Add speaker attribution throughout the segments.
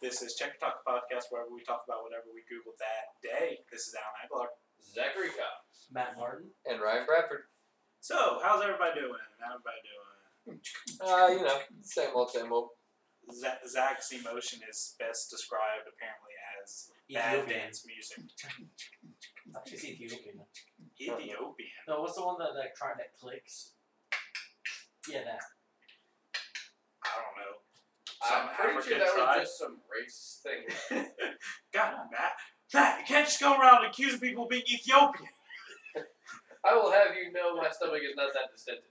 Speaker 1: This is Check Talk Podcast, wherever we talk about whatever we Googled that day. This is Alan Aguilar.
Speaker 2: Zachary Cobb.
Speaker 3: Matt Martin.
Speaker 4: And Ryan Bradford.
Speaker 1: So, how's everybody doing? How's everybody doing?
Speaker 4: Uh, you know, same old, same old.
Speaker 1: Za- Zach's emotion is best described apparently as bad
Speaker 3: Ethiopian.
Speaker 1: dance music.
Speaker 3: I think it's Ethiopian.
Speaker 1: Ethiopian.
Speaker 3: No, what's the one that that try that clicks? Yeah, that.
Speaker 1: I don't know. Some
Speaker 2: I'm pretty sure
Speaker 1: African
Speaker 2: that
Speaker 1: tribe.
Speaker 2: was just some racist thing.
Speaker 1: God, Matt. Matt, you can't just go around accusing people of being Ethiopian.
Speaker 2: I will have you know my stomach is not that distended.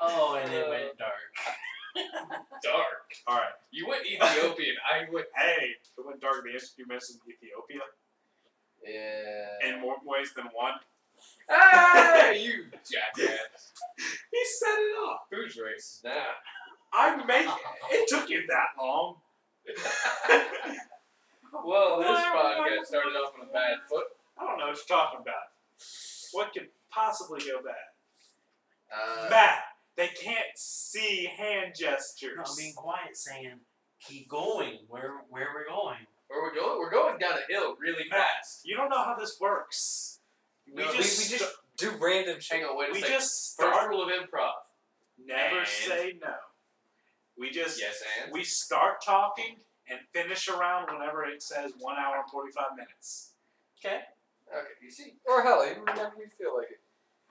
Speaker 3: Oh, and it
Speaker 2: Uh,
Speaker 3: went dark.
Speaker 2: Dark.
Speaker 1: All right.
Speaker 2: You went Ethiopian. I went.
Speaker 1: Hey, it went dark. The instant you mentioned Ethiopia
Speaker 2: Yeah.
Speaker 1: in more ways than one.
Speaker 2: ah, you jackass.
Speaker 1: He set it up.
Speaker 2: Who's racist now?
Speaker 1: I made it. took you that long.
Speaker 2: well, this podcast started off on a bad foot.
Speaker 1: I don't know what you're talking about. What could possibly go bad?
Speaker 2: Uh,
Speaker 1: Matt, they can't see hand gestures.
Speaker 3: No, I'm being quiet, saying keep going. Where where we're going?
Speaker 2: Where we're going? We're going down a hill really fast.
Speaker 1: you don't know how this works. We
Speaker 2: No,
Speaker 4: We, we
Speaker 1: just
Speaker 4: just do random shit.
Speaker 2: Hang on, wait a
Speaker 1: we
Speaker 2: second.
Speaker 1: just
Speaker 2: First
Speaker 1: start.
Speaker 2: rule of improv.
Speaker 1: Never
Speaker 2: And-
Speaker 1: say no. We just
Speaker 2: Yes, and
Speaker 1: we start talking and finish around whenever it says one hour and forty five minutes.
Speaker 3: Okay.
Speaker 2: okay. You see,
Speaker 4: Or hell, even whenever you feel like it.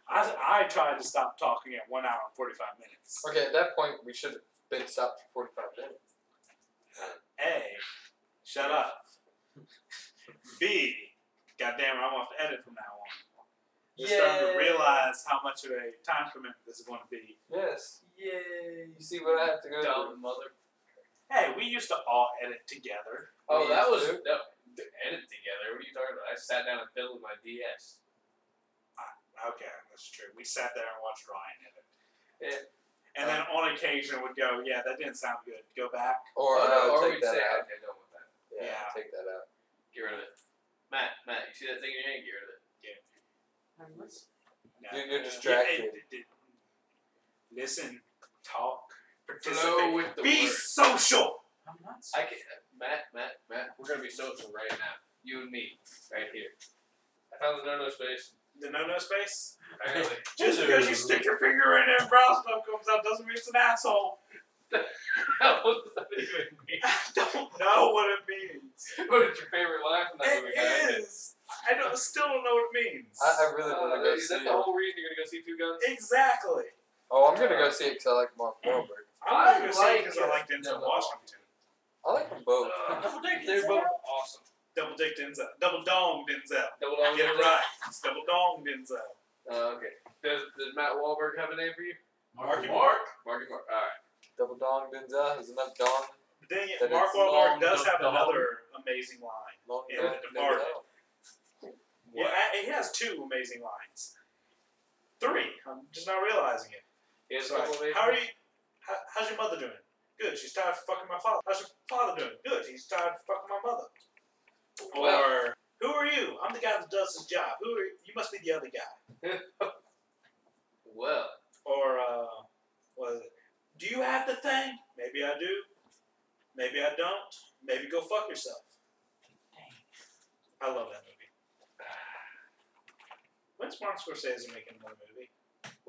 Speaker 1: I, I tried to stop talking at one hour and forty five minutes.
Speaker 4: Okay, at that point, we should have been stopped for 45 minutes.
Speaker 1: A, shut up. B, goddamn, I'm off to edit from now on. You're starting to
Speaker 4: Yay.
Speaker 1: realize how much of a time commitment this is going to be.
Speaker 4: Yes.
Speaker 2: yay!
Speaker 4: You see what I have to go
Speaker 2: Dumb
Speaker 4: through?
Speaker 2: mother.
Speaker 1: Hey, we used to all edit together.
Speaker 2: Oh,
Speaker 4: We
Speaker 2: that was
Speaker 4: used
Speaker 2: no, d- edit together. What are you talking about? I sat down and fiddled with my DS.
Speaker 1: Okay, that's true. We sat there and watched Ryan edit.
Speaker 2: Yeah.
Speaker 1: And then on occasion would go, yeah, that didn't sound good. Go back.
Speaker 4: Or,
Speaker 2: oh, no,
Speaker 4: uh,
Speaker 2: or
Speaker 4: take
Speaker 2: we'd
Speaker 4: that
Speaker 2: say,
Speaker 4: out.
Speaker 2: okay, done with that.
Speaker 4: Yeah,
Speaker 1: Yeah.
Speaker 4: take that out.
Speaker 2: Get rid of it. Matt, Matt, you see that thing in your hand? Get rid of it.
Speaker 1: No.
Speaker 4: You're- you're
Speaker 1: Yeah,
Speaker 4: distracted.
Speaker 1: it- it- it- listen, talk,
Speaker 2: Flow
Speaker 1: participate.
Speaker 2: with the
Speaker 1: Be
Speaker 2: word.
Speaker 1: social.
Speaker 3: I'm not. s-
Speaker 2: I can, Matt, Matt, Matt. We're gonna be social right now. You and me, right here. I found the no-no space.
Speaker 1: The no-no space.
Speaker 2: Apparently,
Speaker 1: Just because you stick your finger in it and brown stuff comes out doesn't mean it's an asshole.
Speaker 2: What does that even mean?
Speaker 1: I don't know what it means.
Speaker 2: What is your favorite line from that movie? guys?
Speaker 1: It is. I don't, still don't know what it means.
Speaker 4: I, I really
Speaker 2: Uh,
Speaker 4: want to go
Speaker 2: is
Speaker 4: see
Speaker 2: that
Speaker 4: it.
Speaker 2: the whole reason you're gonna go see Two Guns?
Speaker 1: exactly.
Speaker 4: Oh, I'm going to go see it because I like Mark Wahlberg.
Speaker 1: I'm not gonna say
Speaker 2: like
Speaker 1: because I like Denzel Washington.
Speaker 4: I like them both.
Speaker 2: Uh,
Speaker 3: Dick
Speaker 2: they're
Speaker 3: Denzel.
Speaker 2: both awesome.
Speaker 1: Double dick Denzel. Double dong Denzel.
Speaker 2: Double O.
Speaker 1: Get it right. It's double dong Denzel.
Speaker 2: Uh, okay. Does, does Matt Wahlberg have a name for you?
Speaker 1: Marky
Speaker 3: Mark.
Speaker 1: Mark.
Speaker 2: Marky Mark. All right.
Speaker 4: Double Dong Denzel. Is enough Dong?
Speaker 1: Dang it,
Speaker 4: That
Speaker 1: Mark
Speaker 4: it's
Speaker 1: Wahlberg
Speaker 3: long,
Speaker 1: does
Speaker 3: double
Speaker 1: have
Speaker 3: dong.
Speaker 1: another amazing line.
Speaker 4: Long
Speaker 1: Yeah,
Speaker 4: Dong
Speaker 1: The Departed.
Speaker 4: Denzel.
Speaker 1: Yeah, I- he has two amazing lines. Three. I'm just not realizing it.
Speaker 2: He has
Speaker 1: It's
Speaker 2: a couple
Speaker 1: like,
Speaker 2: of
Speaker 1: how are
Speaker 2: names.
Speaker 1: you? How, how's your mother doing? Good. She's tired of fucking my father. How's your father doing? Good. He's tired of fucking my mother.
Speaker 2: Wow.
Speaker 1: Or who are you? I'm the guy that does his job. Who are you? You must be the other guy.
Speaker 2: Well,
Speaker 1: Or uh, was it? Do you have the thing? Maybe I do. Maybe I don't. Maybe go fuck yourself. I love that movie. When's Martin Scorsese making another movie?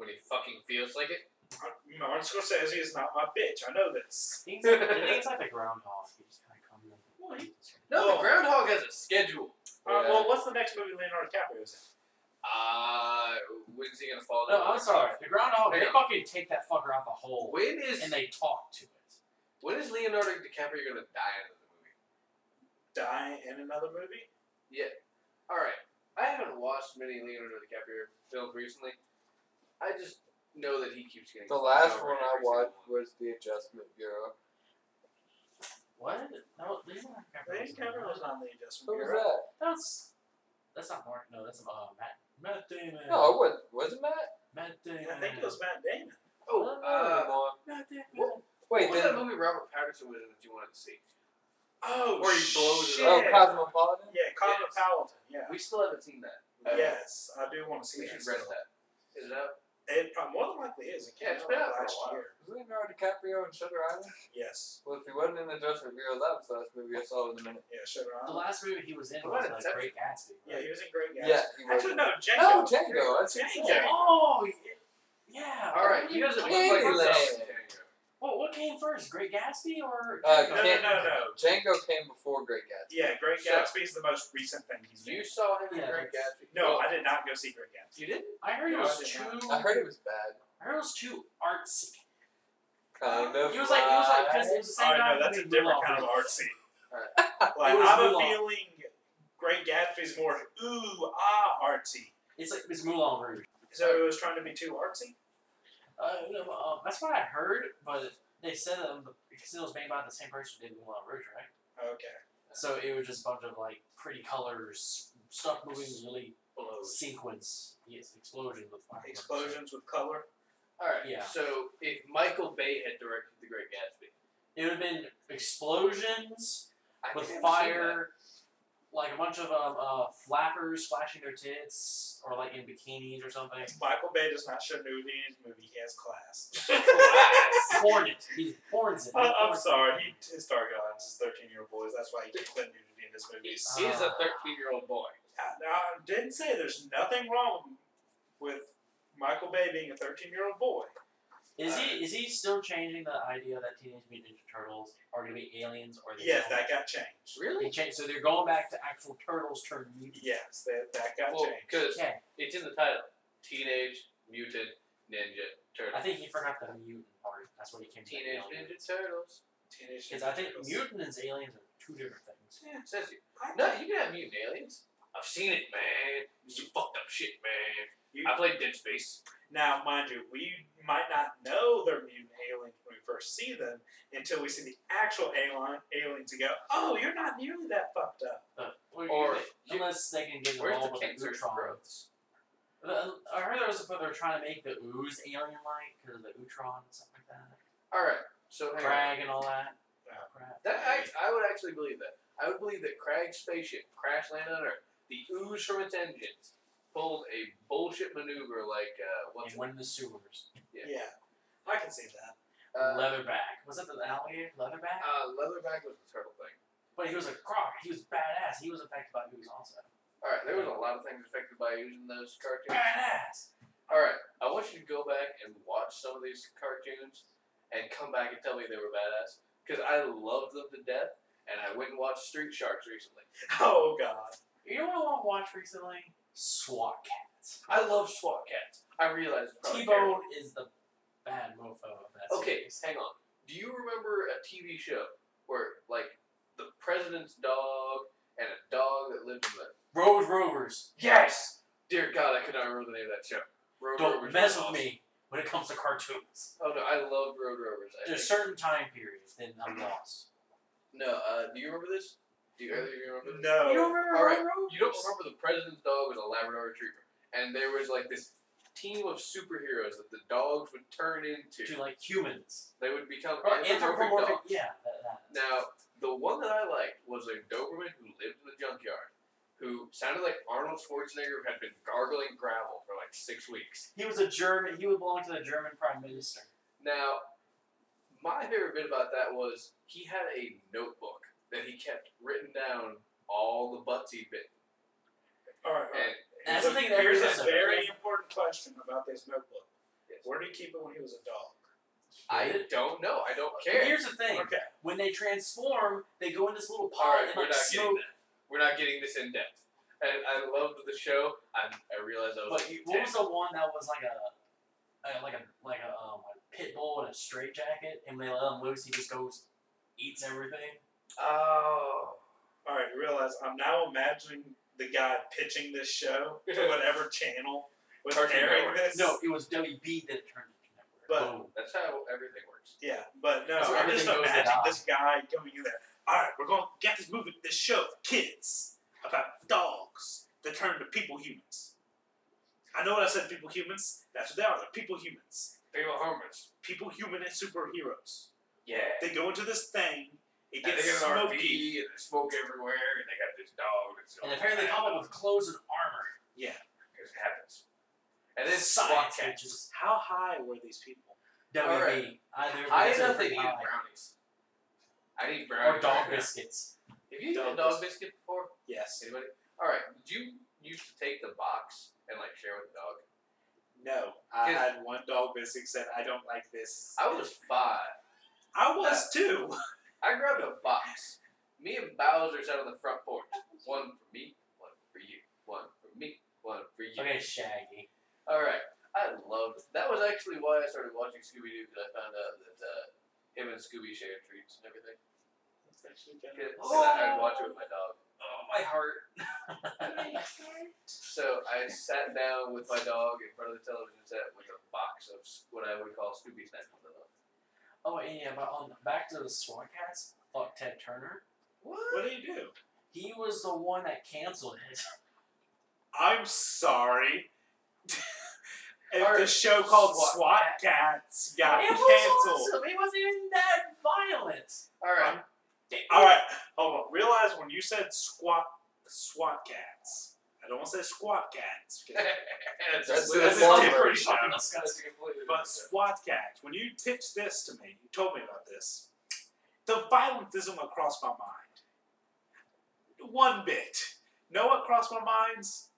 Speaker 2: when he fucking feels like it.
Speaker 1: I- Martin Scorsese is not my bitch. I know this.
Speaker 3: He's, I think it's like a groundhog. He just kind of comes in.
Speaker 1: Well, he-
Speaker 2: No,
Speaker 1: Oh.
Speaker 2: the groundhog has a schedule.
Speaker 1: Uh,
Speaker 4: Yeah.
Speaker 1: well, what's the next movie Leonardo DiCaprio's in?
Speaker 2: Uh, when's he gonna fall down?
Speaker 3: No, I'm sorry. The groundhog. They
Speaker 2: Hang
Speaker 3: fucking take that fucker out the hole
Speaker 2: When is
Speaker 3: and they talk to it.
Speaker 2: when is Leonardo DiCaprio gonna die in the movie?
Speaker 1: die in another movie?
Speaker 2: All right. I haven't watched many Leonardo DiCaprio films recently. I just know that he keeps getting.
Speaker 4: The
Speaker 2: fucked
Speaker 4: last
Speaker 2: over
Speaker 4: one
Speaker 2: in
Speaker 4: I
Speaker 2: every single
Speaker 4: watched
Speaker 2: one.
Speaker 4: was The Adjustment Bureau.
Speaker 3: What? No, they don't
Speaker 1: Lady Gaga was on the Adjustment
Speaker 4: Who was
Speaker 1: Bureau.
Speaker 4: that?
Speaker 3: That's that's not Mark. No, that's uh, Matt. Matt Damon.
Speaker 4: No, it was wasn't Matt.
Speaker 3: Matt Damon.
Speaker 1: I think it was Matt Damon.
Speaker 2: Oh, uh,
Speaker 3: Matt Damon.
Speaker 2: what-
Speaker 4: wait,
Speaker 2: what was
Speaker 4: then,
Speaker 2: that movie Robert Patterson was in that you wanted to see?
Speaker 1: Oh,
Speaker 2: Where he blows it
Speaker 1: shit.
Speaker 4: oh, Cosmopolitan.
Speaker 1: Yeah, Cosmopolitan. Yeah.
Speaker 2: We still haven't seen that.
Speaker 1: Yes, I do want to see
Speaker 2: We
Speaker 1: that.
Speaker 2: should rent that. Is it out?
Speaker 1: It uh, more than likely is. It
Speaker 2: Yeah,
Speaker 1: came
Speaker 2: it's
Speaker 1: out
Speaker 2: been out for a
Speaker 1: last
Speaker 2: while.
Speaker 1: year.
Speaker 4: Was Leonardo DiCaprio in Shutter Island?
Speaker 1: Yes.
Speaker 4: Well, if he wasn't in the Judgment Bureau, that was the last movie I saw in a minute.
Speaker 1: Yeah, Shutter
Speaker 3: The
Speaker 1: Island.
Speaker 3: last movie he was in
Speaker 2: What
Speaker 3: was
Speaker 2: about
Speaker 3: like
Speaker 2: Inception?
Speaker 3: Great Gatsby.
Speaker 1: Yeah,
Speaker 3: right?
Speaker 1: he was in Great Gatsby.
Speaker 4: Yeah, he was.
Speaker 1: Actually, no,
Speaker 4: Oh,
Speaker 1: Django.
Speaker 4: Django. That's
Speaker 1: Django.
Speaker 4: insane.
Speaker 3: Oh, y- yeah.
Speaker 2: All right, he
Speaker 3: What
Speaker 2: doesn't
Speaker 3: do
Speaker 2: look
Speaker 3: you-
Speaker 2: like
Speaker 3: what-
Speaker 4: Candyland.
Speaker 2: himself.
Speaker 3: What, what came first, Great Gatsby or?
Speaker 4: Uh,
Speaker 1: No, no, no, no.
Speaker 4: Django came before Great Gatsby.
Speaker 1: Yeah, Great
Speaker 2: So-
Speaker 1: Gatsby is the most recent thing he's
Speaker 2: You
Speaker 1: been.
Speaker 2: saw him in
Speaker 3: Yeah,
Speaker 2: Great
Speaker 3: that's-
Speaker 2: Gatsby.
Speaker 1: No,
Speaker 2: Well,
Speaker 1: I did not go see Great Gatsby.
Speaker 2: You didn't.
Speaker 3: I heard it
Speaker 1: No,
Speaker 3: was
Speaker 1: I did
Speaker 3: too.
Speaker 4: I heard it was bad.
Speaker 3: I heard it was too artsy.
Speaker 4: Kind of.
Speaker 3: He was like, he was like, because it was the same
Speaker 1: Oh
Speaker 3: guy.
Speaker 1: no,
Speaker 3: who
Speaker 1: that's a
Speaker 3: made
Speaker 1: different
Speaker 3: Mulan.
Speaker 1: kind of art scene.
Speaker 2: Alright.
Speaker 1: Like
Speaker 3: It was
Speaker 1: I'm a
Speaker 3: Mulan.
Speaker 1: feeling Great Gatsby's more ooh ah artsy.
Speaker 3: It's like it's Mulan version.
Speaker 1: So it was trying to be too artsy.
Speaker 3: Uh, no, uh, that's what I heard, but they said that the casino was made by the same person who did Moulin Rouge, right?
Speaker 1: Okay.
Speaker 3: So it was just a bunch of like pretty colors, stuff moving really sequence. Yes, explosion with fire.
Speaker 1: Explosions with color.
Speaker 2: All right.
Speaker 3: Yeah.
Speaker 2: So if Michael Bay had directed The Great Gatsby,
Speaker 3: It would have been explosions
Speaker 2: I think
Speaker 3: with
Speaker 2: I've seen that.
Speaker 3: fire, like a bunch of um, uh, flappers flashing their tits or like in bikinis or something.
Speaker 1: Michael Bay does not show nudity in his movie. He has class.
Speaker 2: Class.
Speaker 3: Porn it. He porns it.
Speaker 2: Uh,
Speaker 1: I,
Speaker 3: He
Speaker 1: I'm
Speaker 3: porns it.
Speaker 1: sorry. He, his target audience is 13 year old boys. That's why he can't put nudity in his movies.
Speaker 2: He's he's a
Speaker 3: Ah.
Speaker 2: thirteen-year-old boy.
Speaker 1: I, I didn't say there's nothing wrong with Michael Bay being a 13 year old boy.
Speaker 3: Is he is he still changing the idea that Teenage Mutant Ninja Turtles are gonna be aliens or they're
Speaker 1: Yes,
Speaker 3: not?
Speaker 1: that got changed.
Speaker 3: They changed, so they're going back to actual turtles turned mutant.
Speaker 1: Yes, that, that got
Speaker 2: Well,
Speaker 1: changed.
Speaker 2: because
Speaker 3: Okay,
Speaker 2: it's in the title: Teenage Mutant Ninja Turtles.
Speaker 3: I think he forgot the mutant part. That's what he came
Speaker 2: Teenage
Speaker 3: to.
Speaker 2: Ninja Turtles.
Speaker 1: Teenage
Speaker 3: Because I think
Speaker 1: Turtles.
Speaker 3: mutant and aliens are two different things.
Speaker 2: Yeah, it says you.
Speaker 1: I-
Speaker 2: No, you can have mutant aliens. I've seen it, man. It's some fucked up shit, man.
Speaker 1: You-
Speaker 2: I played Dead Space.
Speaker 1: Now, mind you, we might not know they're mutant aliens when we first see them until we see the actual alien aliens and go, oh, you're not nearly that fucked up.
Speaker 3: Uh, what do you
Speaker 2: Or
Speaker 3: think? unless they can get
Speaker 2: where's
Speaker 3: involved
Speaker 2: the
Speaker 3: with the
Speaker 2: cancer's
Speaker 3: Utron.
Speaker 2: growths?
Speaker 3: The- I heard there was a they're trying to make the ooze alien like because of the Utron and stuff like that,
Speaker 2: All right. So hang on.
Speaker 3: Crag and all that.
Speaker 1: Yeah.
Speaker 3: Crap.
Speaker 2: That act, I would actually believe that. I would believe that Crag's spaceship crash landed on Earth. The ooze from its engines pulled a bullshit maneuver like uh, what's
Speaker 3: And went in the sewers.
Speaker 2: Yeah.
Speaker 1: I can see that.
Speaker 2: it? Uh,
Speaker 3: Leatherback. Was that the alligator? Leatherback?
Speaker 2: uh, Leatherback was the turtle thing.
Speaker 3: But he was a croc. He was badass. He was affected by movies also.
Speaker 2: All right, there was a lot of things affected by ooze in those cartoons.
Speaker 3: Badass.
Speaker 2: All right, I want you to go back and watch some of these cartoons and come back and tell me they were badass because I loved them to death. And I went and watched Street Sharks recently.
Speaker 1: Oh, God.
Speaker 3: You know what I want to watch recently? SWAT Cats.
Speaker 2: I love SWAT Cats. I realized it's probably
Speaker 3: T
Speaker 2: terrible.
Speaker 3: Bone is the bad mofo of that
Speaker 2: Okay,
Speaker 3: series.
Speaker 2: hang on. Do you remember a TV show where, like, the president's dog and a dog that lived in the.
Speaker 3: Road Rovers.
Speaker 2: Yes! Dear God, I could not remember the name of that show. Road
Speaker 3: Don't
Speaker 2: Rovers was
Speaker 3: mess with
Speaker 2: awesome.
Speaker 3: me when it comes to cartoons.
Speaker 2: Oh no, I love Road Rovers. I
Speaker 3: There's
Speaker 2: think.
Speaker 3: certain time periods, then I'm lost.
Speaker 2: No, uh, do you remember this? Do you either of you remember this?
Speaker 1: No.
Speaker 3: You don't remember
Speaker 2: All right,
Speaker 3: Road Rovers?
Speaker 2: You don't remember the president's dog was a Labrador Retriever, and there was like this team of superheroes that the dogs would turn into.
Speaker 3: To like humans.
Speaker 2: They would become
Speaker 3: Or anthropomorphic.
Speaker 2: dogs.
Speaker 3: Yeah, that, that.
Speaker 2: Now, the one that I liked was a Doberman who lived in the junkyard, who sounded like Arnold Schwarzenegger who had been gargling gravel for like six weeks.
Speaker 3: He was a German. He would belong to the German prime minister.
Speaker 2: Now, my favorite bit about that was he had a notebook that he kept written down all the butts he'd been.
Speaker 1: All right, all right.
Speaker 2: And
Speaker 3: That's
Speaker 1: Here's
Speaker 3: the
Speaker 1: a-
Speaker 3: thing that
Speaker 1: Here's a
Speaker 3: everyone said.
Speaker 1: very important question about this notebook.
Speaker 2: Yes.
Speaker 1: Where did he keep it when he was a dog?
Speaker 2: I don't know. I don't care.
Speaker 3: Here's the thing.
Speaker 1: Okay.
Speaker 3: When they transform, they go in this little
Speaker 2: All
Speaker 3: pod
Speaker 2: right,
Speaker 3: and
Speaker 2: we're
Speaker 3: like
Speaker 2: not getting
Speaker 3: smoke.
Speaker 2: that. We're not getting this in depth. And I loved the show. I, I realized I was.
Speaker 3: But you, what was the one that was like a, a like a like a um a pit bull in a straight jacket, and when they let him loose, he just goes eats everything.
Speaker 2: Oh.
Speaker 1: All right, you realize I'm now imagining the guy pitching this show to whatever channel was
Speaker 2: Cartoon
Speaker 1: airing
Speaker 2: Network.
Speaker 1: this.
Speaker 3: No, it was WB that it turned into network.
Speaker 1: But-
Speaker 3: Boom.
Speaker 2: That's how everything works.
Speaker 1: Yeah, but no,
Speaker 3: So
Speaker 1: I'm just
Speaker 3: everything goes to
Speaker 1: imagining
Speaker 3: die.
Speaker 1: this guy coming in there. All right, we're going to get this movie, this show for kids about dogs that turn to people humans. I know what I said, people humans. That's what they are. They're people humans.
Speaker 2: People Homers.
Speaker 1: People human and superheroes.
Speaker 2: Yeah.
Speaker 1: They go into this thing. It
Speaker 2: And they
Speaker 1: gets
Speaker 2: get an RV and
Speaker 1: smoky.
Speaker 2: they smoke everywhere, and they got this dog. That's
Speaker 3: and apparently they come up with clothes and armor.
Speaker 1: Yeah.
Speaker 2: it happens. And it's SWAT
Speaker 3: science,
Speaker 2: cats.
Speaker 3: bitches.
Speaker 1: How high were these people?
Speaker 3: WB.
Speaker 2: All right.
Speaker 3: Either
Speaker 2: I
Speaker 3: those
Speaker 2: had
Speaker 3: are
Speaker 2: nothing
Speaker 3: pretty
Speaker 2: eating
Speaker 3: high.
Speaker 2: brownies. I need brownies.
Speaker 3: Or dog
Speaker 2: right now.
Speaker 3: biscuits.
Speaker 2: Have you eaten
Speaker 1: Dog
Speaker 2: a dog biscuit before?
Speaker 1: Yes.
Speaker 2: Anybody? All right. Did you used to take the box and like share with the dog?
Speaker 1: No. I
Speaker 2: Yes.
Speaker 1: had one dog biscuit said, I don't like this.
Speaker 2: I was five.
Speaker 1: I was too.
Speaker 2: I grabbed a box. Me and Bowser sat on the front porch. One for me, one for you, one for me, one for you.
Speaker 3: Look at Shaggy.
Speaker 2: All right. I loved it. That was actually why I started watching Scooby Doo because I found out that uh, him and Scooby share treats and everything.
Speaker 1: That's actually kind
Speaker 2: And
Speaker 1: of-
Speaker 2: I, I'd watch it with my dog.
Speaker 3: Oh, my heart.
Speaker 2: So I sat down with my dog in front of the television set with a box of s- what I would call Scooby snacks. for the dog.
Speaker 3: Oh yeah, but on back to the SWAT cats. Fuck Ted Turner.
Speaker 1: What do you do?
Speaker 3: He was the one that canceled it.
Speaker 1: I'm sorry. if
Speaker 2: Our
Speaker 1: the show called
Speaker 2: SWAT
Speaker 1: SWAT, Cats got
Speaker 3: it was
Speaker 1: canceled.
Speaker 3: awesome. It wasn't even that violent.
Speaker 2: All right.
Speaker 1: All right, hold on. Realize when you said squat, SWAT Cats. I don't want to say squat cats, 'cause
Speaker 2: That's
Speaker 4: That's
Speaker 2: a-
Speaker 4: the
Speaker 2: that's a
Speaker 4: slumber.
Speaker 2: different-
Speaker 1: Pretty sure.
Speaker 3: Fucking
Speaker 2: that's
Speaker 3: disgusting.
Speaker 2: a completely
Speaker 1: But
Speaker 2: different show.
Speaker 1: SWAT cats, when you pitched this to me, you told me about this, the violence isn't what crossed my mind. One bit. Know what crossed my mind's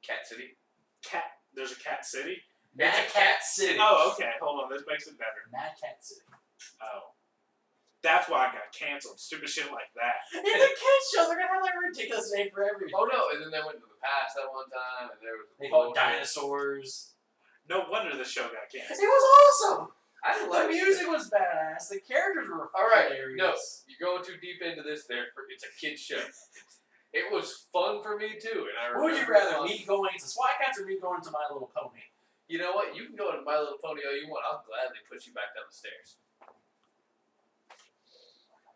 Speaker 2: Cat City.
Speaker 1: cat. There's a cat city.
Speaker 3: Mad Cat City.
Speaker 1: Oh, okay. Hold on. This makes it better.
Speaker 3: Mad Cat City.
Speaker 1: Oh, that's why I got canceled. Stupid shit like that.
Speaker 3: It's a kids show. They're gonna have like a ridiculous name for everything.
Speaker 2: Oh no! And then they went to the past that one time, and there was
Speaker 3: They
Speaker 2: bullshit.
Speaker 3: fought dinosaurs.
Speaker 1: No wonder the show got
Speaker 3: It
Speaker 1: canceled.
Speaker 3: was awesome.
Speaker 2: I
Speaker 3: The
Speaker 2: love
Speaker 3: music was badass. The characters were
Speaker 2: All right,
Speaker 3: hilarious.
Speaker 2: no. You're going too deep into this. There, for- it's a kid show. It was fun for me too, and I
Speaker 3: What would you
Speaker 2: remember
Speaker 3: rather,
Speaker 2: fun-
Speaker 3: me going to SWAT Cats or me going to My Little Pony?
Speaker 2: You know what? You can go to My Little Pony all you want. I'll gladly put you back down the stairs.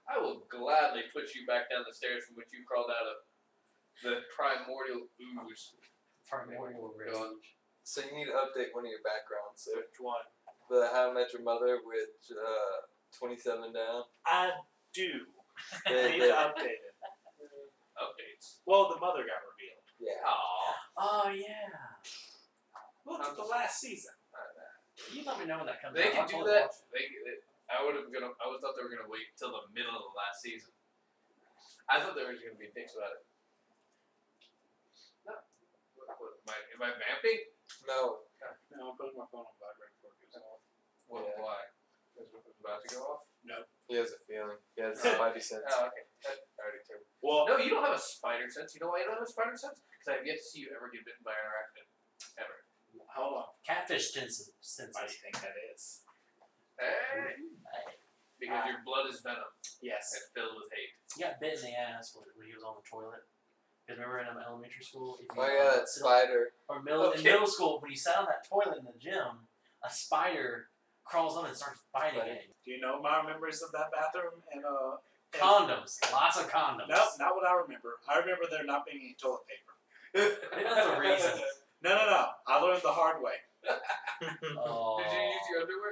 Speaker 2: I will gladly put you back down the stairs from which you crawled out of the primordial ooze.
Speaker 3: Primordial Rift.
Speaker 2: Going,
Speaker 4: So you need to update one of your backgrounds. So
Speaker 1: Which one?
Speaker 4: the How I Met Your Mother with uh, 27 down.
Speaker 1: I do.
Speaker 4: They-
Speaker 1: Need
Speaker 4: they-
Speaker 1: to update it.
Speaker 2: updates.
Speaker 1: Well, the mother got revealed.
Speaker 4: yeah.
Speaker 2: Aww.
Speaker 3: Oh yeah.
Speaker 1: Look at the last season.
Speaker 3: You let me know when that comes
Speaker 2: They can
Speaker 3: out.
Speaker 2: do
Speaker 3: I'll totally
Speaker 2: that.
Speaker 3: watch
Speaker 2: They, they, I would have gonna. I would thought they were gonna wait till the middle of the last season. I thought they were just gonna be dicks about it. No. What, what, am, I, am I vamping?
Speaker 4: No.
Speaker 1: No, I'm putting my phone on vibrate before it goes off.
Speaker 2: Well,
Speaker 4: Yeah.
Speaker 2: why? Because it was about to go off.
Speaker 4: He has a feeling. He has a spidey sense.
Speaker 2: Oh, okay. That already turned.
Speaker 1: Well,
Speaker 2: No, you don't have a spider sense. You know why you don't have a spider sense? Because I've yet to see you ever get bitten by an arachnid. Ever.
Speaker 1: hold on.
Speaker 3: Catfish senses. senses.
Speaker 1: I think that is.
Speaker 2: Hey. Because
Speaker 1: Ah.
Speaker 2: your blood is venom
Speaker 1: Yes.
Speaker 2: and filled with hate.
Speaker 3: He got bit in the ass when, when he was on the toilet. Because remember in um, elementary school, if you
Speaker 4: Oh yeah,
Speaker 3: uh,
Speaker 4: that
Speaker 3: sit-
Speaker 4: spider.
Speaker 3: or middle in
Speaker 2: Okay.
Speaker 3: middle school when you sat on that toilet in the gym, a spider crawls on and starts biting
Speaker 4: Right.
Speaker 3: it.
Speaker 1: Do you know my memories of that bathroom and uh? and-
Speaker 3: Condoms, lots of condoms.
Speaker 1: No, not what I remember. I remember there not being any toilet paper.
Speaker 3: Maybe that's the reason.
Speaker 1: No, no, no. I learned the hard way.
Speaker 3: Oh.
Speaker 2: Did you use your underwear?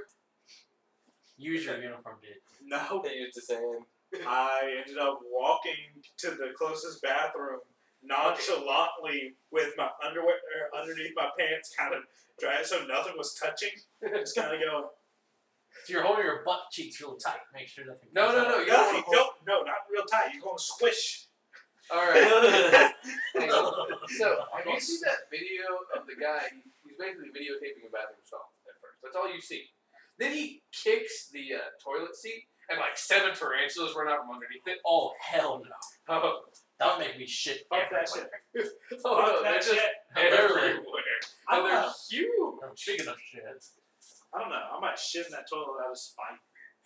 Speaker 3: Use your uniform, dude?
Speaker 1: No,
Speaker 4: They used to say him.
Speaker 1: I ended up walking to the closest bathroom nonchalantly with my underwear er, underneath my pants, kind of dry, so nothing was touching. Just kind of go.
Speaker 3: So you're holding your butt cheeks real tight. Make sure nothing.
Speaker 2: No,
Speaker 3: comes
Speaker 2: no,
Speaker 3: out.
Speaker 2: no. Oh, You
Speaker 1: No,
Speaker 2: don't
Speaker 1: you
Speaker 2: want to.
Speaker 1: don't. No, not real tight. You're going to squish.
Speaker 2: All right. Hang on. So, have you seen that video of the guy? he- He's basically videotaping a bathroom stall at first. That's all you see. Then he kicks the uh, toilet seat, and like seven tarantulas run out from underneath it.
Speaker 3: Oh hell no!
Speaker 2: Oh,
Speaker 3: That'll make me shit
Speaker 1: Fuck that
Speaker 3: everywhere.
Speaker 2: oh
Speaker 1: Fuck
Speaker 2: no, they're
Speaker 1: that
Speaker 2: just
Speaker 1: shit.
Speaker 2: everywhere.
Speaker 1: I
Speaker 2: And
Speaker 1: don't,
Speaker 2: they're
Speaker 1: know.
Speaker 2: huge.
Speaker 3: I'm speaking of shit.
Speaker 1: I don't know. I might shit in that toilet out of spite.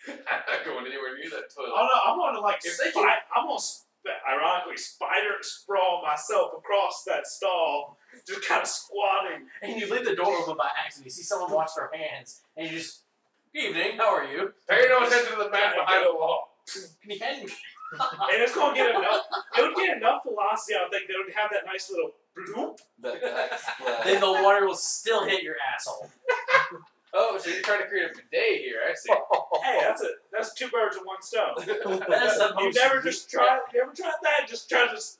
Speaker 2: I'm not going anywhere near that
Speaker 1: I
Speaker 2: toilet.
Speaker 1: don't know. I'm going to like
Speaker 2: If they
Speaker 1: spite. I'm going to sp- ironically spider sprawl myself across that stall, just kind of squatting.
Speaker 3: And you leave the door open by accident. You see someone wash their hands, and you just, "Good evening, how are you?
Speaker 2: Pay no attention to the man behind the wall.
Speaker 3: And you hadn't-
Speaker 1: And it's going to get enough. It would get enough velocity. I would think they would have that nice little bloop.
Speaker 4: That, that
Speaker 3: then
Speaker 4: splash.
Speaker 3: the water will still hit your asshole.
Speaker 2: Oh, so you're trying to create a bidet here? I see.
Speaker 1: Hey, that's it. That's two birds with one stone.
Speaker 3: That's the
Speaker 1: You
Speaker 3: most
Speaker 1: never just try. You ever tried that? Just try to s-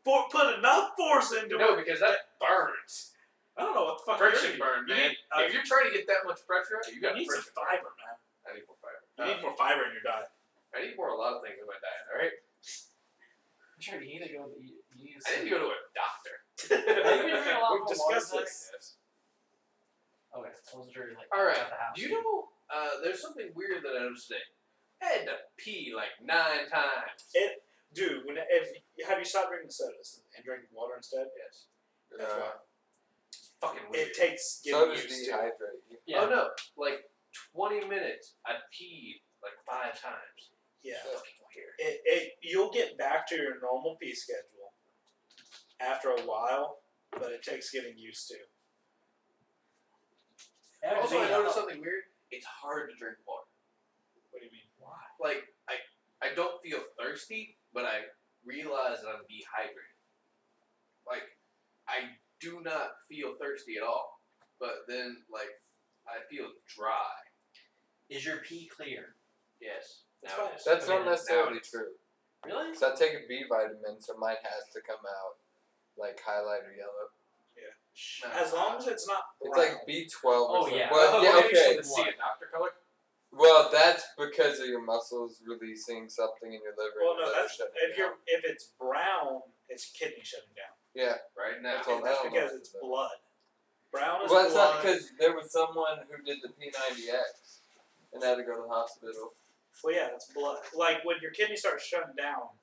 Speaker 1: for, put enough force into
Speaker 2: No,
Speaker 1: it.
Speaker 2: because that burns.
Speaker 1: I don't know what the fuck
Speaker 2: Friction
Speaker 1: you're
Speaker 2: burn,
Speaker 1: you
Speaker 2: man.
Speaker 1: need, uh,
Speaker 2: if you're trying to get that much pressure out, you
Speaker 1: You
Speaker 2: got
Speaker 1: need some
Speaker 2: friction burn.
Speaker 1: fiber, man.
Speaker 2: I need more fiber.
Speaker 1: You
Speaker 2: Uh,
Speaker 1: need more fiber in your diet.
Speaker 2: I need more a lot of things in my diet, alright?
Speaker 3: I'm sure you need to e-, go. You, you need
Speaker 2: I need to go to a doctor.
Speaker 3: Maybe you're a lot
Speaker 1: We've
Speaker 3: more
Speaker 1: discussed
Speaker 3: water
Speaker 1: this.
Speaker 3: Okay, I wasn't sure. Like,
Speaker 2: All right.
Speaker 3: at the house.
Speaker 2: Do you know uh, there's something weird that I noticed today? I had to pee like nine times.
Speaker 1: Dude, when if have you stopped drinking sodas and drinking water instead?
Speaker 2: Yes.
Speaker 1: That's
Speaker 4: Uh,
Speaker 1: why.
Speaker 2: It's fucking weird.
Speaker 1: It takes getting
Speaker 4: sodas
Speaker 1: used to.
Speaker 4: dehydrate you.
Speaker 3: Yeah.
Speaker 2: Oh no! Like twenty minutes, I peed like five times.
Speaker 1: Yeah.
Speaker 2: It's fucking weird.
Speaker 1: It, it you'll get back to your normal pee schedule after a while, but it takes getting used to.
Speaker 3: Yeah,
Speaker 2: Also, I
Speaker 3: yeah.
Speaker 2: noticed something weird. It's hard to drink water.
Speaker 1: What do you mean? Why?
Speaker 2: Like I, I don't feel thirsty, but I realize that I'm dehydrated. Like I do not feel thirsty at all, but then like I feel dry.
Speaker 3: Is your pee clear?
Speaker 2: Yes.
Speaker 1: That's
Speaker 2: Now it
Speaker 1: fine.
Speaker 2: is.
Speaker 4: That's not
Speaker 3: Yeah,
Speaker 4: necessarily
Speaker 2: nowadays.
Speaker 4: true.
Speaker 3: Really?
Speaker 4: Because I take a B vitamin, so mine has to come out like highlight or yellow.
Speaker 1: As long as it's not
Speaker 4: It's
Speaker 1: brown.
Speaker 4: like B twelve.
Speaker 3: Oh,
Speaker 4: or something.
Speaker 3: yeah.
Speaker 4: Well, yeah,
Speaker 2: Oh, so
Speaker 4: okay.
Speaker 2: see a doctor color.
Speaker 4: Well, that's because of your muscles releasing something in your liver.
Speaker 1: Well,
Speaker 4: and your
Speaker 1: no,
Speaker 4: liver
Speaker 1: that's
Speaker 4: shutting
Speaker 1: if
Speaker 4: down.
Speaker 1: you're if it's brown, it's kidney shutting down.
Speaker 2: Right now.
Speaker 4: That's all.
Speaker 1: And that's
Speaker 4: I don't know
Speaker 1: because
Speaker 4: if
Speaker 1: it's
Speaker 4: it's
Speaker 1: blood. Brown is
Speaker 4: Well, it's not
Speaker 1: blood.
Speaker 4: because there was someone who did the P90X and had to go to the hospital.
Speaker 1: well, yeah, that's blood. Like when your kidney starts shutting down,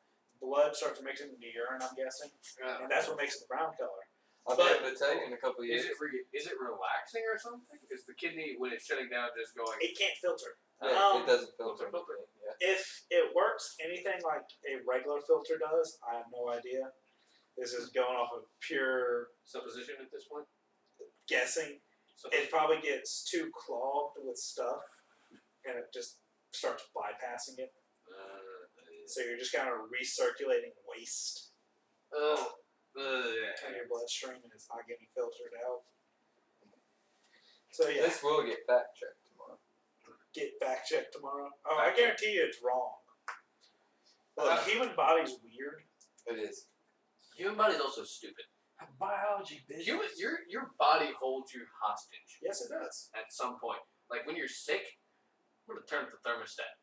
Speaker 1: blood starts mixing into urine. I'm guessing,
Speaker 2: Uh,
Speaker 1: and that's what makes it the brown color.
Speaker 4: I'll be
Speaker 1: But-
Speaker 4: able to tell you in a couple of years.
Speaker 2: Is it re- is it relaxing or something? Is the kidney when it's shutting down just going?
Speaker 1: It can't filter.
Speaker 4: Yeah,
Speaker 1: um,
Speaker 4: it doesn't
Speaker 2: filter,
Speaker 4: filter
Speaker 2: filter.
Speaker 4: anything. Yeah.
Speaker 1: If it works anything like a regular filter does, I have no idea. This is going off of pure
Speaker 2: Supposition at this point.
Speaker 1: guessing. It probably gets too clogged with stuff, and it just starts bypassing it. So you're just kind of recirculating waste
Speaker 2: Oh. Uh,
Speaker 1: in your bloodstream, and it's not getting filtered out. So yeah,
Speaker 4: This will get fact checked tomorrow.
Speaker 1: get fact checked tomorrow. Oh, I
Speaker 2: Fact check. Uh-huh.
Speaker 1: guarantee you it's wrong. Well, the human body's weird.
Speaker 4: It is.
Speaker 2: Human body's also stupid.
Speaker 3: Biology, bitch.
Speaker 2: Human, your your body holds you hostage
Speaker 1: Yes, it does.
Speaker 2: at some point. Like when you're sick, I'm gonna turn up the thermostat.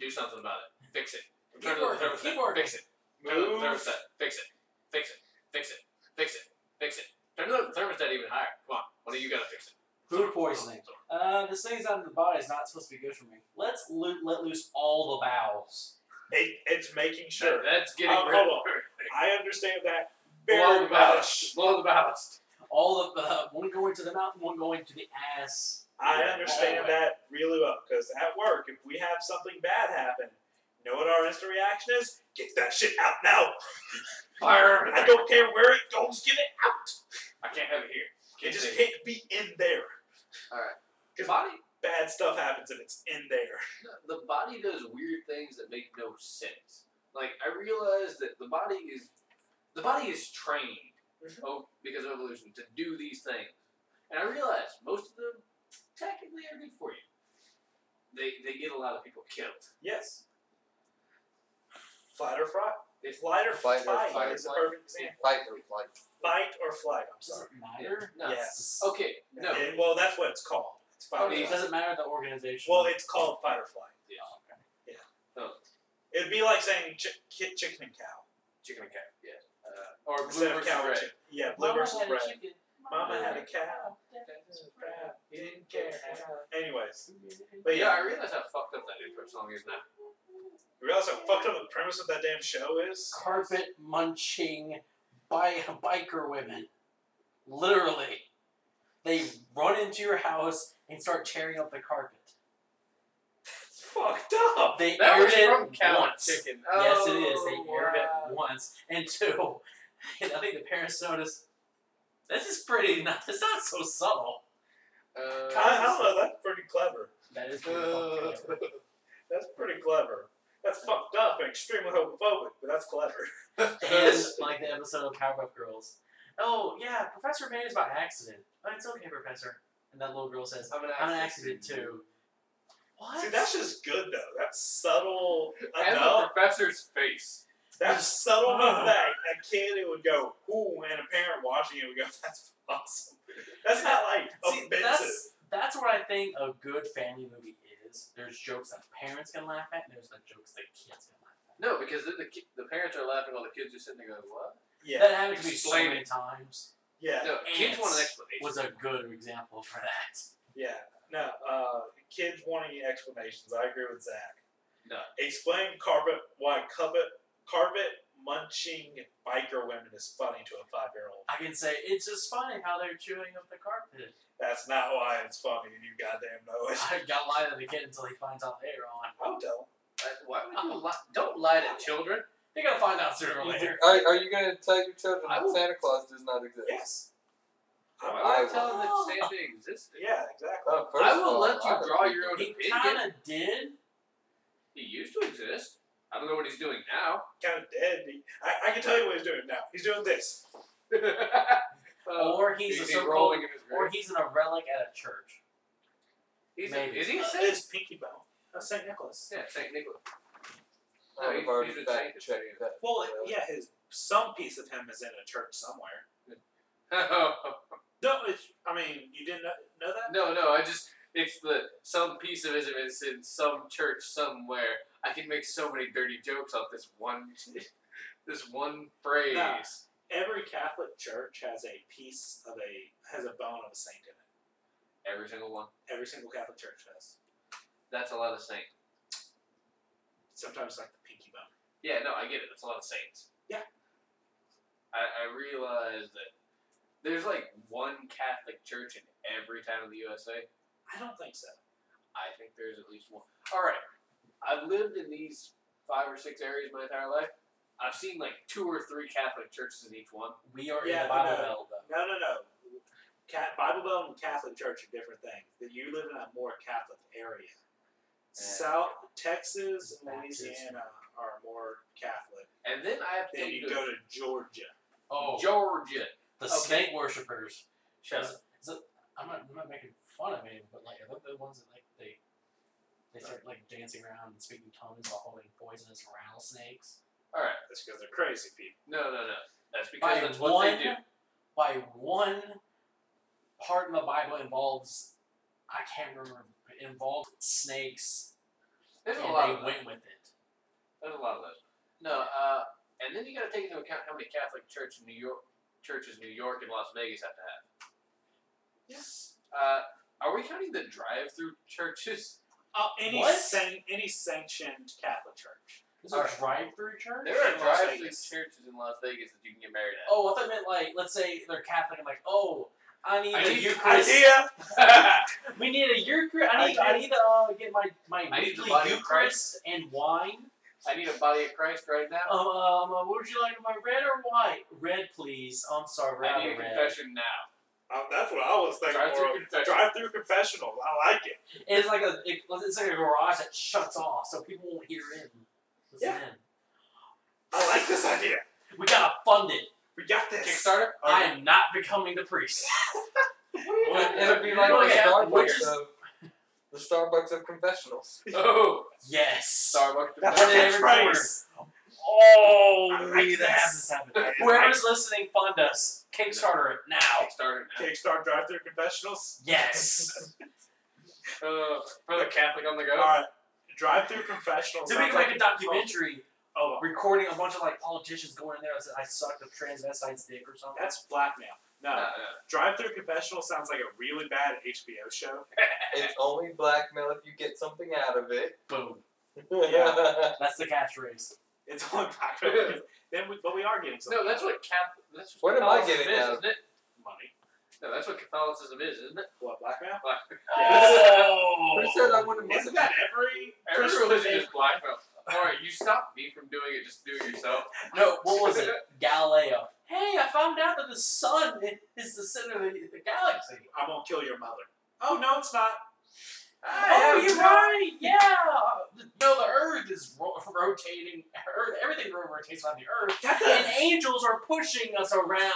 Speaker 2: Do something about it. Fix it.
Speaker 3: Keep
Speaker 2: Turn up the
Speaker 3: working,
Speaker 2: thermostat.
Speaker 3: keep working.
Speaker 2: Fix it. Turn up the
Speaker 1: Move.
Speaker 2: thermostat. Fix it. Fix it. Fix it. Fix it. Fix it. Turn up the thermostat even higher. Come on. One of you gotta fix it.
Speaker 3: Food poisoning. Uh, this thing's out of the body is not supposed to be good for me. Let's lo- let loose all the bowels.
Speaker 1: It, it's making sure.
Speaker 2: That- that's getting
Speaker 1: Um,
Speaker 2: rid
Speaker 1: hold
Speaker 2: of
Speaker 1: on.
Speaker 2: everything.
Speaker 1: I understand that
Speaker 2: Blow
Speaker 1: very
Speaker 2: the
Speaker 1: much.
Speaker 2: ballast. Blow the ballast.
Speaker 3: All of the one going to the mouth, and one going to the ass.
Speaker 1: I
Speaker 2: Yeah,
Speaker 1: understand
Speaker 2: always.
Speaker 1: that really well because at work, if we have something bad happen, you know what our instant reaction is? Get that shit out now.
Speaker 2: Fire everything.
Speaker 1: I don't care where it goes, get it out.
Speaker 2: I can't have it here.
Speaker 1: It
Speaker 2: Can't
Speaker 1: just
Speaker 2: take it.
Speaker 1: can't be in there.
Speaker 2: Alright.
Speaker 1: 'Cause
Speaker 2: body,
Speaker 1: Bad stuff happens if it's in there.
Speaker 2: the body does weird things that make no sense. Like I realize that the body is, the body is trained,
Speaker 1: Mhm.
Speaker 2: oh, because of evolution, to do these things. And I realize most of them technically are good for you. They they get a lot of people killed.
Speaker 1: Yes. Flight or fry?
Speaker 2: It's
Speaker 1: Flight or
Speaker 4: Fight
Speaker 1: fight,
Speaker 4: or flight.
Speaker 1: is the perfect example.
Speaker 4: Fight or flight.
Speaker 1: Fight or flight, I'm
Speaker 3: Does
Speaker 1: sorry.
Speaker 3: it matter?
Speaker 2: No.
Speaker 1: Yes.
Speaker 2: Okay. Oh, No.
Speaker 1: It- well, that's what it's called. It's fight or
Speaker 3: Okay,
Speaker 2: Yeah.
Speaker 3: it
Speaker 1: flight.
Speaker 3: Oh, doesn't matter the organization.
Speaker 1: Well, it's called fight or flight.
Speaker 2: Yeah.
Speaker 3: Oh, okay.
Speaker 1: It'd be like saying chi- ki- chicken and cow.
Speaker 2: Chicken and cat. Yeah. Uh, or blue
Speaker 1: Instead of
Speaker 2: versus
Speaker 1: cow and
Speaker 2: red.
Speaker 1: chicken. Yeah, blue versus
Speaker 3: Mama had a
Speaker 1: red.
Speaker 3: chicken.
Speaker 1: Mama
Speaker 2: had
Speaker 1: a cow. He didn't care. Anyways,
Speaker 2: But
Speaker 1: but
Speaker 2: yeah,
Speaker 1: yeah,
Speaker 2: I realize how fucked up that intro song is now.
Speaker 1: you realize how fucked up the premise of that damn show is?
Speaker 3: Carpet munching by biker women. Literally. They run into your house and start tearing up the carpet.
Speaker 1: It's fucked up.
Speaker 3: They
Speaker 2: That
Speaker 3: aired
Speaker 2: was
Speaker 3: it
Speaker 2: from Cow and
Speaker 3: once.
Speaker 2: Chicken.
Speaker 3: yes, it is. They
Speaker 2: Oh,
Speaker 3: aired
Speaker 2: wow.
Speaker 3: it once. And two, and I think the parents noticed this is pretty not it's not so subtle.
Speaker 2: Uh,
Speaker 1: I, I don't know. That's pretty clever.
Speaker 3: That is pretty
Speaker 2: Uh,
Speaker 3: fucking
Speaker 1: That's pretty clever. That's fucked up and extremely homophobic, but that's clever.
Speaker 3: clever. And like the episode of Cowbuff Girls. Oh yeah, Professor May's about accident. Oh, it's okay, Professor. And that little girl says,
Speaker 2: I'm an
Speaker 3: I'm an accident too. What?
Speaker 1: See, that's just good though. That's subtle
Speaker 2: And
Speaker 1: enough.
Speaker 2: the professor's face.
Speaker 1: That's subtle enough that a kid it would go, ooh, and a parent watching it would go, that's awesome. That's not like
Speaker 3: See,
Speaker 1: offensive.
Speaker 3: that's that's what I think a good family movie is. There's jokes that parents can laugh at, and there's the jokes that kids can laugh at.
Speaker 2: No, because then the, ki- the parents are laughing while the kids just sitting there going, what?
Speaker 1: yeah,
Speaker 3: That happened to me so
Speaker 2: Explain
Speaker 3: many times.
Speaker 1: yeah,
Speaker 2: No, kids want an
Speaker 3: Ants
Speaker 2: explanation.
Speaker 3: Was a good example for that.
Speaker 1: yeah. No, uh, kids wanting explanations. I agree with Zach.
Speaker 2: No.
Speaker 1: Explain carpet why carpet carpet munching biker women is funny to a five year old.
Speaker 3: I can say it's just funny how they're chewing up the carpet.
Speaker 1: That's not why it's funny. You goddamn know it.
Speaker 3: I got lie to the kid until he finds out later on.
Speaker 1: I don't.
Speaker 2: I- why would you lie? Don't lie to children.
Speaker 3: They're gonna find out sooner or later.
Speaker 4: Are, are you going to tell your children
Speaker 2: I
Speaker 4: that
Speaker 2: will-
Speaker 4: Santa Claus does not exist?
Speaker 1: Yes.
Speaker 2: Why would
Speaker 4: I
Speaker 2: I tell them that Santa existed?
Speaker 1: Yeah, exactly.
Speaker 4: Oh, first
Speaker 2: I
Speaker 4: of
Speaker 2: will
Speaker 4: all,
Speaker 2: let you
Speaker 4: I don't
Speaker 2: draw
Speaker 4: think-
Speaker 2: your own
Speaker 3: He
Speaker 2: opinion.
Speaker 3: kind of did.
Speaker 2: He used to exist. I don't know what he's doing now.
Speaker 1: kind of dead. He- I, I can tell you what he's doing now. He's doing this.
Speaker 2: Uh,
Speaker 3: Or he's a
Speaker 2: is he
Speaker 3: so-called,
Speaker 2: rolling in his
Speaker 3: or
Speaker 2: grave?
Speaker 3: he's in a relic at a church.
Speaker 2: He's a-
Speaker 3: maybe.
Speaker 2: is he a
Speaker 1: Uh,
Speaker 2: saint?
Speaker 1: it's Pinky Bell. Uh, St. Nicholas.
Speaker 2: Yeah, Saint Nicholas.
Speaker 4: I've
Speaker 2: No, he's-
Speaker 4: already
Speaker 2: he's a
Speaker 4: fact
Speaker 2: saint.
Speaker 4: checked that.
Speaker 1: Well, it- yeah, his some piece of him is in a church somewhere. No, it's. I mean, you didn't know- know that?
Speaker 2: no, no, I just it's the some piece of ism is in some church somewhere. I can make so many dirty jokes off this one this one phrase.
Speaker 1: Nah. Every Catholic church has a piece of a has a bone of a saint in it.
Speaker 2: Every single one.
Speaker 1: Every single Catholic church has.
Speaker 2: That's a lot of saint.
Speaker 1: Sometimes like the pinky bone.
Speaker 2: Yeah, no, I get it. That's a lot of saints.
Speaker 1: Yeah.
Speaker 2: I, I realize that there's like one Catholic church in every town in the USA.
Speaker 1: I don't think so.
Speaker 2: I think there's at least one. All right. I've lived in these five or six areas my entire life. I've seen like two or three Catholic churches in each one.
Speaker 3: We are in
Speaker 1: Yeah,
Speaker 3: the Bible
Speaker 1: no.
Speaker 3: Belt, though.
Speaker 1: No, no, no. Cat, Bible Belt and Catholic Church are different things. That you live in a more Catholic area. South Texas and
Speaker 3: Baptist.
Speaker 1: Louisiana are more Catholic.
Speaker 2: And then I have
Speaker 1: Then
Speaker 2: been
Speaker 1: you
Speaker 2: to
Speaker 1: go to Georgia.
Speaker 3: Oh,
Speaker 2: Georgia.
Speaker 3: the
Speaker 2: okay.
Speaker 3: snake worshippers.
Speaker 2: Shut
Speaker 3: Is- is it- I'm not, I'm not making fun of anyone, but like, are they the ones that like they they start like dancing around and speaking tongues while holding poisonous rattlesnakes?
Speaker 2: All right.
Speaker 1: That's because they're crazy people.
Speaker 2: No, no, no. That's because
Speaker 3: By
Speaker 2: that's what
Speaker 3: one,
Speaker 2: they do.
Speaker 3: by one part in the Bible involves I can't remember but involved snakes,
Speaker 2: There's a
Speaker 3: and
Speaker 2: lot
Speaker 3: they
Speaker 2: of that.
Speaker 3: went with it.
Speaker 2: There's a lot of those. No, uh, and then you got to take into account how many Catholic church in New York churches New York and Las Vegas have to have. Yes. Uh, are we counting the drive-through churches?
Speaker 1: Uh, any
Speaker 3: What?
Speaker 1: san- any sanctioned Catholic church.
Speaker 3: Is it a
Speaker 2: Alright.
Speaker 3: drive-through church?
Speaker 2: There are
Speaker 1: In Las
Speaker 2: drive-through
Speaker 1: Vegas.
Speaker 2: churches in Las Vegas that you can get married at.
Speaker 3: Oh, I thought I meant like let's say they're Catholic. I'm like, oh, I need
Speaker 2: I
Speaker 3: the
Speaker 2: need-
Speaker 3: Eucharist. We need a Eucharist. I need, I,
Speaker 1: I
Speaker 3: need to uh, get my my
Speaker 2: I need the
Speaker 3: weekly
Speaker 2: body of
Speaker 3: Eucharist and wine.
Speaker 2: I need a body of Christ right now.
Speaker 3: Um, um, uh, what would you like? My red or white? Red, please. I'm sorry, red.
Speaker 2: I need a
Speaker 3: or red.
Speaker 2: confession now.
Speaker 1: Uh, that's what I was thinking.
Speaker 2: Drive-through
Speaker 1: more of.
Speaker 2: confession.
Speaker 1: Drive-through confessional. I like it.
Speaker 3: And It's like a it, it's like a garage that shuts off, so people won't hear in. Listen
Speaker 1: Yeah.
Speaker 3: in.
Speaker 1: I like this idea.
Speaker 3: We gotta fund it.
Speaker 1: We got this.
Speaker 2: Kickstarter.
Speaker 3: I am not becoming the priest.
Speaker 1: What-
Speaker 4: It'll be
Speaker 3: You
Speaker 4: like
Speaker 3: don't
Speaker 4: the
Speaker 3: have to
Speaker 4: Starbucks
Speaker 3: just-
Speaker 4: of the Starbucks of confessionals.
Speaker 2: Oh,
Speaker 3: Yes.
Speaker 2: Starbucks.
Speaker 1: That's
Speaker 3: One
Speaker 1: our
Speaker 3: in every
Speaker 1: catchphrase.
Speaker 3: Oh,
Speaker 1: I like
Speaker 3: we need to
Speaker 1: this.
Speaker 3: have this happen.
Speaker 1: I like
Speaker 3: Whoever's listening, fund us. Kickstarter it now.
Speaker 2: Kickstarter now.
Speaker 1: Kickstart drive-through confessionals.
Speaker 3: Yes.
Speaker 2: Uh, for the Catholic on the
Speaker 1: All
Speaker 2: go.
Speaker 1: right. Drive-through confessionals.
Speaker 3: So we
Speaker 1: sounds
Speaker 3: can make
Speaker 1: like- oh,
Speaker 3: a documentary
Speaker 1: Hold on.
Speaker 3: recording a bunch of like politicians going in there and said, I sucked a transvestite's dick or something.
Speaker 1: That's blackmail. No.
Speaker 2: No, no.
Speaker 1: Drive-through confessional sounds like a really bad HBO show.
Speaker 4: It's only blackmail if you get something out of it.
Speaker 3: boom.
Speaker 1: Yeah.
Speaker 3: That's the catchphrase.
Speaker 1: It's only blackmail. then, we, but we are getting something.
Speaker 2: No, that's what Catholic. That's
Speaker 4: What am I
Speaker 2: Catholicism
Speaker 4: getting
Speaker 2: is,
Speaker 4: out of
Speaker 2: isn't it?
Speaker 1: money.
Speaker 2: No, that's what Catholicism is, isn't it?
Speaker 1: What blackmail?
Speaker 3: Oh!
Speaker 4: Who said I wouldn't
Speaker 1: Isn't
Speaker 4: listen?
Speaker 1: that every
Speaker 2: Every
Speaker 1: Christian
Speaker 2: religion
Speaker 1: thing?
Speaker 2: is blackmail. All right, you stop me from doing it. Just do it yourself.
Speaker 3: No, what was it? Galileo. Hey, I found out that the sun is the center of the, the galaxy.
Speaker 1: I'm gonna kill your mother. Oh no, it's not.
Speaker 3: oh, you're
Speaker 1: it's not.
Speaker 3: right. Yeah. The- No, the Earth is ro- rotating. Earth, everything ro- rotates around the Earth, and angels are pushing us around.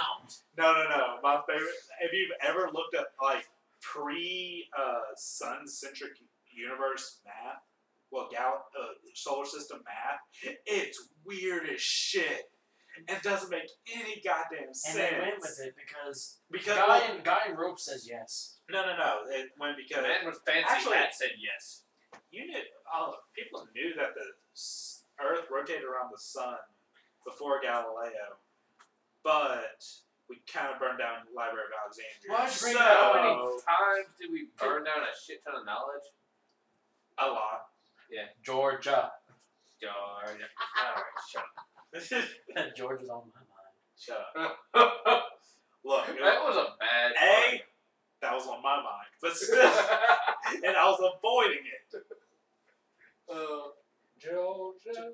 Speaker 1: No, no, no. My favorite. If you've ever looked at like pre uh, sun centric universe math, well, gal- uh, solar system math, it's weird as shit. It doesn't make any goddamn sense.
Speaker 3: And they went with it because
Speaker 1: Because
Speaker 3: guy in guy in rope says yes.
Speaker 1: no, no, no. It went
Speaker 2: The
Speaker 1: because
Speaker 2: man with fancy
Speaker 1: Actually-
Speaker 2: hat said yes.
Speaker 1: you knew all people knew that the s- Earth rotated around the sun before Galileo, but we kind of burned down the Library of Alexandria.
Speaker 3: Why'd you bring
Speaker 1: so,
Speaker 3: that up? I
Speaker 2: Times did we burn down a shit ton of knowledge?
Speaker 1: a lot.
Speaker 3: Georgia.
Speaker 2: George. Alright, shut up.
Speaker 3: Georgia's on my mind.
Speaker 1: Shut up.
Speaker 2: that
Speaker 1: Look, it was-
Speaker 2: was a bad
Speaker 1: A, that was on my mind, but still, and I was avoiding it.
Speaker 2: Uh,
Speaker 3: Georgia.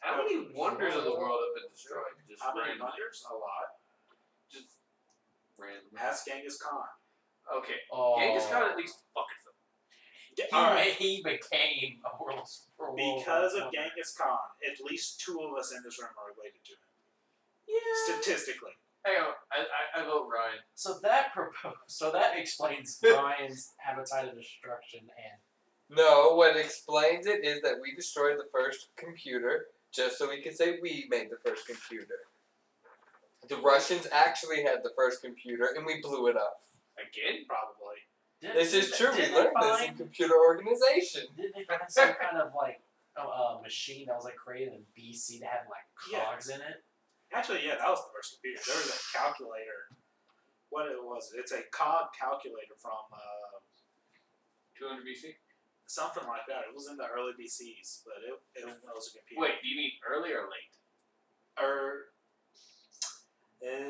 Speaker 2: how many wonders of the world have been destroyed? Just
Speaker 1: How many
Speaker 2: randomly.
Speaker 1: wonders? A lot.
Speaker 2: Just randomly.
Speaker 1: Ask Genghis Khan.
Speaker 2: Okay.
Speaker 3: Oh.
Speaker 2: Genghis Khan at least fucked them.
Speaker 1: Ge-
Speaker 3: He,
Speaker 1: all right,
Speaker 3: ma- he became a world super
Speaker 1: Because of Genghis Khan, at least two of us in this room are related to him. Statistically.
Speaker 2: Hang on. I, I, I vote Ryan.
Speaker 3: So that proposed. So that explains Ryan's appetite of destruction and
Speaker 4: No, what explains it is that we destroyed the first computer just so we could say we made the first computer. The Russians actually had the first computer and we blew it up.
Speaker 2: Again?
Speaker 1: Probably.
Speaker 3: did,
Speaker 4: This is true.
Speaker 3: Did
Speaker 4: We
Speaker 3: they
Speaker 4: learned this in
Speaker 3: find?
Speaker 4: computer organization.
Speaker 3: Did they find some kind of like a uh, machine that was like created in BC that had like
Speaker 1: Yeah.
Speaker 3: cogs in it?
Speaker 1: Actually, yeah, that was the first computer. There was a calculator. What it was, it's a cog calculator from uh,
Speaker 2: 200 BC?
Speaker 1: something like that. It was in the early BCs, but it, it was a computer.
Speaker 2: Wait, do you mean early or late?
Speaker 1: Or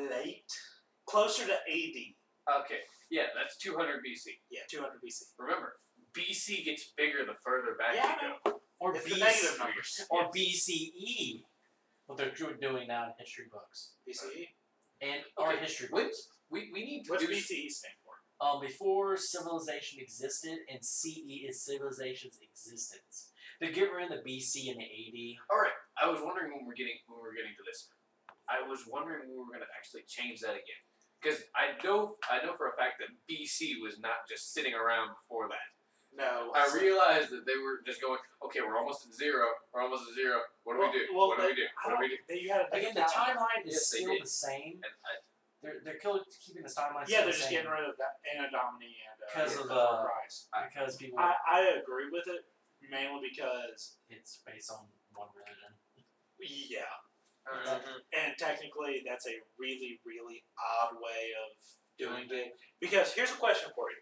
Speaker 1: late? Closer to AD.
Speaker 2: Okay. Yeah, that's 200 BC.
Speaker 1: Yeah, 200 BC.
Speaker 2: Remember, BC gets bigger the further back
Speaker 1: Yeah, I
Speaker 2: you go.
Speaker 3: Or
Speaker 1: It's the
Speaker 3: BC,
Speaker 1: negative numbers.
Speaker 3: or BCE, what they're do- doing now in history books
Speaker 1: BCE?
Speaker 3: and or
Speaker 2: Okay,
Speaker 3: history books.
Speaker 2: When's, we, we need to
Speaker 1: What's
Speaker 2: do
Speaker 1: BCE stand for?
Speaker 3: Um, before civilization existed, and CE is civilization's existence. They get rid of the BC and the AD.
Speaker 2: All right. I was wondering when we're getting when we're getting to this. I was wondering when we were going to actually change that again, because I know I know for a fact that BC was not just sitting around before that.
Speaker 1: No.
Speaker 2: I realized that they were just going, okay, we're almost at zero. We're almost at zero. What do
Speaker 1: well,
Speaker 2: we do?
Speaker 1: Well,
Speaker 2: what do
Speaker 1: they,
Speaker 2: we do?
Speaker 1: I
Speaker 2: What do we
Speaker 1: don't-
Speaker 2: do?
Speaker 1: they- you had a big
Speaker 3: Again, the timeline is
Speaker 2: Yes, they
Speaker 3: still
Speaker 2: did.
Speaker 3: the same.
Speaker 2: And I,
Speaker 3: They're they're kill- keeping this timeline.
Speaker 1: Yeah, they're
Speaker 3: still the
Speaker 1: just
Speaker 3: same
Speaker 1: getting rid of that Anna Domini and uh,
Speaker 3: 'Cause of,
Speaker 1: Christopher
Speaker 3: uh,
Speaker 1: Price.
Speaker 3: because people
Speaker 1: I, I agree with it mainly because
Speaker 3: it's based on one religion.
Speaker 1: yeah,
Speaker 2: uh,
Speaker 3: Mm-hmm.
Speaker 1: and technically that's a really really odd way of doing it. Because here's a question for you: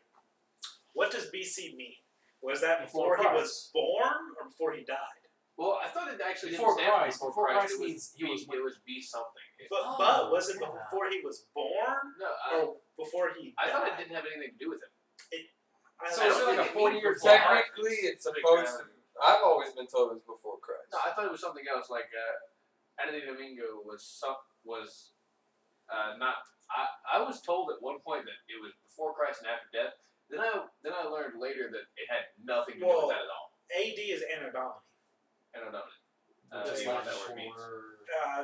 Speaker 1: What does BC mean? Was that
Speaker 3: Before
Speaker 1: before he
Speaker 3: Christ.
Speaker 1: was born or before he died?
Speaker 2: well, I thought it actually
Speaker 3: Before
Speaker 2: didn't stand for
Speaker 3: Christ,
Speaker 2: before
Speaker 3: before
Speaker 2: Christ,
Speaker 3: Christ
Speaker 2: it was
Speaker 3: means he
Speaker 2: B,
Speaker 3: was-
Speaker 2: it was B something. It-
Speaker 1: But
Speaker 3: Oh,
Speaker 1: but was it
Speaker 3: yeah.
Speaker 1: before he was born
Speaker 2: no, I,
Speaker 1: or before he?
Speaker 2: I thought it
Speaker 1: died?
Speaker 2: didn't have anything to do with it.
Speaker 1: I-
Speaker 3: So
Speaker 1: I
Speaker 3: it's
Speaker 1: don't
Speaker 3: like
Speaker 1: think
Speaker 3: a
Speaker 1: it
Speaker 3: 40-year
Speaker 1: means-
Speaker 2: Black
Speaker 4: Technically,
Speaker 2: Christmas.
Speaker 4: it's supposed to. I've always been told it was before Christ.
Speaker 2: No, I thought it was something else. Like uh, Anthony Domingo was some was uh, not. I, I was told at one point that it was before Christ and after death. Then I then I learned later that it had nothing to do
Speaker 1: Well,
Speaker 2: with that at all.
Speaker 1: AD is Anna Domini.
Speaker 2: I don't know. Uh, you
Speaker 3: Just
Speaker 2: know
Speaker 3: like
Speaker 2: what that word means.
Speaker 3: for-
Speaker 1: Uh,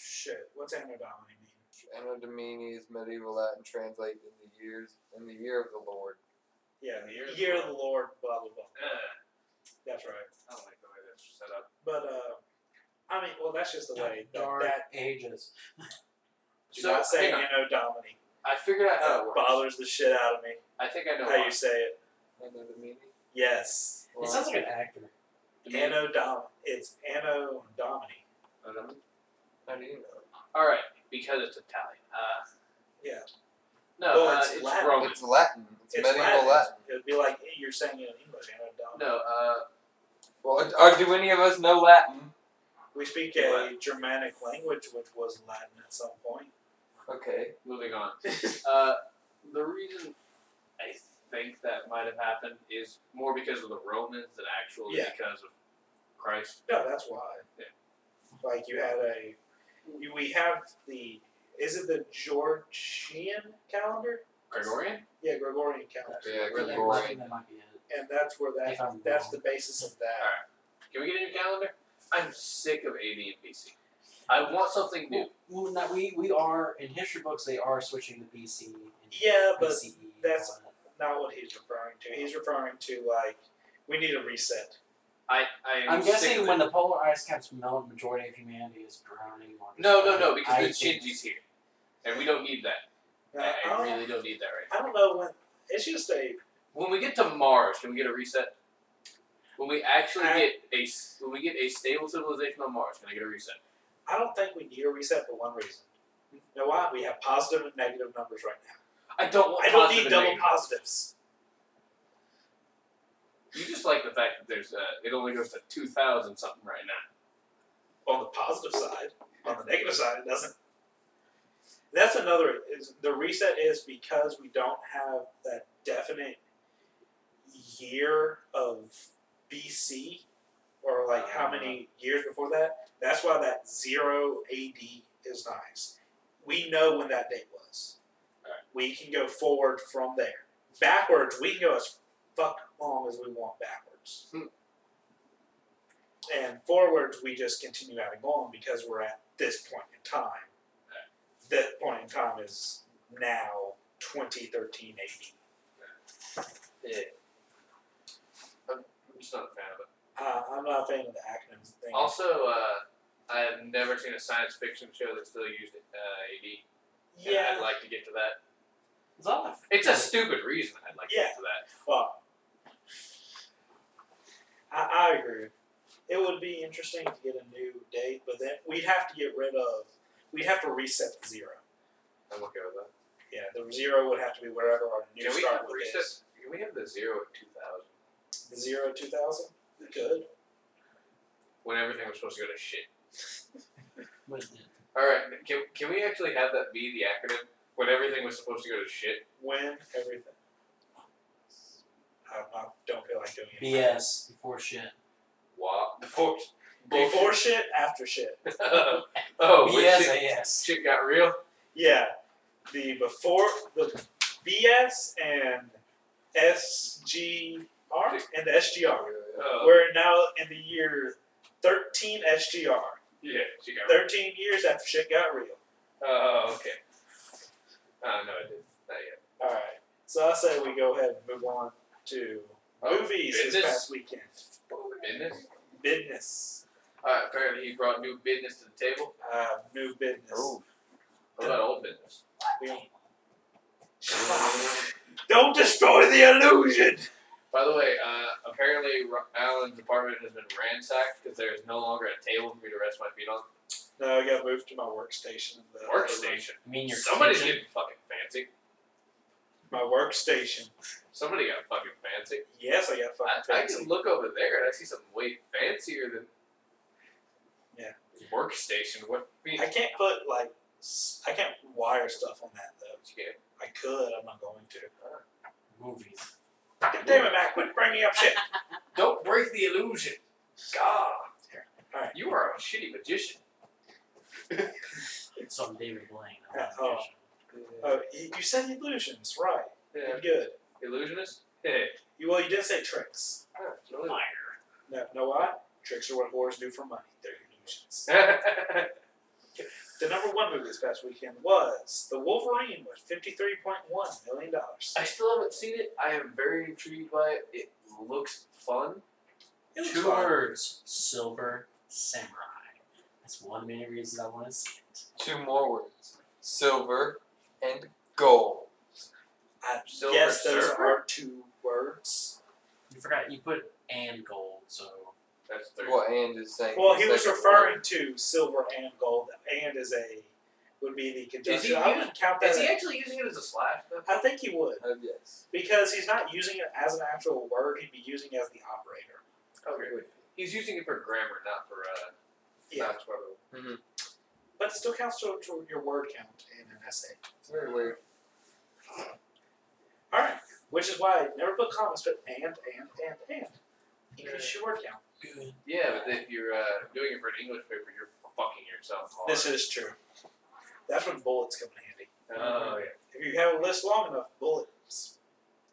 Speaker 1: shit. What's Anno Domini mean?
Speaker 4: Anno Domini is medieval Latin translated in the years in the year of the Lord.
Speaker 1: Yeah,
Speaker 2: Year of the
Speaker 1: year of the Lord. Blah blah blah.
Speaker 2: Ugh,
Speaker 1: That's right.
Speaker 2: Uh, I don't like the way that's set up.
Speaker 1: But uh, I mean, well, that's just the way that,
Speaker 3: Dark
Speaker 1: that
Speaker 3: ages.
Speaker 1: do
Speaker 2: So,
Speaker 1: not say
Speaker 2: hang on.
Speaker 1: Anno Domini.
Speaker 2: I figured out how
Speaker 1: That
Speaker 2: it works.
Speaker 1: bothers the shit out of me.
Speaker 2: I think I know
Speaker 1: How
Speaker 2: why.
Speaker 1: you say it?
Speaker 4: Anno Domini.
Speaker 1: Yes,
Speaker 4: Well,
Speaker 3: it sounds like an actor.
Speaker 2: Dominion.
Speaker 1: Anno Domini. It's Anno Domini.
Speaker 2: Oh, Dominion?
Speaker 4: How do you know?
Speaker 2: All right, because it's Italian. Uh,
Speaker 1: Yeah.
Speaker 2: No,
Speaker 3: Oh,
Speaker 1: Well,
Speaker 2: uh,
Speaker 1: it's
Speaker 2: it's
Speaker 1: Latin.
Speaker 2: Roman.
Speaker 4: It's Latin. It's,
Speaker 1: It's
Speaker 4: medieval
Speaker 1: Latin.
Speaker 4: Latin.
Speaker 1: It'd be like you're saying it in English. Anno Domini.
Speaker 2: no, uh,
Speaker 4: Well, or do any of us know Latin?
Speaker 1: We speak
Speaker 2: Yeah,
Speaker 1: a
Speaker 2: Latin.
Speaker 1: Germanic language, which was Latin at some point.
Speaker 4: Okay.
Speaker 2: moving on. Uh, the reason I think that might have happened is more because of the Romans than actually
Speaker 1: Yeah.
Speaker 2: because of Christ.
Speaker 1: No, that's why.
Speaker 2: Yeah.
Speaker 1: Like you had a, you, we have the. Is it the Georgian calendar?
Speaker 2: Gregorian?
Speaker 1: Yeah, Gregorian calendar.
Speaker 4: Yeah,
Speaker 3: I think
Speaker 4: Gregorian.
Speaker 3: that might be it.
Speaker 1: and that's where that
Speaker 3: If I'm
Speaker 1: that's
Speaker 3: wrong.
Speaker 1: the basis of that.
Speaker 2: Alright. Can we get a new calendar? I'm sick of AD and BC. I want something new.
Speaker 3: Well, now we, we are in history books. They are switching to BC and
Speaker 1: Yeah, but
Speaker 3: BCE. and
Speaker 1: that's-
Speaker 3: all that.
Speaker 1: not what he's referring to. He's referring to like we need a reset.
Speaker 5: I, I am
Speaker 3: I'm
Speaker 5: sick
Speaker 3: guessing
Speaker 5: of
Speaker 3: when
Speaker 5: it.
Speaker 3: the polar ice caps melt, majority of humanity is drowning. Or
Speaker 2: No, no, no, because
Speaker 3: I
Speaker 2: the
Speaker 3: think-
Speaker 2: Shinji's here. And we don't need that.
Speaker 1: Uh,
Speaker 2: I,
Speaker 1: I,
Speaker 2: I
Speaker 1: don't,
Speaker 2: really don't need that right
Speaker 1: I don't know when. It's just a.
Speaker 2: now. When we get to Mars, can we get a reset? When we actually
Speaker 1: I-
Speaker 2: get a s- when we get a stable civilization on Mars, can I get a reset?
Speaker 1: I don't think we need a reset for one reason. You know why? We have positive and negative numbers right now.
Speaker 2: I don't want
Speaker 1: I don't
Speaker 2: positive
Speaker 1: need
Speaker 2: and
Speaker 1: double
Speaker 2: negative.
Speaker 1: positives.
Speaker 2: You just like the fact that there's a, it only goes to two thousand something right now.
Speaker 1: On the positive side, on the negative side, it doesn't. That's another. Is the reset is because we don't have that definite year of BC or like how many
Speaker 2: Ah.
Speaker 1: years before that. That's why that zero AD is nice. We know when that date was.
Speaker 2: Alright.
Speaker 1: We can go forward from there. Backwards, we can go as fuck long as we want backwards.
Speaker 2: Hmm.
Speaker 1: And forwards, we just continue adding on because we're at this point in time. That point in time is now 2013 AD.
Speaker 2: I'm just not a fan of it.
Speaker 1: Uh, I'm not a fan of the acronyms thing.
Speaker 2: Also, uh, I have never seen a science fiction show that still used uh, AD. and
Speaker 1: yeah,
Speaker 2: I'd like to get to that.
Speaker 3: It's all a-
Speaker 2: It's a stupid reason I'd like to get to that.
Speaker 1: Well, I, I agree. It would be interesting to get a new date, but then we'd have to get rid of, we'd have to reset the zero.
Speaker 2: I'm okay with that.
Speaker 1: Yeah, the zero would have to be wherever our new
Speaker 2: Can we
Speaker 1: start
Speaker 2: have
Speaker 1: with
Speaker 2: reset?
Speaker 1: is.
Speaker 2: Can we have the zero at two thousand?
Speaker 1: The zero 2000? Good.
Speaker 2: When everything was supposed to go to shit.
Speaker 3: with the-
Speaker 2: All right, can, can we actually have that be the acronym? When everything was supposed to go to shit.
Speaker 1: When everything. I, I don't feel like doing it.
Speaker 3: BS before shit.
Speaker 2: Wow. Before.
Speaker 1: Before shit, after shit.
Speaker 2: oh, when
Speaker 3: BS
Speaker 2: shit,
Speaker 3: AS.
Speaker 2: shit got real.
Speaker 1: Yeah, the before the BS and SGR and the SGR.
Speaker 2: Oh,
Speaker 1: We're now in the year 13 SGR.
Speaker 2: yeah, she got real.
Speaker 1: 13 years after shit got real.
Speaker 2: Oh, okay. Oh, no, I didn't. Not yet.
Speaker 1: All right. So I say we go ahead and move on to
Speaker 2: Oh,
Speaker 1: movies this
Speaker 2: business.
Speaker 1: past weekend.
Speaker 2: Business?
Speaker 1: Business.
Speaker 2: All right, apparently he brought new business to the table.
Speaker 1: Uh, new business.
Speaker 2: What about old business?
Speaker 1: We- Don't destroy the illusion.
Speaker 2: By the way, uh, apparently Ro- Alan's apartment has been ransacked because there is no longer a table for me to rest my feet on.
Speaker 1: No, I got moved to my workstation. in The
Speaker 2: Workstation.
Speaker 3: I mean, your
Speaker 2: Somebody's
Speaker 3: kitchen.
Speaker 2: getting fucking fancy.
Speaker 1: My workstation.
Speaker 2: Somebody got fucking fancy.
Speaker 1: Yes, I got
Speaker 2: I,
Speaker 1: fucking
Speaker 2: I
Speaker 1: fancy.
Speaker 2: can look over there and I see something way fancier than.
Speaker 1: Yeah.
Speaker 2: Workstation. What?
Speaker 1: I can't put like s- I can't wire stuff on that though.
Speaker 2: Yeah.
Speaker 1: I could. I'm not going to.
Speaker 2: Ah.
Speaker 3: movies.
Speaker 1: God damn it, Matt! Quit bringing up shit.
Speaker 2: Don't break the illusion. God.
Speaker 1: Alright.
Speaker 2: You are a shitty magician.
Speaker 3: It's on David Blaine.
Speaker 1: Yeah, oh. Oh, you you said illusions, right?
Speaker 2: Yeah.
Speaker 1: Good.
Speaker 2: Illusionist? Hey.
Speaker 1: You well, you did say tricks.
Speaker 2: Liar.
Speaker 1: No, know what? Tricks are what whores do for money. They're illusions. The number one movie this past weekend was The Wolverine with fifty-three point one million dollars.
Speaker 2: I still haven't seen it. I am very intrigued by it. It looks fun.
Speaker 3: Two words: Silver Samurai. That's one of many reasons I want to see it.
Speaker 4: Two more words. Silver and gold.
Speaker 2: Silver
Speaker 1: yes, those
Speaker 2: Surfer?
Speaker 1: are two words.
Speaker 3: You forgot you put and gold, so
Speaker 2: That's third.
Speaker 4: What and is saying.
Speaker 1: Well,
Speaker 4: the
Speaker 1: he was
Speaker 4: second
Speaker 1: referring
Speaker 4: word.
Speaker 1: to silver and gold, and is a would be the
Speaker 2: Is he
Speaker 1: conjunction. I would count that.
Speaker 2: Is he
Speaker 1: as-
Speaker 2: actually using it as a slash? though?
Speaker 1: I think he would
Speaker 4: Uh, yes.
Speaker 1: because he's not using it as an actual word. He'd be using it as the operator.
Speaker 2: Okay. He's using it for grammar, not for uh.
Speaker 1: Yeah,
Speaker 2: Not for
Speaker 1: but it still counts to, to your word count in an essay.
Speaker 4: It's very weird.
Speaker 1: All right, which is why I never put commas, but and and and and increase your word count.
Speaker 3: good.
Speaker 2: yeah, but if you're uh, doing it for an English paper, you're fucking yourself. Hard.
Speaker 1: This is true. That's when bullets come in handy.
Speaker 2: Oh yeah.
Speaker 1: If you have a list long enough, bullets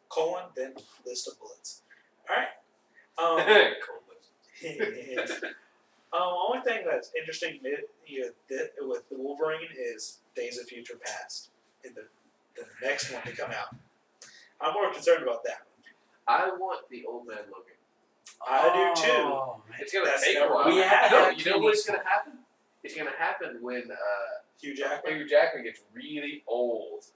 Speaker 1: colon then list of bullets. All right. Um,
Speaker 2: Cold list.
Speaker 1: um, only thing that's interesting mi- you know, th- with the Wolverine is Days of Future Past, in the the next one to come out. I'm more concerned about that.
Speaker 2: I want the old man Logan.
Speaker 1: I do too.
Speaker 3: Oh, man.
Speaker 2: It's gonna
Speaker 1: That's
Speaker 2: take a
Speaker 1: never
Speaker 2: while.
Speaker 1: We
Speaker 3: have
Speaker 2: no,
Speaker 3: that
Speaker 2: you know what's
Speaker 3: TV.
Speaker 2: gonna happen? It's gonna happen when uh,
Speaker 1: Hugh Jackman.
Speaker 2: Hugh Jackman gets really old.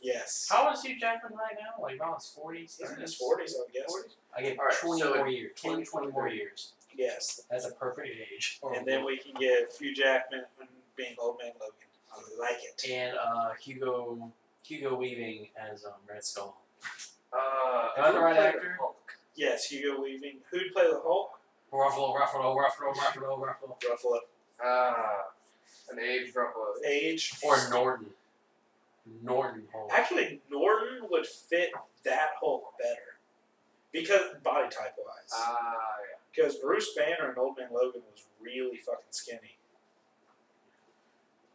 Speaker 1: Yes.
Speaker 3: How old is Hugh Jackman right now? Like, around his 40s?
Speaker 1: He's in his
Speaker 3: 30s?
Speaker 1: forties, I guess.
Speaker 3: I give
Speaker 2: All right,
Speaker 3: 20
Speaker 2: so
Speaker 3: more years. 10, 20 more
Speaker 2: 20.
Speaker 3: years.
Speaker 1: Yes.
Speaker 3: That's a perfect age.
Speaker 1: And then we can get Hugh Jackman being old man Logan. I like it.
Speaker 3: and uh, Hugo Hugo Weaving as um, Red Skull.
Speaker 2: Uh,
Speaker 3: Am I the right
Speaker 2: who played
Speaker 3: actor?
Speaker 2: Hulk?
Speaker 1: Yes, Hugo Weaving. Who'd play the Hulk?
Speaker 3: Ruffalo, Ruffalo, Ruffalo, Ruffalo, Ruffalo.
Speaker 1: Ruffalo.
Speaker 2: Ah, an age uh, Ruffalo.
Speaker 1: Age.
Speaker 3: Or Norton. Norton. oh. Hall.
Speaker 1: Actually, Norton would fit that Hulk better. Because body type wise.
Speaker 2: Ah,
Speaker 1: because Bruce Banner and Old Man Logan was really fucking skinny.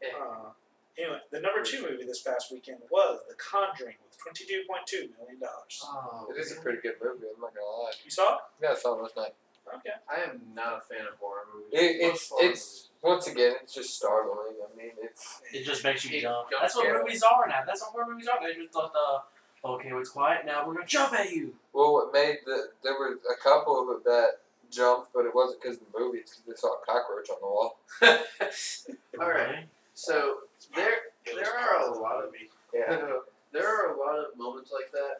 Speaker 2: Yeah.
Speaker 1: Uh, anyway, the number two movie this past weekend was The Conjuring with twenty two point two million dollars.
Speaker 3: Oh,
Speaker 4: It is a pretty good movie. I'm not gonna lie.
Speaker 1: You saw? it?
Speaker 4: Yeah, I saw it last night.
Speaker 1: Okay.
Speaker 2: yeah. I am not a fan of horror movies.
Speaker 4: It,
Speaker 2: Most
Speaker 4: it's
Speaker 2: horror
Speaker 4: it's once again, it's just startling. I mean, it's
Speaker 3: It just makes you
Speaker 2: It
Speaker 3: jump.
Speaker 2: don't
Speaker 3: That's what
Speaker 2: care.
Speaker 3: movies are now. That's what horror movies are. They just thought, the okay, it's quiet now. We're gonna jump at you.
Speaker 4: well, what made the there were a couple of it that jumped, but it wasn't because of the movie. It's because they saw a cockroach on the wall.
Speaker 2: All right. So there, there are a lot of
Speaker 4: Yeah,
Speaker 2: there are a lot of moments like that.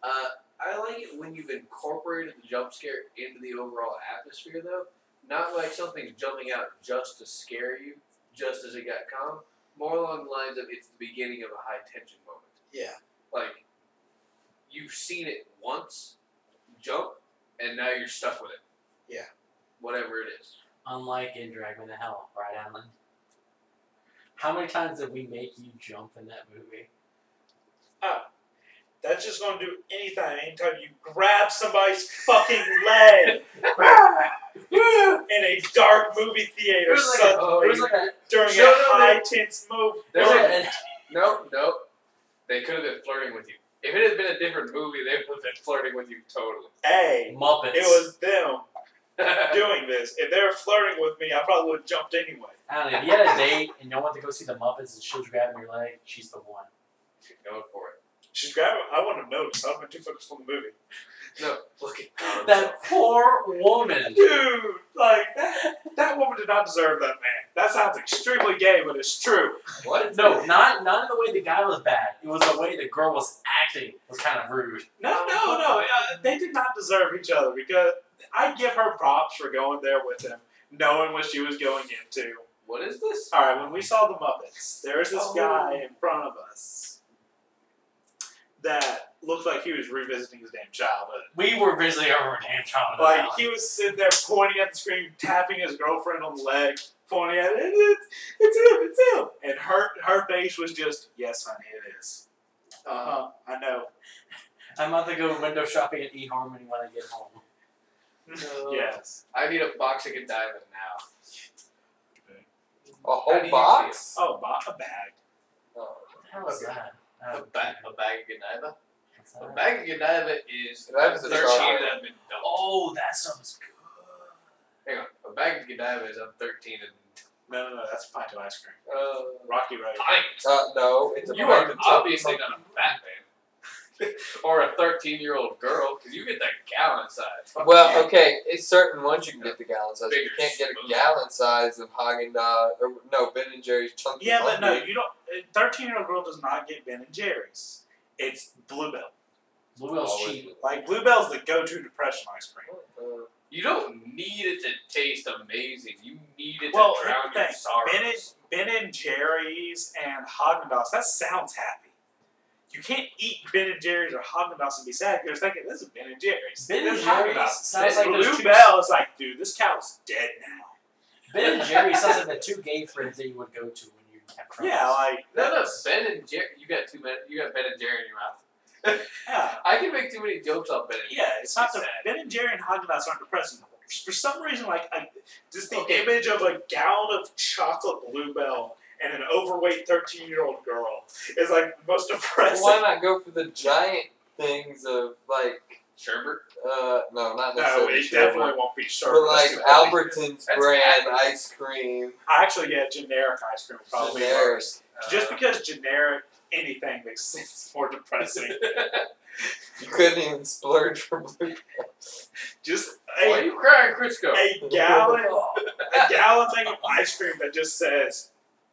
Speaker 2: Uh, I like it when you've incorporated the jump scare into the overall atmosphere, though. Not like something's jumping out just to scare you, just as it got calm. More along the lines of it's the beginning of a high tension moment.
Speaker 1: Yeah.
Speaker 2: Like you've seen it once, jump, and now you're stuck with it.
Speaker 1: Yeah.
Speaker 2: Whatever it is.
Speaker 3: Unlike in Drag Me to Hell, right, Alan? How many times did we make you jump in that movie?
Speaker 1: That's just gonna do anything anytime you grab somebody's fucking leg
Speaker 3: it
Speaker 1: in a dark movie theater
Speaker 3: was like
Speaker 1: suddenly
Speaker 3: a,
Speaker 2: Oh,
Speaker 3: it was like a,
Speaker 1: during
Speaker 2: No,
Speaker 1: a
Speaker 2: no, no.
Speaker 1: high tense movie.
Speaker 3: it
Speaker 2: There's
Speaker 3: was like
Speaker 2: a-
Speaker 3: an-
Speaker 2: Nope, nope. They could have been flirting with you. If it had been a different movie, they would have been flirting with you totally.
Speaker 1: Hey,
Speaker 3: Muppets.
Speaker 1: it was them doing this. If they were flirting with me, I probably would have jumped anyway.
Speaker 3: I don't know. If you had a date and you went to go see the Muppets and she was grabbing your leg, she's the one.
Speaker 2: Going for it.
Speaker 1: She's grabbing. I wouldn't have noticed. I'd have been too focused on the movie.
Speaker 2: No, look at Donald
Speaker 3: That poor woman.
Speaker 1: Dude, like that, that woman did not deserve that man. That sounds extremely gay, but it's true.
Speaker 4: what?
Speaker 3: No, not not in the way the guy was bad. It was the way the girl was acting was kind of rude.
Speaker 1: No, no, no. Uh, they did not deserve each other because I give her props for going there with him, knowing what she was going into.
Speaker 2: What is this?
Speaker 1: All right, when we saw the Muppets, there was this
Speaker 3: Oh.
Speaker 1: guy in front of us that looked like he was revisiting his damn childhood.
Speaker 3: We were busy over damn trauma.
Speaker 1: Like he was sitting there pointing at the screen, tapping his girlfriend on the leg, pointing at it. It's, it's him, it's him. And her her face was just, yes, honey, it is. Uh huh. I know.
Speaker 3: I'm about to go window shopping at eHarmony when I get home.
Speaker 1: Yes.
Speaker 2: I need a box I can dive in now.
Speaker 4: A
Speaker 2: How do
Speaker 4: whole
Speaker 2: you Uh,
Speaker 4: box?
Speaker 1: Oh, bought a bag.
Speaker 4: Oh.
Speaker 3: How was that?
Speaker 2: A bag, a bag of Godiva.
Speaker 3: What's that?
Speaker 2: A
Speaker 1: Uh,
Speaker 2: bag of Godiva is
Speaker 4: Godiva's a
Speaker 2: 13
Speaker 4: chocolate.
Speaker 2: and been dumped.
Speaker 3: Oh, that stuff is good.
Speaker 2: Hang on. A bag of Godiva is on 13 and
Speaker 1: No, no, no. That's Pinto ice cream.
Speaker 2: uh,
Speaker 1: Rocky Road.
Speaker 2: pints.
Speaker 4: Uh, no, it's a
Speaker 2: You
Speaker 4: bunch
Speaker 2: are
Speaker 4: of
Speaker 2: obviously
Speaker 4: chocolate.
Speaker 2: not a fat man. or a 13 year old girl, because you get that gallon size. Fuck you.
Speaker 4: Well, okay, it's certain ones you can get the gallon size. but You
Speaker 2: Bigger
Speaker 4: can't get a
Speaker 2: spoon.
Speaker 4: gallon size of Haagen Dazs or no Ben and Jerry's chunky.
Speaker 1: Yeah, but no,
Speaker 4: Monkey.
Speaker 1: you don't. Thirteen year old girl does not get Ben and Jerry's. It's Bluebell.
Speaker 3: Blue Whale's
Speaker 4: Always.
Speaker 3: cheap.
Speaker 1: Like Bluebell's the go to depression ice cream.
Speaker 4: Uh,
Speaker 2: You don't need it to taste amazing. You need it
Speaker 1: Well,
Speaker 2: to
Speaker 1: here's
Speaker 2: drown
Speaker 1: the
Speaker 2: your
Speaker 1: thing.
Speaker 2: sorrows.
Speaker 1: Ben and, ben and Jerry's and Haagen Dazs. That sounds happy. You can't eat Ben and Jerry's or Haagen Dazs and be sad. You're thinking this is Ben and Jerry's.
Speaker 3: Ben
Speaker 1: this
Speaker 3: and
Speaker 1: is Haagen
Speaker 3: Jerry's
Speaker 1: Dazs.
Speaker 3: sounds
Speaker 2: This
Speaker 3: like those
Speaker 1: Blue
Speaker 3: two,
Speaker 1: Bell is like, dude, this cow's dead now.
Speaker 3: Ben and Jerry sounds like the two gay friends that you would go to when you have trouble.
Speaker 1: Yeah, like
Speaker 2: no, no,
Speaker 1: that's-
Speaker 2: Ben and Jerry. You got two men. You got Ben and Jerry in your mouth.
Speaker 1: Yeah,
Speaker 2: I can make too many jokes on Ben and
Speaker 1: yeah. It's not the
Speaker 2: sad.
Speaker 1: Ben and Jerry and Haagen Dazs aren't depressing. For some reason, like I, just the
Speaker 2: Okay.
Speaker 1: image of a gallon of chocolate Blue Bell and an overweight thirteen-year-old girl is like the most depressing.
Speaker 4: why not go for the giant things of like
Speaker 2: Sherbert.
Speaker 4: uh no not
Speaker 1: No,
Speaker 4: necessarily
Speaker 1: it
Speaker 4: sure,
Speaker 1: definitely won't be
Speaker 4: but,
Speaker 1: sure.
Speaker 4: but like
Speaker 2: That's heavy.
Speaker 4: Albertson's
Speaker 2: That's
Speaker 4: brand
Speaker 2: heavy.
Speaker 4: ice cream.
Speaker 1: Actually, yeah, generic ice cream would probably
Speaker 4: Generic.
Speaker 2: Uh,
Speaker 1: worse. Just because generic anything makes this more depressing.
Speaker 4: You couldn't even splurge for blue.
Speaker 1: Just
Speaker 2: Why are
Speaker 1: a,
Speaker 2: you crying, Crisco?
Speaker 1: a gallon,
Speaker 3: Oh,
Speaker 1: a gallon thing of ice cream that just says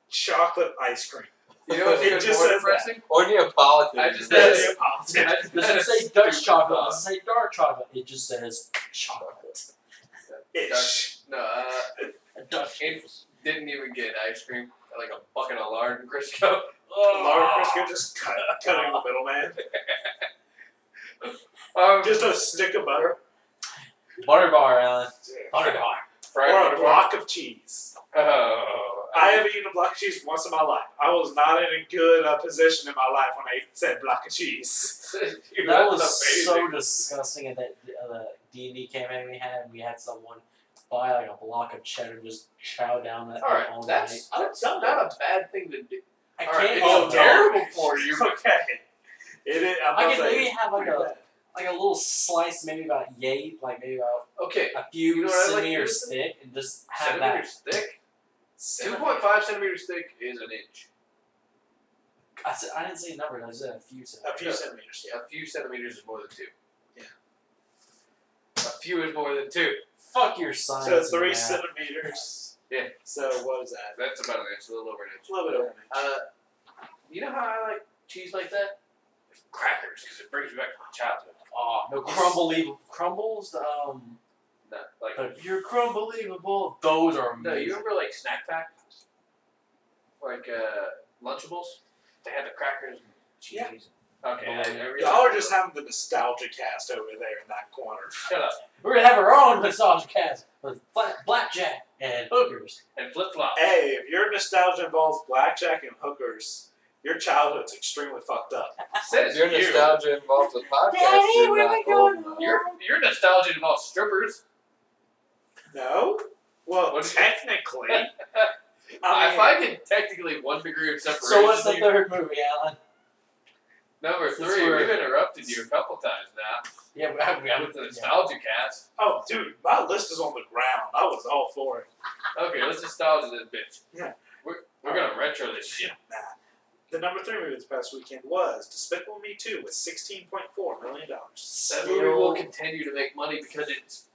Speaker 1: chocolate ice cream.
Speaker 2: You know what's
Speaker 1: It
Speaker 2: even
Speaker 1: just
Speaker 2: more
Speaker 1: says that.
Speaker 2: depressing?
Speaker 4: Or Neapolitan.
Speaker 2: I just
Speaker 1: That's
Speaker 2: said-
Speaker 1: the apology.
Speaker 2: I just
Speaker 3: doesn't
Speaker 2: had
Speaker 3: say
Speaker 2: a
Speaker 3: Dutch
Speaker 2: stupid
Speaker 3: chocolate.
Speaker 2: thought.
Speaker 3: Doesn't say dark chocolate. It just says chocolate.
Speaker 1: Ish.
Speaker 2: No, uh,
Speaker 3: A Dutch.
Speaker 2: It didn't even get ice cream. Got Like a bucket of lard and Crisco.
Speaker 1: Laura Crisco just cut, cutting the middleman.
Speaker 2: Um,
Speaker 1: Just a stick of butter
Speaker 3: Butter bar, Alan. Butter bar.
Speaker 1: or
Speaker 2: fried
Speaker 1: a block of cheese.
Speaker 2: Oh,
Speaker 1: I have eaten a block of cheese once in my life. I was not in a good uh, position in my life when I said block of cheese.
Speaker 2: Dude,
Speaker 3: that
Speaker 2: that's
Speaker 3: was so
Speaker 2: amazing.
Speaker 3: disgusting at that uh, D and D campaign we had. We had someone buy like a block of cheddar and just chow down that
Speaker 2: All right,
Speaker 3: all
Speaker 2: that's,
Speaker 3: night.
Speaker 2: that's not a bad thing to do.
Speaker 3: I
Speaker 2: All right,
Speaker 3: can't.
Speaker 2: it's
Speaker 1: Oh,
Speaker 3: even-
Speaker 2: terrible for you.
Speaker 1: okay. It is, I'm
Speaker 3: I
Speaker 1: not
Speaker 3: could
Speaker 1: saying
Speaker 3: maybe
Speaker 1: it's
Speaker 3: have like
Speaker 1: pretty
Speaker 3: a
Speaker 1: bad.
Speaker 3: like a little slice, maybe about yay, like maybe about
Speaker 2: Okay,
Speaker 3: a few
Speaker 2: You know what I'd like to do
Speaker 3: centimeter
Speaker 2: with it?
Speaker 3: stick, and just have
Speaker 2: centimeter
Speaker 3: that.
Speaker 2: thick. Two
Speaker 1: Cinnamon.
Speaker 2: point five centimeters thick is an inch.
Speaker 3: I, said, I didn't say a number. I said a few centimeters.
Speaker 1: a few centimeters.
Speaker 2: A few centimeters is more than two.
Speaker 1: Yeah.
Speaker 2: A few is more than two.
Speaker 3: Fuck your science.
Speaker 1: So
Speaker 3: and
Speaker 1: three
Speaker 3: math.
Speaker 1: centimeters.
Speaker 2: Yeah.
Speaker 1: So what is that?
Speaker 2: That's about an inch, a little over an inch.
Speaker 1: A little bit over an inch.
Speaker 2: Uh, you know how I like cheese like that? Crackers, because it brings me back to my childhood.
Speaker 3: Oh, no crumble crumbles. Um,
Speaker 2: No, like
Speaker 3: but you're crumbleable. Those are
Speaker 2: no, you
Speaker 3: amazing.
Speaker 2: remember like snack pack, like uh, Lunchables? They had the crackers and cheese.
Speaker 1: Yeah.
Speaker 2: Okay, I, I realized-
Speaker 1: Y'all are just having the nostalgia cast over there in that corner.
Speaker 2: shut up
Speaker 3: We're gonna have our own massage cast with flat, blackjack and hookers.
Speaker 2: and flip flop.
Speaker 1: Hey, if your nostalgia involves blackjack and hookers, your childhood's extremely fucked up.
Speaker 2: Says
Speaker 4: Your
Speaker 2: you.
Speaker 4: nostalgia involves a podcast. you're not old enough.
Speaker 2: Your your nostalgia involves strippers.
Speaker 1: No? Well,
Speaker 2: What-
Speaker 1: technically. I
Speaker 2: I
Speaker 1: mean,
Speaker 2: find it technically one degree of separation.
Speaker 3: So what's the
Speaker 2: You-
Speaker 3: third movie, Alan?
Speaker 2: number
Speaker 3: Since
Speaker 2: three?
Speaker 3: we're-
Speaker 2: We've interrupted you a couple times now
Speaker 3: Yeah, we have. We have
Speaker 2: with the
Speaker 3: yeah.
Speaker 2: nostalgia cast.
Speaker 1: Oh, dude, my list is on the ground. I was all for it.
Speaker 2: Okay, let's nostalgia this bitch.
Speaker 1: Yeah.
Speaker 2: We're, we're gonna retro this shit.
Speaker 1: Nah. The number three movie this past weekend was Despicable Me 2 with $16.4 million.
Speaker 2: That
Speaker 3: Still-
Speaker 2: movie will continue to make money because it's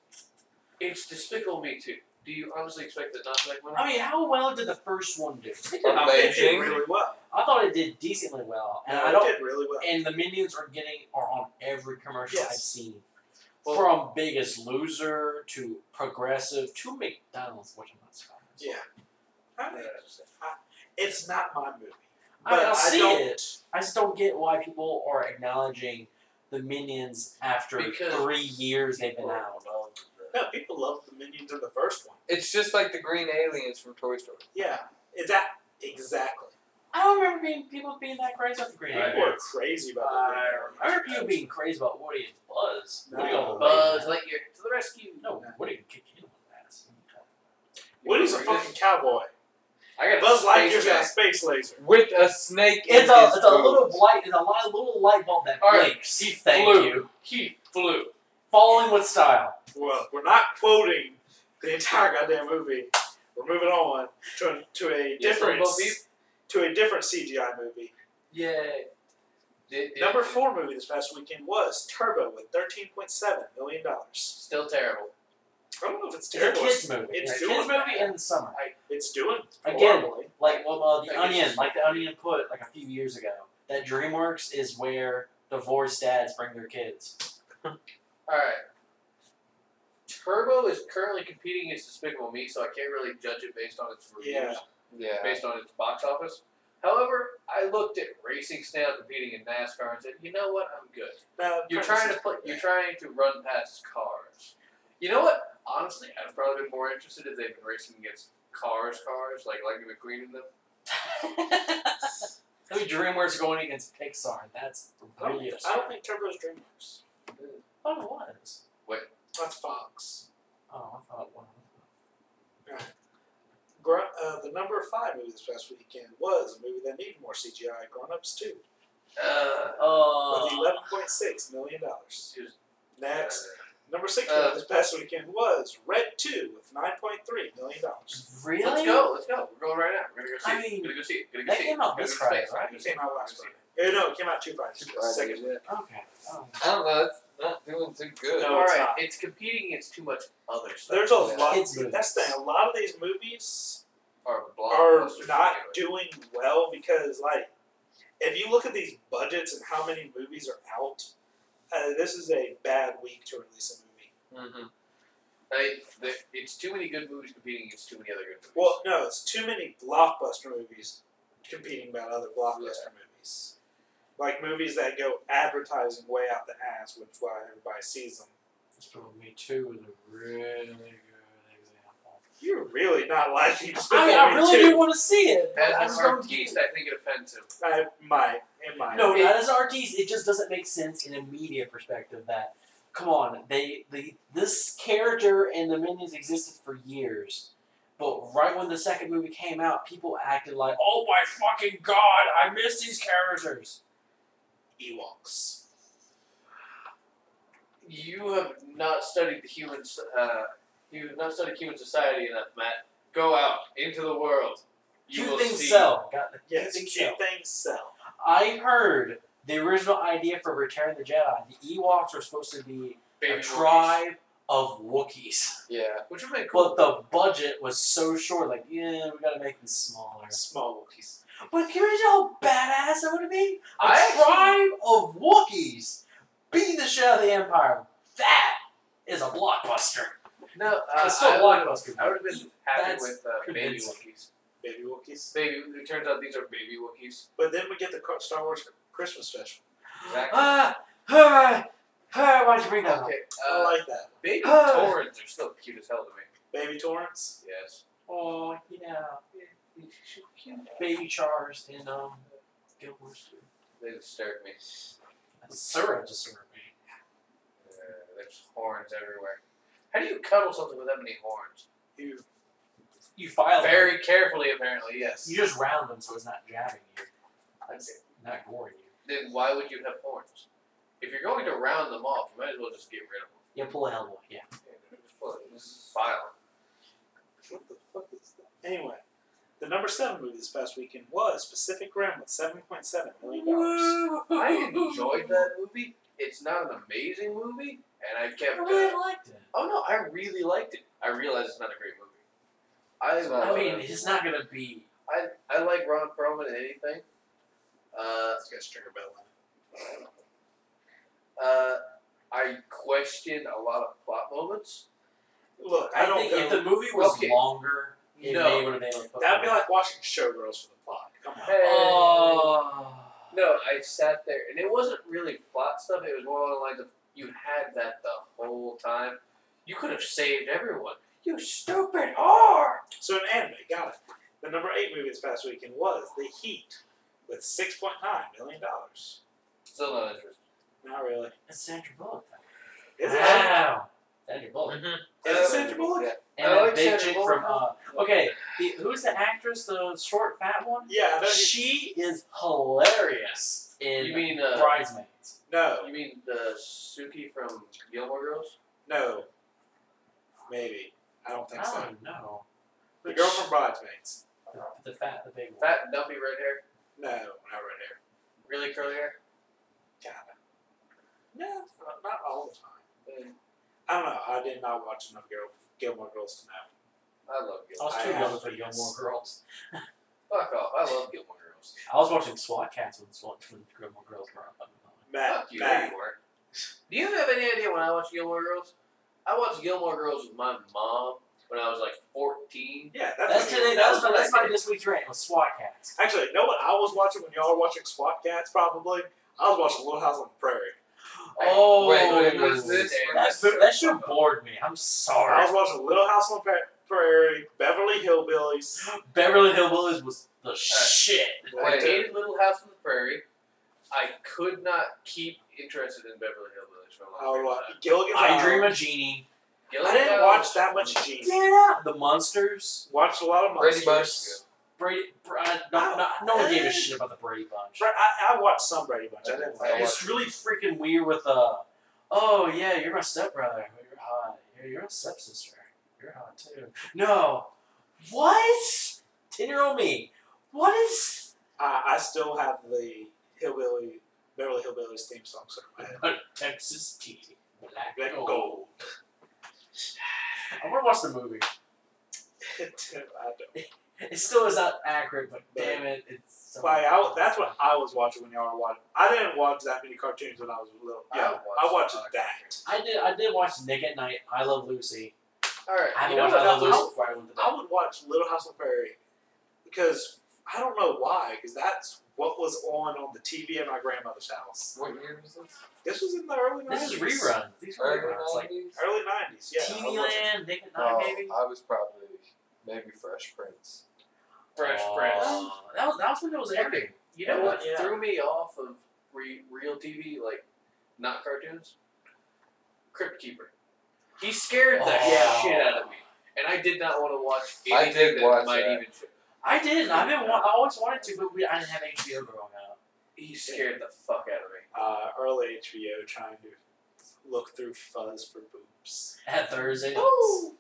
Speaker 2: it's Despicable Me Too. Do you honestly expect it not to make money?
Speaker 3: I mean, how well did the first one do?
Speaker 1: I mean, it did
Speaker 4: Amazing.
Speaker 1: really well.
Speaker 3: I thought it did decently well, and
Speaker 1: No,
Speaker 3: I
Speaker 1: it
Speaker 3: don't.
Speaker 1: did really well.
Speaker 3: And the minions are getting are on every commercial
Speaker 1: Yes.
Speaker 3: I've seen,
Speaker 2: Well-
Speaker 3: from Biggest Loser to Progressive to McDonald's, which I'm not surprised.
Speaker 1: yeah. I mean, it's not my movie.
Speaker 3: I mean,
Speaker 1: But
Speaker 3: I'll
Speaker 1: I
Speaker 3: see
Speaker 1: don't-
Speaker 3: it. I just don't get why people are acknowledging the minions after
Speaker 2: Because
Speaker 3: three years they've been
Speaker 2: people-
Speaker 3: out.
Speaker 1: No, people loved the minions in the first one.
Speaker 4: It's just like the green aliens from Toy Story.
Speaker 1: Yeah. It's that exactly.
Speaker 3: I don't remember being people being that crazy about the Green
Speaker 2: I
Speaker 1: People
Speaker 3: Lantern.
Speaker 1: are crazy about the
Speaker 2: I
Speaker 1: Green
Speaker 3: I remember
Speaker 1: Lantern.
Speaker 3: people being crazy about Woody and Buzz. Woody
Speaker 1: No.
Speaker 3: on
Speaker 2: Buzz Lightyear to the rescue.
Speaker 3: No, Woody can kick anyone ass.
Speaker 1: Woody's a fucking cowboy.
Speaker 2: I got
Speaker 1: Buzz
Speaker 2: a
Speaker 1: Lightyear's
Speaker 2: space
Speaker 1: got a
Speaker 2: back.
Speaker 1: space laser.
Speaker 4: With a snake in
Speaker 3: It's a
Speaker 4: his
Speaker 3: it's a
Speaker 4: boot.
Speaker 3: little light it's a li- little light bulb that
Speaker 2: All right,
Speaker 3: blinks.
Speaker 2: he
Speaker 3: Thank
Speaker 2: flew.
Speaker 3: you.
Speaker 2: He flew.
Speaker 3: Following with style.
Speaker 1: Well, we're not quoting the entire goddamn movie. We're moving on to, to a
Speaker 2: Yes,
Speaker 1: different
Speaker 2: Bumblebee.
Speaker 1: to a different CGI movie.
Speaker 2: Yay. Did- did-
Speaker 1: Number four movie this past weekend was Turbo with thirteen point seven million dollars.
Speaker 2: Still terrible.
Speaker 1: I don't know if it's
Speaker 3: It's a
Speaker 1: terrible.
Speaker 3: kids movie.
Speaker 1: It's
Speaker 3: a kids
Speaker 1: doing that.
Speaker 3: movie in the summer.
Speaker 1: It's doing
Speaker 3: Again,
Speaker 1: horribly.
Speaker 3: like well, uh, the
Speaker 2: I guess
Speaker 3: onion,
Speaker 2: it's-
Speaker 3: like the onion put like a few years ago. That DreamWorks is where divorced dads bring their kids.
Speaker 2: All right. Turbo is currently competing against Despicable Me, so I can't really judge it based on its reviews.
Speaker 1: Yeah.
Speaker 4: Yeah.
Speaker 2: based on its box office. However, I looked at Racing Snail competing in NASCAR and said, you know what, I'm good.
Speaker 1: Now,
Speaker 2: You're
Speaker 1: premise
Speaker 2: trying
Speaker 1: is
Speaker 2: to play,
Speaker 1: pretty
Speaker 2: you're
Speaker 1: bad.
Speaker 2: trying to run past cars. You know what? Honestly, I'd probably been more interested if they'd been racing against cars, cars like Lightning McQueen and them.
Speaker 3: I mean, DreamWorks going against Pixar. That's
Speaker 1: I don't,
Speaker 2: Oh,
Speaker 3: really
Speaker 1: I
Speaker 3: absurd.
Speaker 1: don't think Turbo's DreamWorks.
Speaker 3: Oh, it was.
Speaker 1: That's Fox.
Speaker 3: Oh, I thought it was.
Speaker 1: Gr- uh, the number five movie this past weekend was a movie that needed more CGI. Grown Ups Two
Speaker 2: Uh,
Speaker 1: with
Speaker 3: Oh.
Speaker 2: Um,
Speaker 1: eleven point six million dollars.
Speaker 2: just-
Speaker 1: Next, Number six
Speaker 2: Uh,
Speaker 1: for this past weekend was Red 2 with $9.3 million.
Speaker 3: Really?
Speaker 2: Let's go. Let's go. We're going right now. We're gonna go see.
Speaker 3: I
Speaker 2: it.
Speaker 3: mean,
Speaker 2: gonna go see. it. Gonna go
Speaker 3: that
Speaker 2: see. it.
Speaker 3: came out
Speaker 2: Gonna
Speaker 3: this
Speaker 2: go to space.
Speaker 3: Friday, right?
Speaker 1: It came out last Friday. Eh, No, it came out two Fridays. ago. Second.
Speaker 3: Okay. Oh.
Speaker 4: I don't know. It's not doing too good.
Speaker 1: No,
Speaker 2: All
Speaker 1: it's
Speaker 2: right.
Speaker 1: not.
Speaker 2: It's competing against too much other stuff.
Speaker 1: There's a
Speaker 4: Yeah.
Speaker 1: lot.
Speaker 3: Kids movies.
Speaker 1: That's the thing. A lot of these movies
Speaker 2: Or
Speaker 1: are
Speaker 2: blockbusters
Speaker 1: not
Speaker 2: anyway.
Speaker 1: doing well because, like, if you look at these budgets and how many movies are out, uh, this is a bad week to release a movie.
Speaker 4: Mm-hmm.
Speaker 2: I, the, it's too many good movies competing against too many other good movies.
Speaker 1: Well, no, it's too many blockbuster movies competing about other blockbuster movies. Like movies that go advertising way out the ass, which is why everybody sees them.
Speaker 3: This probably too is a really good example.
Speaker 1: You're really not liking this
Speaker 3: I, mean, I
Speaker 1: movie,
Speaker 3: really
Speaker 1: too.
Speaker 3: do want to see it. but
Speaker 2: as
Speaker 3: I
Speaker 2: an
Speaker 3: just don't get
Speaker 2: artiste,
Speaker 3: it.
Speaker 2: I think it offends him.
Speaker 1: I might. It might.
Speaker 3: No,
Speaker 2: It-
Speaker 3: not as an artiste. It just doesn't make sense in a media perspective that, come on, they the this character and the minions existed for years. But right when the second movie came out, people acted like, "Oh my fucking god, I miss these characters."
Speaker 1: Ewoks.
Speaker 2: You have not studied the human. s- Uh, you have not studied human society enough, Matt. Go out into the world. You
Speaker 3: Two
Speaker 2: will
Speaker 3: things
Speaker 2: see.
Speaker 3: sell. God, two
Speaker 1: Yes,
Speaker 3: things
Speaker 1: two
Speaker 3: sell.
Speaker 1: things sell.
Speaker 3: I heard the original idea for Return of the Jedi. The Ewoks were supposed to be
Speaker 2: Baby
Speaker 3: a
Speaker 2: Wookiees.
Speaker 3: tribe of Wookiees.
Speaker 4: Yeah.
Speaker 2: Which would make cool.
Speaker 3: But the budget was so short, like, yeah, we gotta make them smaller.
Speaker 1: Small Wookiees.
Speaker 3: But can you imagine how badass that would be? A
Speaker 2: I actually-
Speaker 3: tribe of Wookiees beating the shit out of the Empire. That is a blockbuster.
Speaker 2: no, uh,
Speaker 3: it's still
Speaker 2: I
Speaker 3: a
Speaker 2: would,
Speaker 3: blockbuster.
Speaker 2: I would have been happy
Speaker 3: That's
Speaker 2: with uh, baby
Speaker 3: convincing.
Speaker 2: Wookiees.
Speaker 1: Baby Wookiees.
Speaker 2: Baby, it turns out these are baby Wookiees.
Speaker 1: But then we get the Car- Star Wars Christmas special.
Speaker 4: Exactly.
Speaker 3: Ah, ah, ah, why'd you bring that up?
Speaker 2: Okay,
Speaker 1: I
Speaker 2: uh,
Speaker 1: like that.
Speaker 2: baby
Speaker 3: Ah.
Speaker 2: Torrens are still cute as hell to me.
Speaker 1: Baby Torrance.
Speaker 2: Yes.
Speaker 3: Oh, yeah. Baby Char's in, um, Guild Wars 2.
Speaker 2: They disturb me.
Speaker 3: Sora just sort of me.
Speaker 2: Uh, there's horns everywhere. How do you cuddle something with that many horns?
Speaker 1: You
Speaker 3: You file them.
Speaker 2: Very carefully, apparently. Yes.
Speaker 3: You just round them so it's not jabbing you. That's not goring you.
Speaker 2: Then why would you have horns? If you're going to round them off, you might as well just get rid of them.
Speaker 3: Yeah, pull a Hellboy. Yeah.
Speaker 2: Well, this is file.
Speaker 1: What the fuck is that? Anyway, the number seven movie this past weekend was Pacific Rim with seven point seven million dollars.
Speaker 2: I enjoyed that movie. It's not an amazing movie, and I
Speaker 3: I
Speaker 2: kept.
Speaker 3: really
Speaker 2: Uh,
Speaker 3: liked it.
Speaker 2: oh no, I really liked it. I realize it's not a great movie. I
Speaker 4: It's not
Speaker 3: I
Speaker 4: Uh,
Speaker 3: mean, it's not gonna be.
Speaker 2: I, I like Ron Perlman in anything. Uh,
Speaker 1: It's got Stringer Bell in it.
Speaker 2: uh, I question a lot of plot moments.
Speaker 1: Look, I, don't
Speaker 3: think
Speaker 1: know.
Speaker 3: if the movie was
Speaker 2: Okay.
Speaker 3: longer, it
Speaker 2: No.
Speaker 3: may would have been a
Speaker 1: That'd be like watching Showgirls for the plot. Come on.
Speaker 2: Hey.
Speaker 3: Oh.
Speaker 2: No, I sat there, and it wasn't really plot stuff. It was more along the lines of you had that the whole time. You could have saved everyone. You stupid whore!
Speaker 1: So an anime, got it. The number eight movie this past weekend was The Heat with six point nine million dollars.
Speaker 2: Still not interested.
Speaker 1: Not really.
Speaker 3: That's Sandra Bullock.
Speaker 1: Is it?
Speaker 3: wow. Sandra Bullock.
Speaker 1: Is it Sandra Bullock?
Speaker 2: Yeah.
Speaker 3: And
Speaker 2: I
Speaker 3: that
Speaker 2: like
Speaker 3: big
Speaker 2: Sandra
Speaker 3: chick
Speaker 2: Bullock.
Speaker 3: from. Uh, okay, the, who's the actress? The short, fat one.
Speaker 1: Yeah, I know you-
Speaker 3: She is hilarious in
Speaker 2: You mean uh,
Speaker 3: Bridesmaids.
Speaker 1: no,
Speaker 2: You mean the Suki from Gilmore Girls?
Speaker 1: no, maybe. I don't think so.
Speaker 3: don't know.
Speaker 1: The girl from Bridesmaids.
Speaker 3: The, the fat, the big one.
Speaker 2: Fat, dumpy, red hair,
Speaker 1: No, not right here.
Speaker 2: really curly hair.
Speaker 1: Kinda. No, not all the time.
Speaker 2: Mm,
Speaker 1: I don't know. I did not watch enough Girl Gilmore Girls to know.
Speaker 2: I love Gilmore.
Speaker 3: I was too
Speaker 1: I
Speaker 3: young
Speaker 1: have
Speaker 3: for
Speaker 1: to
Speaker 3: Gilmore
Speaker 1: guess.
Speaker 3: Girls.
Speaker 2: Fuck off! I love Gilmore Girls.
Speaker 3: I was watching SWAT Cats when SWAT when Gilmore Girls were up.
Speaker 1: Matt,
Speaker 2: Fuck you, there
Speaker 1: Matt,
Speaker 2: you were. Do you have any idea when I watch Gilmore Girls? I watched Gilmore Girls with my mom when I was like 14.
Speaker 1: yeah, that's,
Speaker 3: That's
Speaker 1: what
Speaker 3: today.
Speaker 1: you-
Speaker 2: that
Speaker 3: That's
Speaker 2: was
Speaker 3: my that's
Speaker 2: what I
Speaker 3: my this week's rant was SWAT Cats.
Speaker 1: Actually, you know what I was watching when y'all were watching SWAT Cats? Probably. I was watching Little House on the Prairie.
Speaker 3: Oh,
Speaker 4: wait, wait, was
Speaker 2: this-
Speaker 3: that, that should bored me. I'm
Speaker 1: I
Speaker 3: sorry.
Speaker 1: was watching Little House on the Pra- Prairie, Beverly Hillbillies.
Speaker 3: Beverly Hillbillies was
Speaker 4: Uh,
Speaker 3: the shit.
Speaker 4: Wait. uh,
Speaker 2: I hated Little House on the Prairie. I could not keep interested in Beverly Hillbillies for a
Speaker 1: I was
Speaker 2: long
Speaker 1: watching
Speaker 2: time.
Speaker 1: Gilligan's
Speaker 3: I
Speaker 1: Island.
Speaker 3: Dream of Jeannie.
Speaker 1: Oh, uh, I didn't watch that much Gene.
Speaker 3: Yeah. The Monsters.
Speaker 1: Watched a lot of monsters.
Speaker 4: Brady Bunch.
Speaker 3: Brady. Br- uh, no, no, no one gave a shit about the Brady Bunch.
Speaker 1: Bra- I, I watched some Brady Bunch. I didn't.
Speaker 4: I
Speaker 1: watch-
Speaker 3: It's really freaking weird with uh. Oh yeah, you're my stepbrother. hot. You're, you're a stepsister. You're hot too. No. What? Ten year old me. What is?
Speaker 1: I, I still have the hillbilly Beverly Hillbillies theme song stuck in my head.
Speaker 3: Texas tea. Black,
Speaker 1: Black
Speaker 2: Oh.
Speaker 3: gold.
Speaker 1: gold.
Speaker 3: I want to watch the movie.
Speaker 1: I don't.
Speaker 3: It still is not accurate, but damn it, it's. so-
Speaker 1: Like, I, that's what I was watching when y'all were watching. I didn't watch that many cartoons when I was little.
Speaker 2: I
Speaker 1: Yeah,
Speaker 2: watched
Speaker 1: I watched
Speaker 2: a lot of
Speaker 1: that.
Speaker 3: I did. I did watch Nick at Night. I Love Lucy.
Speaker 2: All right.
Speaker 3: I
Speaker 1: You
Speaker 3: didn't
Speaker 1: know
Speaker 3: watch
Speaker 1: what
Speaker 3: I Love
Speaker 1: that-
Speaker 3: Lucy before I went to bed.
Speaker 1: I would watch Little House on the Prairie because I don't know why, because that's what was on on the TV at my grandmother's house.
Speaker 4: What year was this?
Speaker 1: This was in the early 90s.
Speaker 3: This is reruns. These are
Speaker 4: Early
Speaker 3: reruns. Like
Speaker 4: 90s?
Speaker 1: Early 90s, yeah. I
Speaker 3: TV
Speaker 1: was watching-
Speaker 3: Land, Nick at Night,
Speaker 4: No,
Speaker 3: maybe.
Speaker 4: I was probably maybe Fresh Prince.
Speaker 2: Fresh
Speaker 3: Aw,
Speaker 2: Prince.
Speaker 3: That was that was when it was airing.
Speaker 2: You know
Speaker 1: Yeah,
Speaker 2: what
Speaker 1: yeah.
Speaker 2: threw me off of re- real TV, like not cartoons? Crypt Keeper. He scared the
Speaker 1: Oh.
Speaker 2: shit out of me, and I did not want to watch
Speaker 4: I
Speaker 2: anything
Speaker 4: did
Speaker 2: that
Speaker 4: watch
Speaker 2: might
Speaker 4: that.
Speaker 2: even. Sh-
Speaker 3: I did. I've been. wa- I always wanted to, but we, I didn't have HBO growing up.
Speaker 2: he scared the fuck out of me.
Speaker 1: Uh, early HBO trying to look through fuzz for boobs.
Speaker 3: At Thursday. nights.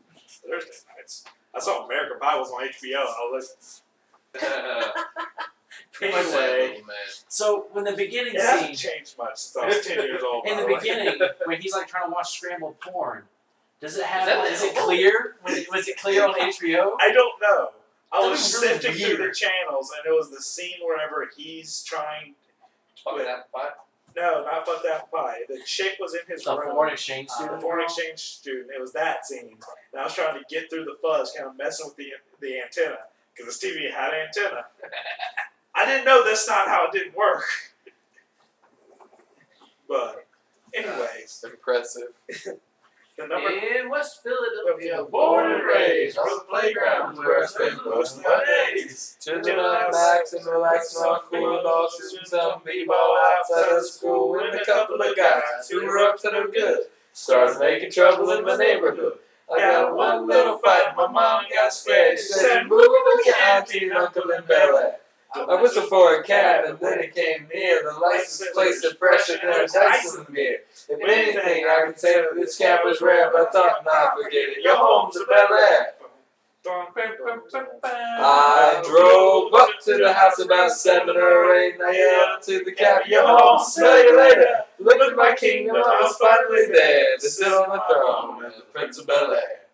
Speaker 1: Thursday nights. I saw American Pie was on HBO. I was like,
Speaker 2: He's that
Speaker 1: anyway,
Speaker 4: oh,
Speaker 2: little man.
Speaker 3: So when the beginning
Speaker 1: it hasn't
Speaker 3: scene,
Speaker 1: changed much since I was 10 years old.
Speaker 3: in
Speaker 1: by
Speaker 3: the
Speaker 1: the way.
Speaker 3: beginning, when he's like trying to watch scrambled porn, does it have?
Speaker 2: that
Speaker 3: like,
Speaker 2: the-
Speaker 3: is it clear? Was it, was it clear on HBO?
Speaker 1: I don't know. I
Speaker 3: That
Speaker 1: was
Speaker 3: was really
Speaker 1: sifting through the
Speaker 3: weird.
Speaker 1: channels, and it was the scene wherever he's trying.
Speaker 2: Fucking apple pie.
Speaker 1: No, not about that pie. The chick was in his
Speaker 3: The
Speaker 1: room.
Speaker 3: foreign exchange
Speaker 1: uh,
Speaker 3: student.
Speaker 1: the foreign exchange student. It was that scene. And I was trying to get through the fuzz, kind of messing with the the antenna because this TV had an antenna. I didn't know that's not how it didn't work. but, anyways,
Speaker 4: Impressive.
Speaker 1: the number
Speaker 2: in West Philadelphia,
Speaker 1: born and raised,
Speaker 2: on
Speaker 1: from the playground where I spent most of my days.
Speaker 4: Chillin' relax and relax and all cool all shooting some b-ball outside of school with a couple of guys who were up to no good. Started making trouble in my neighborhood. I got one little fight, my mom got scared. She said, move with your auntie and uncle and belly. I whistled for a cab and then it came near. The license plates are fresher than a Dyson mirror. If anything, I could say that this cab was rare, but I thought, nah, forget it. Your home's a Bel Air. I drove up to the house about seven or eight, and I yelled to the cab, "Yo, home, smell you later." Look at my kingdom, I was finally there to sit on the throne as the Prince of Bel Air.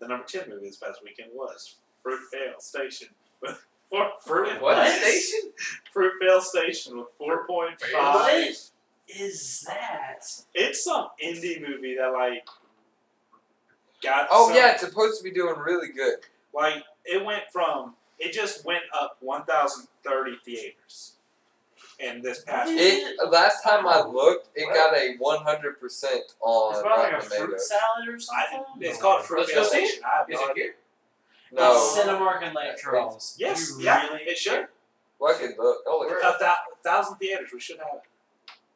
Speaker 1: The number 10 movie this past weekend was Fruitvale Station. with four- Fruit,
Speaker 2: What
Speaker 3: What?
Speaker 2: station?
Speaker 1: Fruitvale Station with 4.5.
Speaker 3: What is that?
Speaker 1: It's some indie movie that, like, got
Speaker 4: Oh
Speaker 1: some-
Speaker 4: yeah, it's supposed to be doing really good.
Speaker 1: Like it went from it just went up 1,030 theaters, and this past
Speaker 3: Really?
Speaker 4: It last time I looked, it got a one hundred percent
Speaker 3: It's
Speaker 4: on
Speaker 3: about like a
Speaker 4: Rotten
Speaker 3: fruit
Speaker 4: Tomatoes.
Speaker 3: salad or
Speaker 1: I,
Speaker 3: something.
Speaker 1: it's called Fruitvale
Speaker 2: Let's go see it.
Speaker 1: Station. I have
Speaker 2: Oh Is
Speaker 1: no
Speaker 2: it
Speaker 1: idea.
Speaker 2: here?
Speaker 3: It's
Speaker 4: No,
Speaker 3: Cinemark and Lake Charles.
Speaker 1: Yes,
Speaker 3: You
Speaker 1: yeah,
Speaker 3: really-
Speaker 1: it should.
Speaker 4: well, I can look. Oh, look.
Speaker 1: A thou- thousand theaters, we should have it.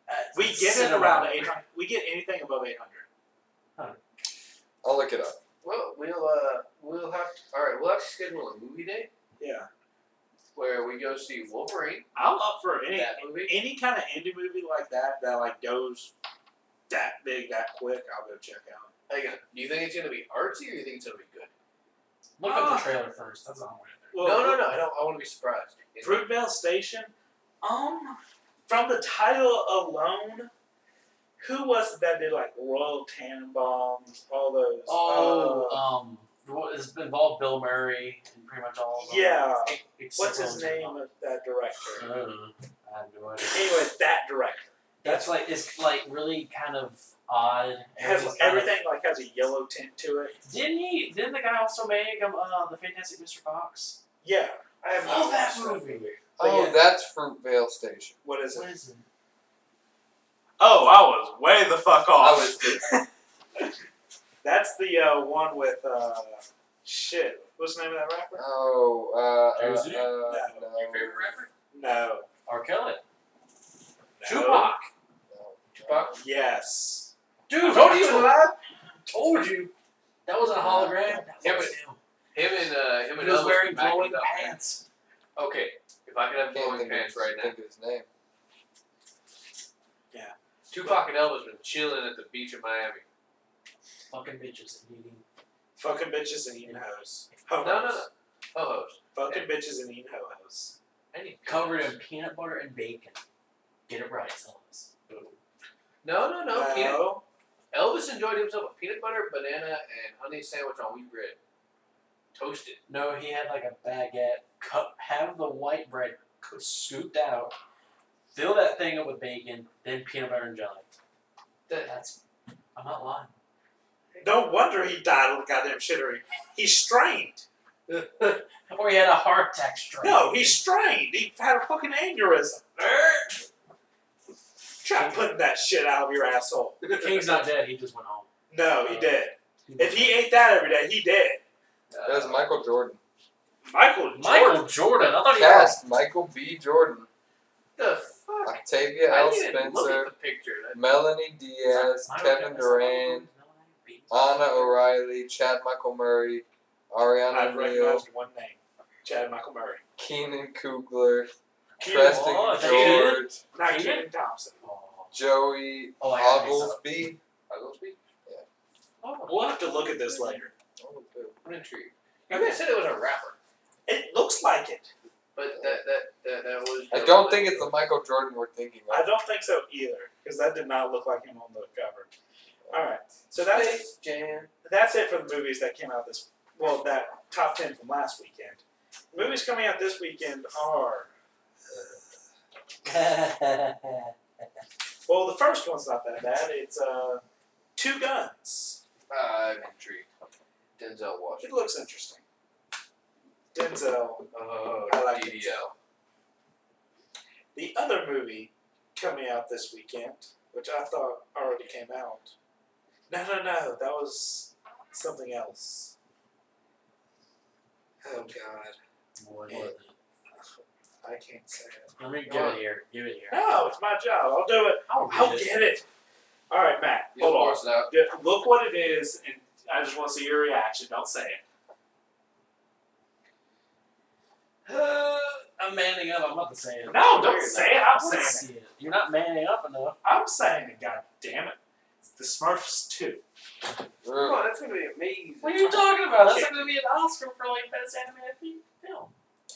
Speaker 3: Uh,
Speaker 1: We get it
Speaker 3: Cinemark.
Speaker 1: around 800. We get anything above 800.
Speaker 4: I'll look it up.
Speaker 2: Well, we'll uh, we'll have to. All right, we'll have to schedule a movie day
Speaker 1: Yeah,
Speaker 2: where we go see Wolverine.
Speaker 1: I'm up for any
Speaker 2: That movie.
Speaker 1: any kind of indie movie like that that like goes that big that quick. I'll go check out.
Speaker 2: Hang on. Do you think it's gonna be artsy or you think it's gonna be good?
Speaker 3: Look up
Speaker 1: Ah.
Speaker 3: the trailer first. That's all I'm
Speaker 1: Well,
Speaker 2: no, no, no. I don't. I want to be surprised. It's-
Speaker 1: Fruitvale Station. Um, from the title alone, who was it that did like Royal Tannenbaums, all those?
Speaker 3: Oh,
Speaker 1: uh,
Speaker 3: um, what- it's involved Bill Murray and pretty much all of them.
Speaker 1: yeah.
Speaker 3: Ex- except
Speaker 1: What's
Speaker 3: for
Speaker 1: his
Speaker 3: Jim
Speaker 1: name
Speaker 3: Bob.
Speaker 1: of that director?
Speaker 3: I don't know. I have no idea.
Speaker 1: Anyway, that director
Speaker 3: That's like it's like really kind of odd.
Speaker 1: has
Speaker 3: Everything's kind of-
Speaker 1: everything like has a yellow tint to it.
Speaker 3: Didn't he? Didn't the guy also make um, uh, the Fantastic Mr. Fox?
Speaker 1: Yeah.
Speaker 2: I have
Speaker 3: Love
Speaker 1: Oh,
Speaker 2: not
Speaker 3: Oh, that
Speaker 2: watched
Speaker 3: movie.
Speaker 1: But
Speaker 4: Oh,
Speaker 1: yeah.
Speaker 4: that's Fruitvale Station.
Speaker 1: What is
Speaker 3: What
Speaker 1: it?
Speaker 3: is it?
Speaker 1: Oh, I was way the fuck
Speaker 4: I
Speaker 1: off.
Speaker 4: was
Speaker 1: That's the uh, one with uh, shit. What's the name of that rapper?
Speaker 4: Oh, uh, uh,
Speaker 3: Jay-Z?
Speaker 4: uh,
Speaker 1: No.
Speaker 2: Your favorite rapper?
Speaker 1: No.
Speaker 3: R. Kelly.
Speaker 1: No.
Speaker 3: Tupac.
Speaker 4: no.
Speaker 2: Tupac.
Speaker 1: Yes.
Speaker 3: Dude,
Speaker 2: told you he was alive.
Speaker 3: Told you. That was a hologram. That
Speaker 2: Yeah,
Speaker 3: was
Speaker 2: but-
Speaker 3: him.
Speaker 2: Him and uh, him and
Speaker 3: He was
Speaker 2: Elvis
Speaker 3: wearing
Speaker 2: back
Speaker 3: glowing
Speaker 2: it up, man.
Speaker 3: pants.
Speaker 2: Okay, if I could have
Speaker 4: I can't
Speaker 2: glowing
Speaker 4: think of
Speaker 2: pants
Speaker 4: his-
Speaker 2: right now.
Speaker 4: think of his name.
Speaker 2: Tupac and Elvis been chilling at the beach in Miami.
Speaker 3: Fucking bitches and eating.
Speaker 1: Fucking bitches and eating hoes.
Speaker 2: No,
Speaker 1: Ho-hos.
Speaker 2: no, no. Oh, host.
Speaker 1: Fucking bitches and eating ho-hos.
Speaker 2: Any
Speaker 3: Covered in peanut butter and bacon. Get it right, Elvis.
Speaker 2: No, no, no.
Speaker 1: Wow.
Speaker 2: Peanut. Elvis enjoyed himself a peanut butter, banana, and honey sandwich on wheat bread, toasted.
Speaker 3: No, he had like a baguette, cut have the white bread co- scooped out, fill that thing up with bacon, then peanut butter and jelly.
Speaker 2: That,
Speaker 3: That's I'm not lying.
Speaker 1: No wonder he died of goddamn shittery. He strained.
Speaker 3: Or he had a heart attack stroke.
Speaker 1: No, he strained. He had a fucking aneurysm. Urgh. Try putting that shit out of your asshole.
Speaker 3: the king's not dead. He just went home.
Speaker 1: No, he did.
Speaker 3: He
Speaker 1: If he
Speaker 3: went
Speaker 1: ate that every day, he did.
Speaker 2: uh,
Speaker 4: That was Michael Jordan.
Speaker 1: Michael
Speaker 3: home.
Speaker 1: Jordan.
Speaker 3: Michael Jordan. I thought he had
Speaker 4: Cast Michael B. Jordan,
Speaker 2: The fuck?
Speaker 4: Octavia
Speaker 2: I
Speaker 4: L.
Speaker 2: didn't even look at
Speaker 4: Spencer,
Speaker 2: the picture. That-
Speaker 4: Melanie Diaz,
Speaker 3: Michael
Speaker 4: Kevin
Speaker 3: Jordan.
Speaker 4: Durant, Anna O'Reilly, Chad Michael Murray, Ariana
Speaker 1: I've
Speaker 4: Neal,
Speaker 1: recognized one name. Chad Michael Murray.
Speaker 4: Keenan Kugler,
Speaker 1: Keenan-
Speaker 4: Preston
Speaker 3: Law,
Speaker 4: George,
Speaker 1: Not
Speaker 3: Keenan?
Speaker 1: Keenan Thompson.
Speaker 3: Oh,
Speaker 4: Joey
Speaker 3: Oh, I gotta mix up.
Speaker 4: Oglesby.
Speaker 2: Are those people?
Speaker 3: oh.
Speaker 1: We'll have to look at this later.
Speaker 2: I'm intrigued. You guys said it was a rapper,
Speaker 1: It looks like it.
Speaker 2: but that that that, that was.
Speaker 4: I don't think it's the Michael Jordan we're thinking
Speaker 1: I
Speaker 4: of.
Speaker 1: don't think so either, because that did not look like him on the cover. All right, so that's it.
Speaker 2: Space Jam.
Speaker 1: that's it for the movies that came out this well that top 10 from last weekend the movies coming out this weekend are well the first one's not that bad it's uh, two guns
Speaker 2: Uh, I'm intrigued. Denzel
Speaker 1: it
Speaker 2: Washington.
Speaker 1: looks interesting denzel
Speaker 2: Oh,
Speaker 1: I like
Speaker 2: DDL.
Speaker 1: the other movie coming out this weekend which i thought already came out no no no that was something else oh god
Speaker 3: What was it?
Speaker 1: i can't say it
Speaker 3: Let me give it here. Give it here.
Speaker 1: no it's my job i'll do it
Speaker 3: I'll
Speaker 1: I'll
Speaker 3: read it.
Speaker 1: get it. All right, Matt.
Speaker 2: You
Speaker 1: Hold on.
Speaker 2: force it out.
Speaker 1: Yeah, Look what it is, and I just want to see your reaction. Don't say it.
Speaker 3: Uh, I'm manning up. I'm about to say it.
Speaker 1: No, don't say it. I'm
Speaker 3: I wanna
Speaker 1: saying
Speaker 3: see it. You're not manning up
Speaker 1: it.
Speaker 3: enough.
Speaker 1: I'm saying it. God damn it. It's the Smurfs too.
Speaker 2: Oh, that's gonna be amazing.
Speaker 3: What are you talking about? That's not going to be an Oscar for like best animated fe- film.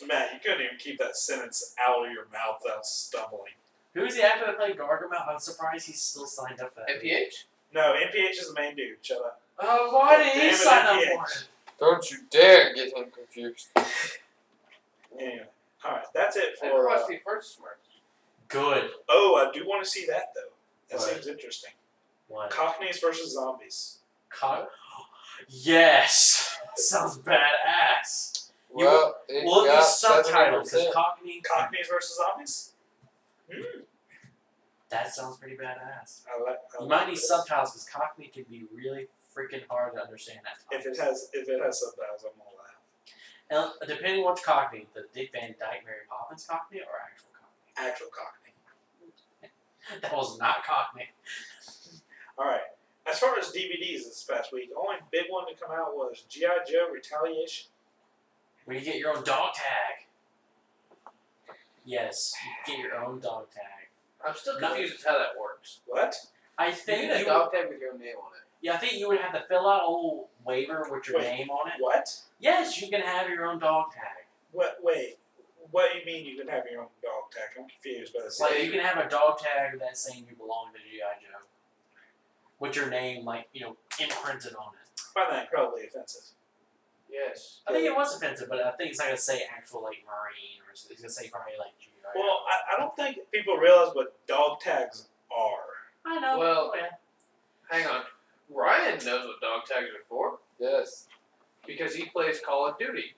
Speaker 1: Matt, you couldn't even keep that sentence out of your mouth without stumbling.
Speaker 3: Who is the actor that played Gargamel? I'm surprised he's still signed up for that.
Speaker 2: MPH?
Speaker 1: No, NPH is the main dude. Shut up.
Speaker 3: Uh,
Speaker 2: Oh,
Speaker 3: why did
Speaker 1: Damn
Speaker 3: he
Speaker 1: it,
Speaker 3: sign up
Speaker 1: MPH.
Speaker 3: for it?
Speaker 4: Don't you dare get him confused.
Speaker 1: Anyway, all right, that's it
Speaker 2: I never
Speaker 1: for. Uh,
Speaker 2: watched the first Smurfs.
Speaker 3: Good.
Speaker 1: oh, I do want to see that though. That
Speaker 3: What?
Speaker 1: seems interesting.
Speaker 3: One.
Speaker 1: Cockneys versus zombies.
Speaker 3: Cut. Yes. Sounds badass. You
Speaker 4: Well, it
Speaker 3: Look at
Speaker 4: got
Speaker 3: the subtitles. 'cause
Speaker 4: 70%.
Speaker 3: Cockney.
Speaker 1: Cockneys versus zombies. Hmm.
Speaker 3: That sounds pretty badass.
Speaker 1: I like. I
Speaker 3: You
Speaker 1: like
Speaker 3: might need
Speaker 1: this.
Speaker 3: subtitles because Cockney can be really freaking hard to understand at
Speaker 1: If
Speaker 3: times.
Speaker 1: it has, if it has subtitles, I'm gonna laugh.
Speaker 3: Now, depending on which Cockney, the Dick Van Dyke, Mary Poppins Cockney, or actual Cockney?
Speaker 1: actual Cockney.
Speaker 3: That was not Cockney.
Speaker 1: All right. As far as DVDs this past week, the only big one to come out was GI Joe Retaliation.
Speaker 3: Where you get your own dog tag. Yes, you get your own dog tag.
Speaker 2: I'm still
Speaker 3: No.
Speaker 2: confused as to how that works.
Speaker 1: What?
Speaker 3: I
Speaker 2: You
Speaker 3: think
Speaker 2: get a
Speaker 3: you-
Speaker 2: dog tag with your own name on it.
Speaker 3: yeah, I think you would have to fill out a little waiver with your
Speaker 1: Wait.
Speaker 3: name on it.
Speaker 1: What?
Speaker 3: Yes, you can have your own dog tag.
Speaker 1: What? Wait. What do you mean you can have your own dog tag? I'm confused by this.
Speaker 3: Like you can have a dog tag that's saying you belong to GI Joe, with your name like you know imprinted on it.
Speaker 1: I find that incredibly offensive.
Speaker 2: Yes.
Speaker 3: I think it was offensive, but I think it's not gonna say actual like Marine or it's gonna say probably like GI.
Speaker 1: Well, I, I don't think people realize what dog tags are.
Speaker 3: I know.
Speaker 2: Well-
Speaker 3: oh, yeah.
Speaker 2: Hang on. Ryan knows what dog tags are for
Speaker 4: Yes.
Speaker 2: because he plays Call of Duty.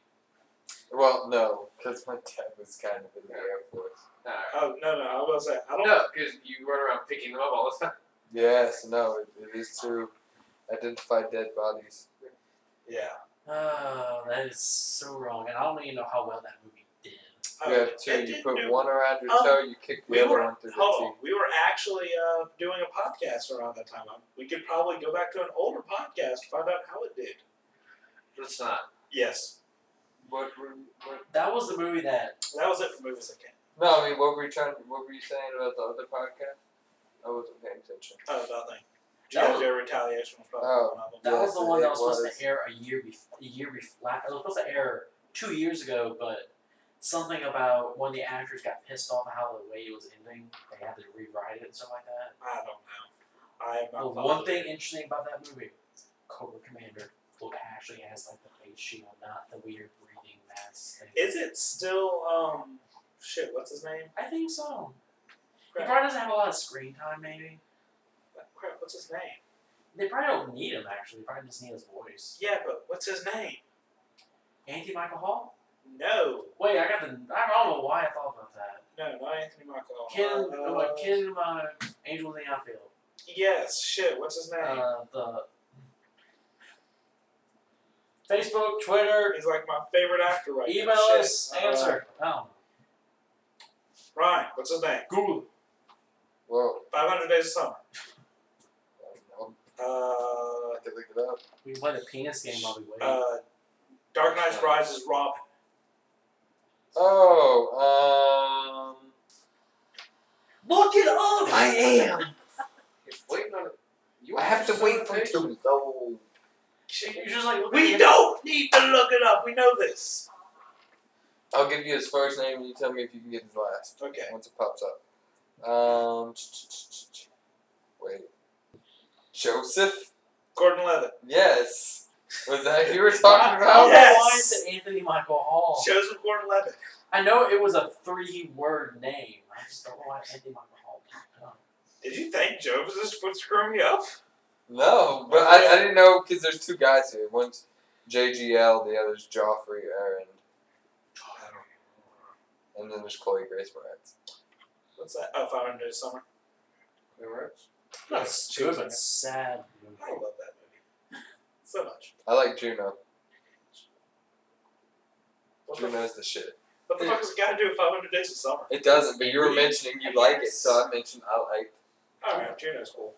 Speaker 4: Well, no, because my dad was kind of in the Air Force.
Speaker 2: All right.
Speaker 1: Oh no, no, I will say I don't.
Speaker 2: Uh, No, because you run around picking them up all the time.
Speaker 4: Yes, no, it, it is to identify dead bodies.
Speaker 1: Yeah.
Speaker 3: Oh, that is so wrong, and I don't even know how well that movie did.
Speaker 1: Oh,
Speaker 4: You have
Speaker 1: it
Speaker 4: two. You
Speaker 1: did
Speaker 4: put
Speaker 1: do-
Speaker 4: one around your
Speaker 1: Um,
Speaker 4: toe, you kick the
Speaker 1: we
Speaker 4: other
Speaker 1: were-
Speaker 4: one through
Speaker 1: Hold on.
Speaker 4: the
Speaker 1: We were actually uh, doing a podcast around that time. Um, We could probably go back to an older podcast to find out how it did.
Speaker 2: Let's not.
Speaker 1: Yes.
Speaker 4: teeth. What were what?
Speaker 3: That was the movie that
Speaker 1: That was it for movies that came.
Speaker 4: No, I mean, what were you trying? What were you saying about the other podcast? I wasn't paying attention.
Speaker 1: Oh, nothing.
Speaker 3: That
Speaker 1: Charge Air Retaliation was probably
Speaker 4: Oh.
Speaker 1: one of them.
Speaker 3: That was the
Speaker 4: Yes,
Speaker 3: one
Speaker 4: it
Speaker 3: that was, supposed
Speaker 4: was.
Speaker 3: to air a year before. A year before. It was supposed to air two years ago, but something about when the actors got pissed off at how the way it was ending, they had to rewrite it and stuff like that.
Speaker 1: I don't know. I am not
Speaker 3: But one
Speaker 1: following
Speaker 3: thing
Speaker 1: it.
Speaker 3: interesting about that movie, Cobra Commander look actually has like the face shield, not the weird breathing mask thing.
Speaker 1: Is it still um shit, what's his name?
Speaker 3: I think so. He
Speaker 1: Crap.
Speaker 3: probably doesn't have a lot of screen time, maybe.
Speaker 1: Crap, what's his name?
Speaker 3: They probably don't need him actually. They probably just need his voice.
Speaker 1: Yeah, but what's his name?
Speaker 3: Anthony Michael Hall.
Speaker 1: No.
Speaker 3: Wait, I got the. I don't know why I thought about that.
Speaker 1: No, not Anthony Michael. Hall.
Speaker 3: Ken,
Speaker 1: Uh,
Speaker 3: uh, what, Ken, uh, Angel in the outfield.
Speaker 1: Yes, shit, what's his name?
Speaker 3: Uh, the Facebook, Twitter,
Speaker 1: He's like my favorite actor right
Speaker 3: email
Speaker 1: now. Shit.
Speaker 3: us,
Speaker 1: Uh,
Speaker 3: answer. Oh,
Speaker 1: Ryan, what's his name?
Speaker 3: Google.
Speaker 4: Whoa.
Speaker 1: 500 Days of Summer.
Speaker 4: I'll
Speaker 1: Uh,
Speaker 4: have to look it up.
Speaker 3: We play the penis game while we wait.
Speaker 1: uh, Dark Knight Rises Robin.
Speaker 4: Oh, um.
Speaker 3: Look it up.
Speaker 4: I am.
Speaker 2: It's waiting on it. You
Speaker 4: I have to wait for
Speaker 2: two.
Speaker 4: two. Oh.
Speaker 3: You're just like look
Speaker 1: We
Speaker 3: at-
Speaker 1: don't need to look it up. We know this.
Speaker 4: I'll give you his first name and you tell me if you can get his last
Speaker 1: Okay.
Speaker 4: once it pops up. Um. Wait. Joseph?
Speaker 1: Gordon Levitt.
Speaker 4: Yes. Was that you were
Speaker 3: I
Speaker 4: talking
Speaker 3: don't know
Speaker 4: about?
Speaker 1: Yeah.
Speaker 3: why
Speaker 1: Yes.
Speaker 3: it's Anthony Michael Hall.
Speaker 1: Joseph Gordon Levitt.
Speaker 3: I know it was a three-word name. I just don't know why Anthony Michael Hall. popped up.
Speaker 1: Did you think Joseph would screw me up?
Speaker 4: No, but I, I didn't know because there's two guys here. One's JGL, the other's Joffrey Aaron, and then there's Chloe Grace Moretz.
Speaker 1: What's that? Oh, 500 Days of Summer.
Speaker 3: Not a stupid, but sad. movie.
Speaker 1: I love that movie. So much.
Speaker 4: I like Juno.
Speaker 1: What the,
Speaker 4: Juno's the shit.
Speaker 1: what the fuck does a guy do with 500 Days of Summer?
Speaker 4: It doesn't, but you were mentioning you like it, so I mentioned I like
Speaker 1: Alright, Oh, Juno's cool.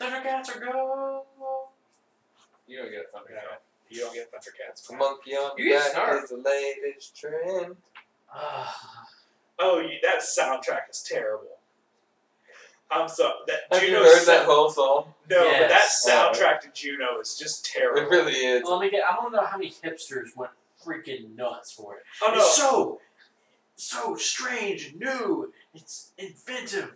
Speaker 3: Thundercats are good.
Speaker 2: You don't get a thunder
Speaker 1: No.
Speaker 2: cat.
Speaker 1: You don't get Thundercats.
Speaker 4: The monkey on
Speaker 2: You get
Speaker 4: back
Speaker 2: snarf.
Speaker 4: is the latest trend.
Speaker 3: Ah.
Speaker 1: Oh, you, that soundtrack is terrible. I'm sorry. That
Speaker 4: Have you
Speaker 1: Juno
Speaker 4: heard
Speaker 1: sa-
Speaker 4: that whole song?
Speaker 1: No,
Speaker 3: Yes.
Speaker 1: but that soundtrack to Juno is just terrible.
Speaker 4: It really is.
Speaker 3: Well, let me get. I want to know how many hipsters went freaking nuts for it.
Speaker 1: Oh no.
Speaker 3: It's so, so strange, new. It's inventive.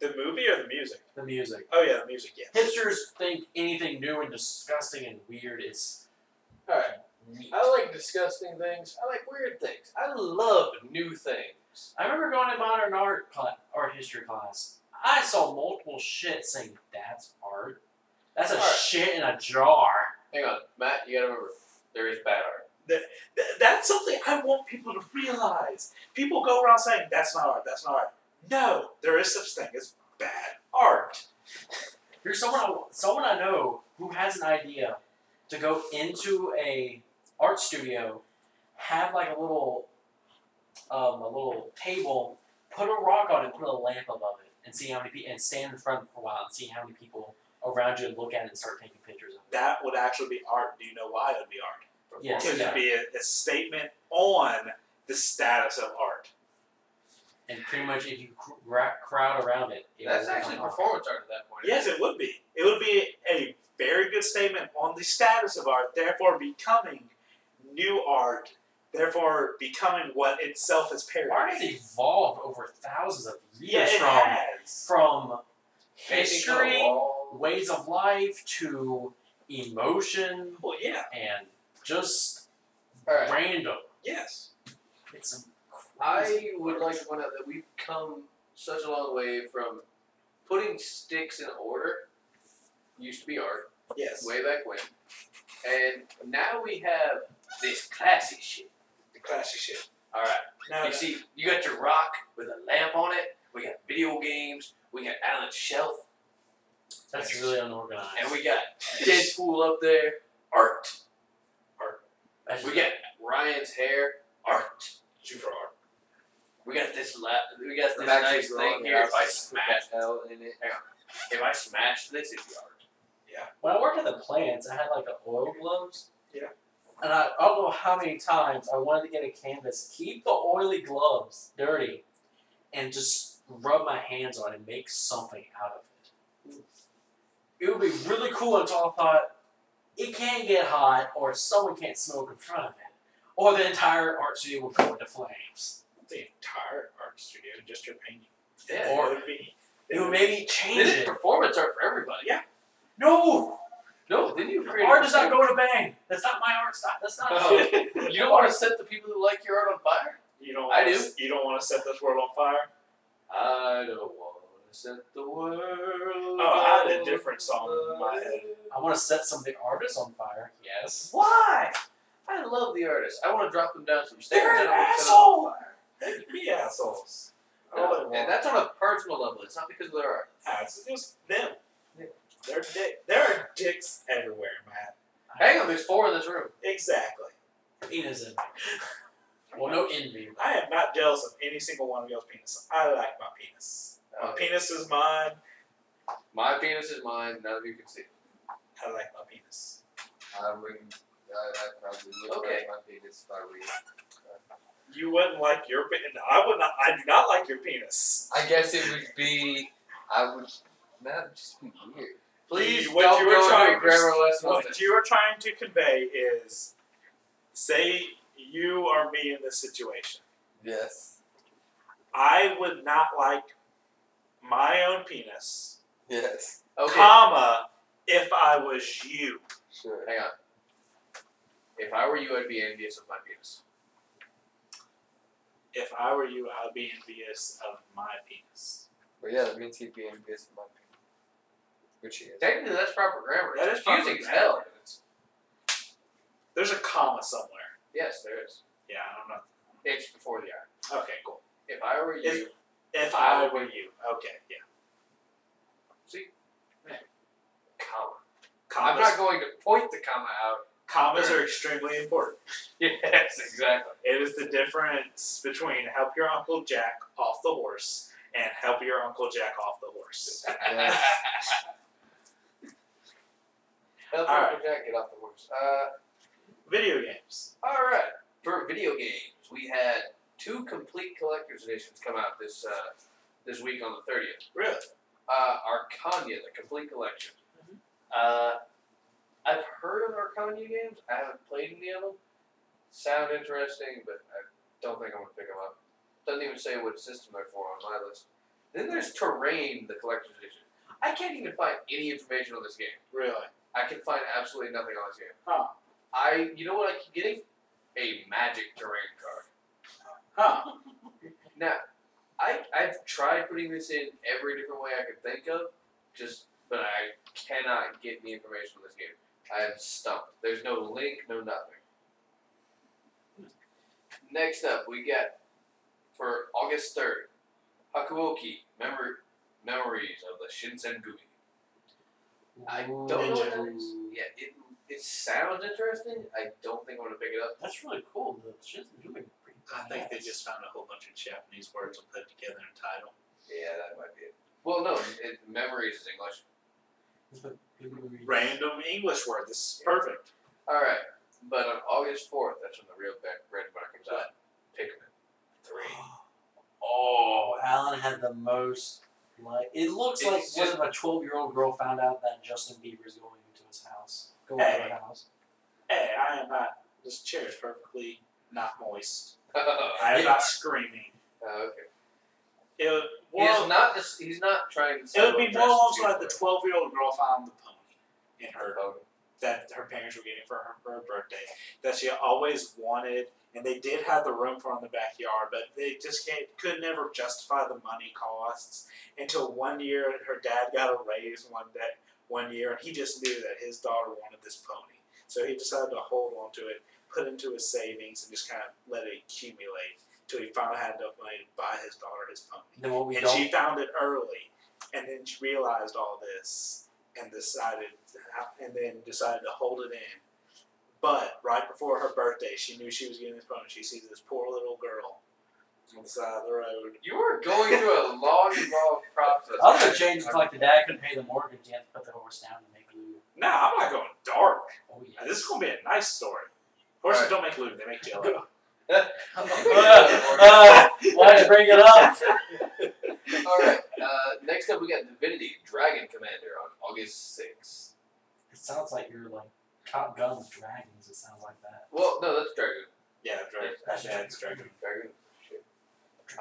Speaker 1: The movie or the music?
Speaker 3: The music.
Speaker 1: Oh yeah, the music. Yeah.
Speaker 3: Hipsters think anything new and disgusting and weird is
Speaker 2: Alright.
Speaker 3: neat.
Speaker 1: Oh.
Speaker 2: I like disgusting things. I like weird things. I love new things.
Speaker 3: I remember going to modern art cla- art history class. I saw multiple shit saying that's art. That's a
Speaker 2: Art.
Speaker 3: shit in a jar.
Speaker 2: Hang on, Matt. You gotta remember, there is bad art.
Speaker 1: Th- that's something I want people to realize. People go around saying that's not art. That's not art. No, there is such thing as bad art.
Speaker 3: There's someone I, someone I know who has an idea to go into a art studio, have like a little um, a little table, put a rock on it, put a lamp above it, and see how many people and stand in front for a while and see how many people around you look at it and start taking pictures of it.
Speaker 1: That would actually be art. Do you know why it would be art?
Speaker 3: Yes,
Speaker 1: it would
Speaker 3: yeah.
Speaker 1: be a, a statement on the status of art.
Speaker 3: And pretty much if you cr- gra- crowd around it, it
Speaker 2: That's
Speaker 3: will
Speaker 2: actually
Speaker 3: become art.
Speaker 2: performance art at that point.
Speaker 1: Yes, it would be. It would be a very good statement on the status of art, therefore becoming new art, therefore becoming what itself is
Speaker 3: Art
Speaker 1: parodying.
Speaker 3: has evolved over thousands of
Speaker 1: Yeah,
Speaker 3: years
Speaker 1: it
Speaker 3: from
Speaker 1: has.
Speaker 3: from
Speaker 2: Painting on a
Speaker 3: history,
Speaker 2: wall.
Speaker 3: ways of life to emotion
Speaker 1: Well, yeah,
Speaker 3: and just
Speaker 2: All right.
Speaker 3: random.
Speaker 1: yes.
Speaker 3: It's crazy.
Speaker 2: I would like to point out that we've come such a long way from putting sticks in order. Used to be art,
Speaker 1: Yes.
Speaker 2: way back when, and now we have this classy shit.
Speaker 1: The classy shit.
Speaker 2: All right.
Speaker 1: Now,
Speaker 2: You see, you got your rock with a lamp on it. We got video games. We got Alan's shelf,
Speaker 3: That's really unorganized.
Speaker 2: and we got Deadpool up there. Art.
Speaker 3: That's
Speaker 2: We got Ryan's hair. Art.
Speaker 1: you for art.
Speaker 2: We got this. La- we got this
Speaker 4: I'm actually
Speaker 2: nice
Speaker 4: wrong.
Speaker 2: thing here. If I smash,
Speaker 4: Put that L in it.
Speaker 2: if I smash this, it's art.
Speaker 3: when I worked at the plants, I had like an oil gloves.
Speaker 1: Yeah.
Speaker 3: And I, I don't know how many times I wanted to get a canvas, keep the oily gloves dirty, and just rub my hands on and make something out of it. It would be really cool until I thought it can't get hot, or someone can't smoke in front of it, or the entire art studio will go into flames.
Speaker 1: The entire art studio, just your painting.
Speaker 2: Yeah.
Speaker 1: That would be.
Speaker 3: It would maybe change
Speaker 2: Then it's
Speaker 3: it.
Speaker 2: performance art for everybody.
Speaker 3: No,
Speaker 2: No, then you create.
Speaker 3: art does not go to bang. That's not my art style. That's not.
Speaker 2: Oh. You don't want to set the people who like your art on fire.
Speaker 1: You don't.
Speaker 2: I
Speaker 1: wanna-
Speaker 2: do.
Speaker 1: You don't want to set this world on fire.
Speaker 2: I don't want to set the world.
Speaker 1: Oh, I had a different song in my head.
Speaker 3: I want to set some of the artists on fire. Yes.
Speaker 2: Why? I love the artist. I want to drop them down some stairs.
Speaker 3: They're
Speaker 2: and
Speaker 3: an
Speaker 2: I want to set them
Speaker 3: asshole!
Speaker 2: on fire.
Speaker 1: They could be assholes. All they
Speaker 2: No,
Speaker 1: want.
Speaker 2: and that's on a personal level. It's not because of their art.
Speaker 1: That's just them. They're dick. There are dicks everywhere, Matt.
Speaker 2: Hang on, there's four in this room.
Speaker 1: Exactly.
Speaker 3: Penis envy. Well, no envy.
Speaker 1: I am not jealous of any single one of y'all's penis. I like my penis. My
Speaker 2: Uh,
Speaker 1: penis is mine.
Speaker 2: my penis is mine. None of you can see. it.
Speaker 1: I like my penis.
Speaker 4: Um, I wouldn't. I, I probably would
Speaker 2: Okay.
Speaker 4: okay. my penis if I were you.
Speaker 1: You wouldn't like your penis. I would not. I do not like your penis.
Speaker 4: I guess it would be. I would. That would just be weird.
Speaker 2: Please
Speaker 1: What
Speaker 2: don't
Speaker 1: you were
Speaker 2: go into
Speaker 1: trying
Speaker 2: a
Speaker 1: to
Speaker 2: grammar lesson. on
Speaker 1: What
Speaker 2: this.
Speaker 1: you are trying to convey is, say you are me in this situation.
Speaker 4: Yes.
Speaker 1: I would not like my own penis,
Speaker 4: Yes.
Speaker 2: Okay,
Speaker 1: comma, if I was you.
Speaker 4: Sure.
Speaker 2: hang on. If I were you, I'd be envious of my penis.
Speaker 1: If I were you, I'd be envious of my penis.
Speaker 4: But yeah, that means he'd be envious of my penis. Which he is.
Speaker 2: Technically, that's proper grammar.
Speaker 1: That
Speaker 2: it's
Speaker 1: is proper
Speaker 2: confusing as
Speaker 1: grammar.
Speaker 2: hell. It's-
Speaker 1: There's a comma somewhere.
Speaker 2: yes, there is.
Speaker 1: Yeah, I don't
Speaker 2: It's before the art.
Speaker 1: know. Okay, cool.
Speaker 2: If I were you,
Speaker 1: If- If I were you. Okay, yeah.
Speaker 2: see,
Speaker 1: Comma.
Speaker 2: I'm
Speaker 1: Commas,
Speaker 2: not going to point the comma out.
Speaker 1: commas are extremely important.
Speaker 2: Yes, exactly.
Speaker 1: It is the difference between help your Uncle Jack off the horse and help your Uncle Jack off the horse.
Speaker 2: Help
Speaker 1: All
Speaker 2: Uncle Jack get off the horse. Uh,
Speaker 1: Video games.
Speaker 2: All right. For video games, we had two complete collector's editions come out this uh, this week on the thirtieth.
Speaker 1: Really?
Speaker 2: Uh, Arcania, the complete collection.
Speaker 1: Mhm.
Speaker 2: Uh, I've heard of Arcania games. I haven't played any of them. Sound interesting, but I don't think I'm gonna pick them up. Doesn't even say what system they're for on my list. Then there's Terrain, the collector's edition. I can't even find any information on this game.
Speaker 1: Really?
Speaker 2: I can find absolutely nothing on this game.
Speaker 1: Huh.
Speaker 2: I, you know what I keep getting? A magic terrain card.
Speaker 1: Huh.
Speaker 2: Now, I, I've tried putting this in every different way I could think of, just, but I cannot get any information on this game. I am stumped. There's no link, no nothing. Next up, we got for August 3rd, Hakuoki, Memor Memories of the Shinsengumi. I don't know what that is.
Speaker 3: Ooh.
Speaker 2: Yeah, it, it sounds interesting. I don't think I'm gonna pick it up.
Speaker 3: That's really cool. The shit's doing pretty
Speaker 1: I think they
Speaker 3: badass.
Speaker 1: just found a whole bunch of Japanese words and put together a title.
Speaker 2: Yeah, that might be it. Well, no, it, memories is English.
Speaker 1: Random English word. This is perfect.
Speaker 2: All right, but on August fourth, that's when the real Red Red Bar comes out. Pikmin three.
Speaker 3: Oh, Alan had the most. Like it looks
Speaker 2: It's
Speaker 3: like
Speaker 2: just-
Speaker 3: what if a twelve-year-old girl found out that Justin Bieber's going into his house, going to
Speaker 1: Hey.
Speaker 3: her house.
Speaker 1: Hey, I am not. This chair is perfectly not moist. I am
Speaker 2: uh,
Speaker 1: not screaming.
Speaker 2: okay.
Speaker 1: It would,
Speaker 2: He is
Speaker 1: well,
Speaker 2: not. This, he's not trying to.
Speaker 1: it would be more also like the 12 year old girl found the pony in her
Speaker 2: twelve.
Speaker 1: that her parents were getting for her, for her birthday that she always wanted, and they did have the room for it in the backyard, but they just can't, could never justify the money costs until one year her dad got a raise one day one year, and he just knew that his daughter wanted this pony, so he decided to hold on to it, put it into his savings, and just kind of let it accumulate till he finally had enough money to buy his daughter his pony
Speaker 3: Then what we
Speaker 1: and
Speaker 3: don't
Speaker 1: she found it early, and then she realized all this and decided, and then decided to hold it in. But right before her birthday, she knew she was getting this pony. She sees this poor little girl on the side of the road.
Speaker 2: You were going through a long, involved process.
Speaker 3: I was gonna change it to like the dad couldn't pay the mortgage, you have to put the horse down and make Lou.
Speaker 1: Nah, I'm not going dark.
Speaker 3: Oh yeah.
Speaker 1: This is gonna be a nice story. Horses
Speaker 2: Alright.
Speaker 1: don't make lube; they make jello.
Speaker 2: Oh,
Speaker 3: Uh, uh, why'd you bring it up?
Speaker 2: All right. Uh, next up, we got Divinity Dragon Commander on August 6th.
Speaker 3: It sounds like you're like Top Gun with dragons. It sounds like that.
Speaker 2: Well, no, that's Dragoon.
Speaker 1: Yeah, dragon.
Speaker 3: That's
Speaker 1: Yeah, it's dragon.
Speaker 2: Dragoon. Shit.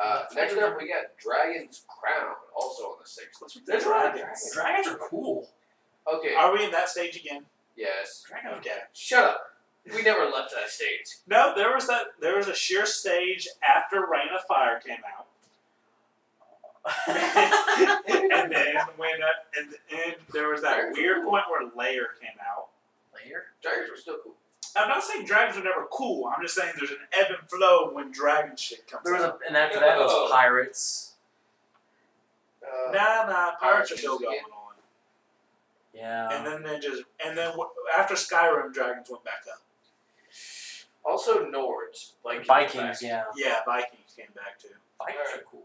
Speaker 2: Uh, next up, we got Dragon's Crown, also on the 6th.
Speaker 1: What's with
Speaker 3: There's
Speaker 1: the
Speaker 3: dragons.
Speaker 1: dragons?
Speaker 3: Dragons are cool.
Speaker 2: Okay.
Speaker 1: Are we in that stage again?
Speaker 2: Yes.
Speaker 3: Dragons.
Speaker 1: Okay.
Speaker 2: Shut up. We never left that stage.
Speaker 1: No, there was that. There was a sheer stage after Rain of Fire came out, and then when uh, and, and there was that weird point where Layer came out.
Speaker 3: Layer.
Speaker 2: Dragons were still cool.
Speaker 1: I'm not saying dragons are never cool. I'm just saying there's an ebb and flow when dragon shit comes.
Speaker 3: There was
Speaker 1: out.
Speaker 3: a, and after that it
Speaker 2: Oh.
Speaker 3: was pirates.
Speaker 2: Uh,
Speaker 1: nah, nah, pirates are
Speaker 2: Pirates
Speaker 1: still
Speaker 2: again.
Speaker 1: going on.
Speaker 3: Yeah.
Speaker 1: And then they just and then w- after Skyrim, dragons went back up.
Speaker 2: Also, Nords. Like
Speaker 3: Vikings. Yeah.
Speaker 1: Yeah, Vikings came back too.
Speaker 3: Vikings
Speaker 2: Alright.
Speaker 3: are cool.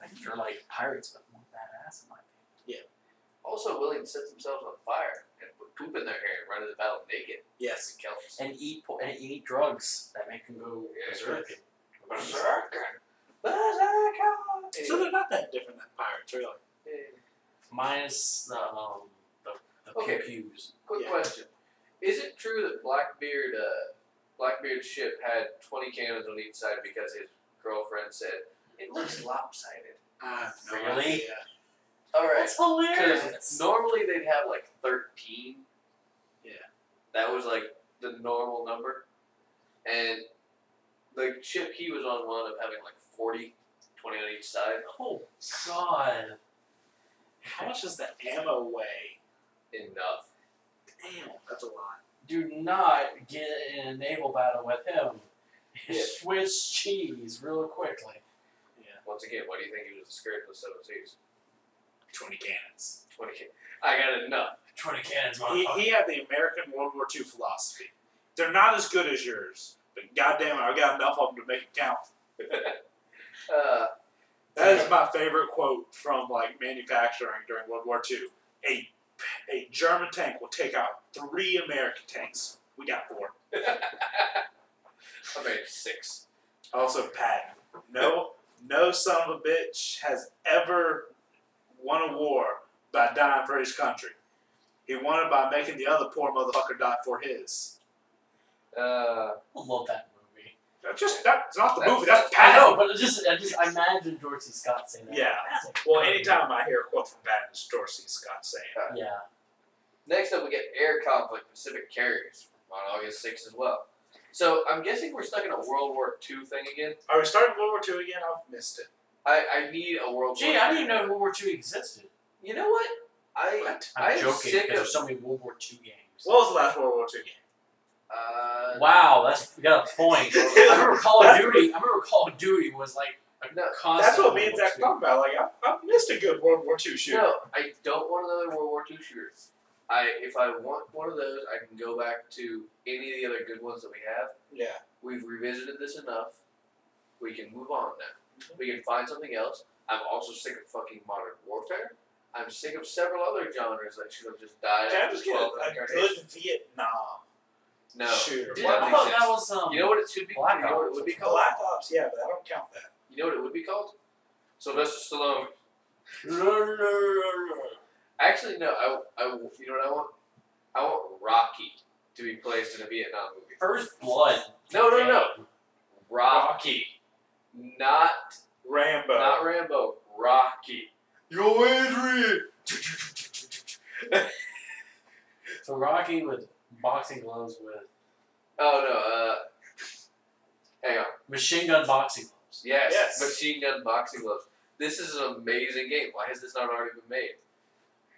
Speaker 3: Vikings are like pirates, but more badass. In my opinion.
Speaker 2: Also, willing to set themselves on fire and put poop in their hair and run to the battle naked.
Speaker 1: Yes.
Speaker 2: The Celts.
Speaker 3: And eat po- and eat drugs that make them go
Speaker 2: Yeah, that's
Speaker 3: berserk.
Speaker 2: Berserker.
Speaker 1: So they're not that different than pirates, really.
Speaker 2: Anyway.
Speaker 3: Minus the um the, the
Speaker 2: Okay.
Speaker 3: pews.
Speaker 2: Quick
Speaker 1: Yeah.
Speaker 2: question: Is it true that Blackbeard, uh, Blackbeard's ship had twenty cannons on each side because his girlfriend said it looks lopsided?
Speaker 1: Uh, no
Speaker 3: Really?
Speaker 1: idea.
Speaker 2: All right,
Speaker 3: That's hilarious.
Speaker 2: because normally they'd have like thirteen.
Speaker 1: Yeah.
Speaker 2: that was like the normal number, and the ship he was on wound up having like 40, 20 on each side.
Speaker 3: Oh God.
Speaker 1: How much does the ammo weigh?
Speaker 2: Enough.
Speaker 1: Damn, that's a lot.
Speaker 3: Do not get in a naval battle with him.
Speaker 2: Yeah.
Speaker 3: Swiss cheese real quickly.
Speaker 2: Once again, why do you think he was the scourge of the seven seas?
Speaker 1: Twenty cannons.
Speaker 2: Twenty. Can- I got enough.
Speaker 3: Twenty cannons,
Speaker 1: He,
Speaker 3: motherfucker.
Speaker 1: he had the American World War II philosophy. They're not as good as yours, but goddamn it, I got enough of them to make it count.
Speaker 2: Uh,
Speaker 1: That is my favorite quote from like manufacturing during World War II. A a German tank will take out three American tanks. We got four.
Speaker 2: I made six.
Speaker 1: Also, Patton. No, no son of a bitch has ever won a war by dying for his country. He won it by making the other poor motherfucker die for his.
Speaker 2: Uh,
Speaker 3: I love that movie.
Speaker 1: That's just that's not the
Speaker 2: That's-
Speaker 1: movie. That's
Speaker 3: I
Speaker 1: Patton.
Speaker 3: know, but I just I just I imagine George C. Scott saying that.
Speaker 1: Yeah.
Speaker 3: That's a
Speaker 1: Well,
Speaker 3: good
Speaker 1: anytime I hear a quote from Patton, it's Dorsey Scott saying, it.
Speaker 3: movie. Yeah.
Speaker 2: next up, we get air conflict Pacific carriers on August 6th as well. So I'm guessing we're stuck in a World War II thing again.
Speaker 1: "Are we starting World War II again? I've missed it."
Speaker 2: I, I need a World
Speaker 3: Gee,
Speaker 2: War.
Speaker 3: I
Speaker 2: II.
Speaker 3: didn't even know World War II existed.
Speaker 2: You know what? I
Speaker 1: What?
Speaker 2: I'm
Speaker 3: I'm joking
Speaker 2: sick
Speaker 3: because
Speaker 2: of-
Speaker 3: there's so many World War II games.
Speaker 1: What was the last World War II game?
Speaker 2: uh,
Speaker 3: Wow, that's you got a point. I remember Call of Duty. I remember Call of Duty was like a
Speaker 2: No,
Speaker 3: constant.
Speaker 1: That's what
Speaker 3: World
Speaker 1: me and
Speaker 3: War
Speaker 1: Zach
Speaker 3: II.
Speaker 1: talked about. Like, I, I missed a good World War II shooter.
Speaker 2: No, I don't want another World War II shooter. I if I want one of those, I can go back to any of the other good ones that we have.
Speaker 1: Yeah.
Speaker 2: We've revisited this enough. We can move on now. We can find something else. I'm also sick of fucking modern warfare. I'm sick of several other genres that should have just died
Speaker 1: Can I
Speaker 2: after
Speaker 1: just get a,
Speaker 2: 12
Speaker 1: a
Speaker 2: incarnations.
Speaker 1: good Vietnam
Speaker 2: No.
Speaker 1: shooter?
Speaker 3: Dude,
Speaker 2: Why
Speaker 3: I
Speaker 2: would
Speaker 3: thought
Speaker 2: it
Speaker 3: that was um.
Speaker 2: You know what it should be
Speaker 3: Black
Speaker 2: You know what it
Speaker 3: Ops.
Speaker 2: would be called?
Speaker 1: Black Ops, yeah, but I don't count that.
Speaker 2: You know what it would be called? Sylvester Stallone. Actually, no. I, I, you know what I want? I want Rocky to be placed in a Vietnam movie.
Speaker 3: First Blood.
Speaker 2: No, no, no. Rocky. Not,
Speaker 1: Rambo.
Speaker 2: not Rambo. Rocky.
Speaker 1: Yo, Adrian!
Speaker 3: So Rocky with boxing gloves with
Speaker 2: Oh, no. Uh, hang on.
Speaker 3: machine gun boxing gloves.
Speaker 2: Yes,
Speaker 1: Yes.
Speaker 2: machine gun boxing gloves. This is an amazing game. Why has this not already been made?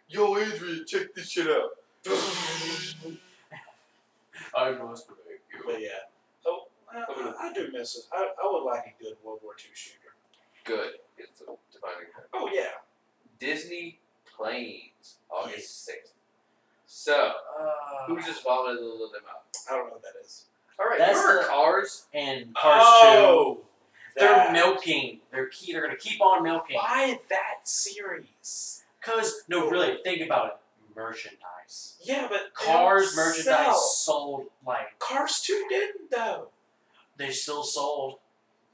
Speaker 2: Yo, Adrian, check this shit out.
Speaker 3: I must break
Speaker 1: But yeah. Oh, I, I do miss it. I, I would like a good World War II shooter.
Speaker 2: Good. It's the defining term.
Speaker 1: Oh, yeah.
Speaker 2: Disney Planes, August 6th. So, who just vomited a little of them out?
Speaker 1: I don't know what that is.
Speaker 2: All right,
Speaker 3: That's
Speaker 2: remember
Speaker 3: the-
Speaker 2: Cars?
Speaker 3: and Cars
Speaker 1: Oh,
Speaker 3: Two. They're
Speaker 1: that.
Speaker 3: milking. They're key. They're gonna keep on milking.
Speaker 1: Why that series?
Speaker 3: Cause no, really, think about it. Merchandise.
Speaker 1: Yeah, but they
Speaker 3: Cars
Speaker 1: don't
Speaker 3: merchandise
Speaker 1: sell.
Speaker 3: sold like
Speaker 1: Cars 2 didn't, though.
Speaker 3: they still sold.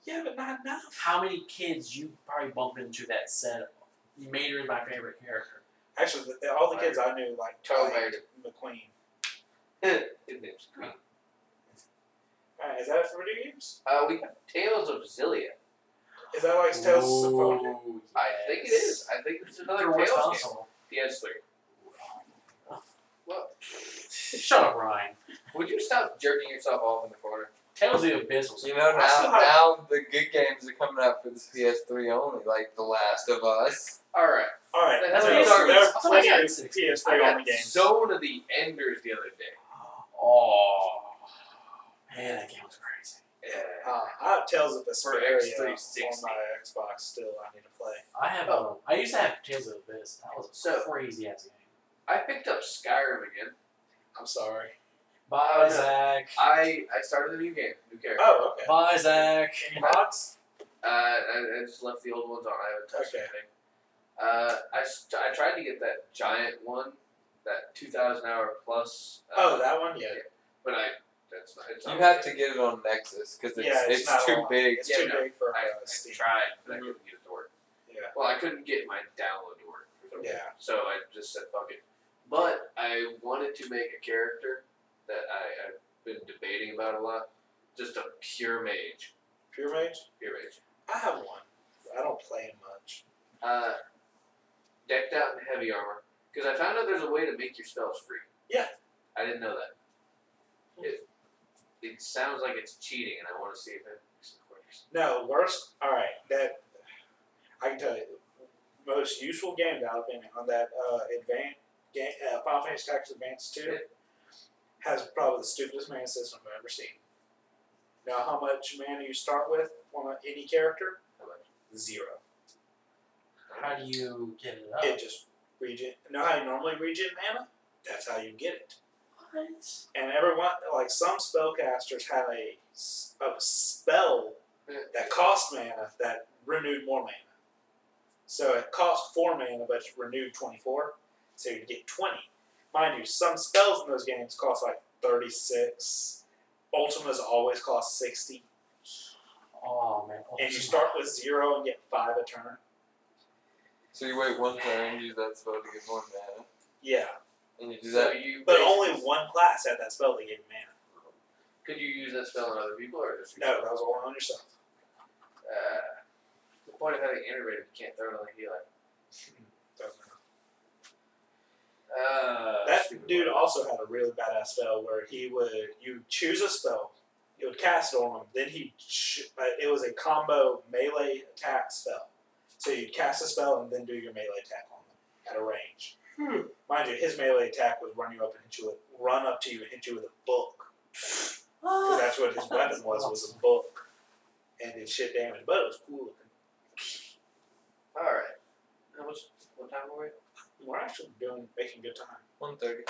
Speaker 1: Yeah, but not now.
Speaker 3: How many kids you probably bump into that said, Mater is my favorite character?
Speaker 1: Actually, the, the- all the kids I knew like
Speaker 2: Tell
Speaker 1: Tony McQueen.
Speaker 2: His name's Green.
Speaker 1: All right, is that for video games?
Speaker 2: Uh, we have Tales of Zillia.
Speaker 1: Is
Speaker 2: Oh,
Speaker 1: that like Tales of Symphonia?
Speaker 3: Ooh,
Speaker 2: I think it
Speaker 3: yes.
Speaker 2: is. I think it's another
Speaker 3: Through which
Speaker 2: Tales game.
Speaker 3: console?
Speaker 2: PS3. Well,
Speaker 3: Shut up, Ryan.
Speaker 2: would you stop jerking yourself off in the corner?
Speaker 3: Tales of the Abyss was
Speaker 4: You know
Speaker 1: I still
Speaker 4: now, now the good games are coming out for the PS3 only, like The Last of Us.
Speaker 2: All right.
Speaker 1: All right,
Speaker 2: That's
Speaker 1: there,
Speaker 3: what I'm
Speaker 1: there are
Speaker 3: talking
Speaker 1: plenty
Speaker 3: about.
Speaker 1: of
Speaker 2: I
Speaker 1: PS3 only
Speaker 2: got
Speaker 1: games.
Speaker 2: Zone of the Enders the other day.
Speaker 3: Oh man, that game was crazy.
Speaker 2: Yeah.
Speaker 1: Uh, I have Tales of
Speaker 2: For
Speaker 1: Vesperia on
Speaker 2: X360.
Speaker 1: my Xbox still I need to play.
Speaker 3: I have um, I used to have Tales of the Abyss. That was a
Speaker 2: So-
Speaker 3: crazy ass game.
Speaker 2: I picked up Skyrim again.
Speaker 1: I'm sorry.
Speaker 3: Bye,
Speaker 2: Oh, no.
Speaker 3: Zach.
Speaker 2: I I started a new game, new character.
Speaker 1: Oh, okay.
Speaker 3: Bye, Zach.
Speaker 1: Any mods?
Speaker 2: Uh, I, I just left the old ones on. I haven't touched
Speaker 1: Okay.
Speaker 2: anything. Uh, I, st- I tried to get that giant one, that two thousand hour plus. Uh,
Speaker 1: Oh, that one? Yeah.
Speaker 2: But I that's not. It's
Speaker 4: You
Speaker 2: not
Speaker 4: have to get it on Nexus because it's,
Speaker 1: yeah, it's, not
Speaker 4: too
Speaker 1: online.
Speaker 4: big.
Speaker 1: It's
Speaker 2: Yeah,
Speaker 1: too
Speaker 2: no.
Speaker 1: big for
Speaker 2: I,
Speaker 1: uh,
Speaker 2: I
Speaker 1: Steam.
Speaker 2: tried, but I couldn't get it to work.
Speaker 1: Yeah.
Speaker 2: Well, I couldn't get my download to work. For some reason.
Speaker 1: Yeah.
Speaker 2: So I just said fuck it. But I wanted to make a character that I, I've been debating about a lot. Just a pure mage.
Speaker 1: Pure Mage?
Speaker 2: Pure mage.
Speaker 1: I have one. I don't play it much.
Speaker 2: Uh, decked out in heavy armor. Because I found out there's a way to make your spells free.
Speaker 1: Yeah.
Speaker 2: I didn't know that. It, it sounds like it's cheating, and I want to see if it works.
Speaker 1: No, worst. All right, that I can tell you. Most useful game that I've been in on that uh, advanced game, uh, Final Fantasy Tactics Advance Two has probably the stupidest mana system I've ever seen. Now, how much mana you start with on any character?
Speaker 2: How much?
Speaker 1: Zero.
Speaker 3: How do you get it up?
Speaker 1: It just regen. Know how you normally regen mana? That's how you get it.
Speaker 3: What?
Speaker 1: And everyone, like some spellcasters, had a, s- a spell that cost mana that renewed more mana. So it cost four mana, but it renewed 24, so you'd get 20. Mind you, some spells in those games cost like 36. Ultimas always cost 60.
Speaker 3: Oh man.
Speaker 1: And you start with zero and get five a turn.
Speaker 4: So you wait one turn, use that spell to get one mana,
Speaker 1: Yeah.
Speaker 4: and you do
Speaker 2: So
Speaker 4: that.
Speaker 2: you
Speaker 1: But
Speaker 2: basically-
Speaker 1: only one class had that spell that gave you mana.
Speaker 2: Could you use that spell on other people, or just
Speaker 1: No, that was all on yourself.
Speaker 2: Uh, the point of having integrated, you can't throw it on the healer.
Speaker 1: Don't know.
Speaker 2: Uh,
Speaker 1: That
Speaker 2: stupid
Speaker 1: dude
Speaker 2: one.
Speaker 1: also had a really badass spell where he would you choose a spell, you would cast it on him, then he ch- uh, it was a combo melee attack spell. So you'd cast a spell and then do your melee attack on them at a range.
Speaker 3: Hmm.
Speaker 1: Mind you, his melee attack would run you up and hit you with run up to you and hit you with a book because that's what his weapon was was a book, and it shit damage. But it was cool. looking.
Speaker 2: All right. How much? What time were we?
Speaker 1: We're actually doing making good time.
Speaker 4: One thirty.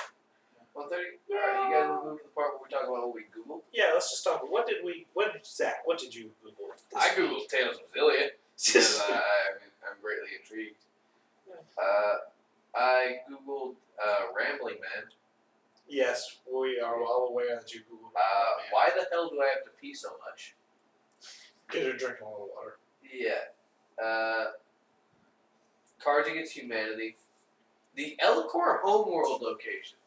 Speaker 2: One thirty. All right. You guys want to move to the part where we talk about what we Googled?
Speaker 1: Yeah, let's just talk. What did we? What did Zach? What did you Google? this
Speaker 2: I
Speaker 1: week?
Speaker 2: googled Uh, Tales of Zillia because I, I'm, I'm greatly intrigued. Uh, I googled uh, Rambling Man.
Speaker 1: Yes, we are all aware that you Google
Speaker 2: Uh, why the hell do I have to pee so much?
Speaker 1: because you're drinking a lot of water.
Speaker 2: Yeah. Uh, Cards Against Humanity. The Elcor Homeworld location.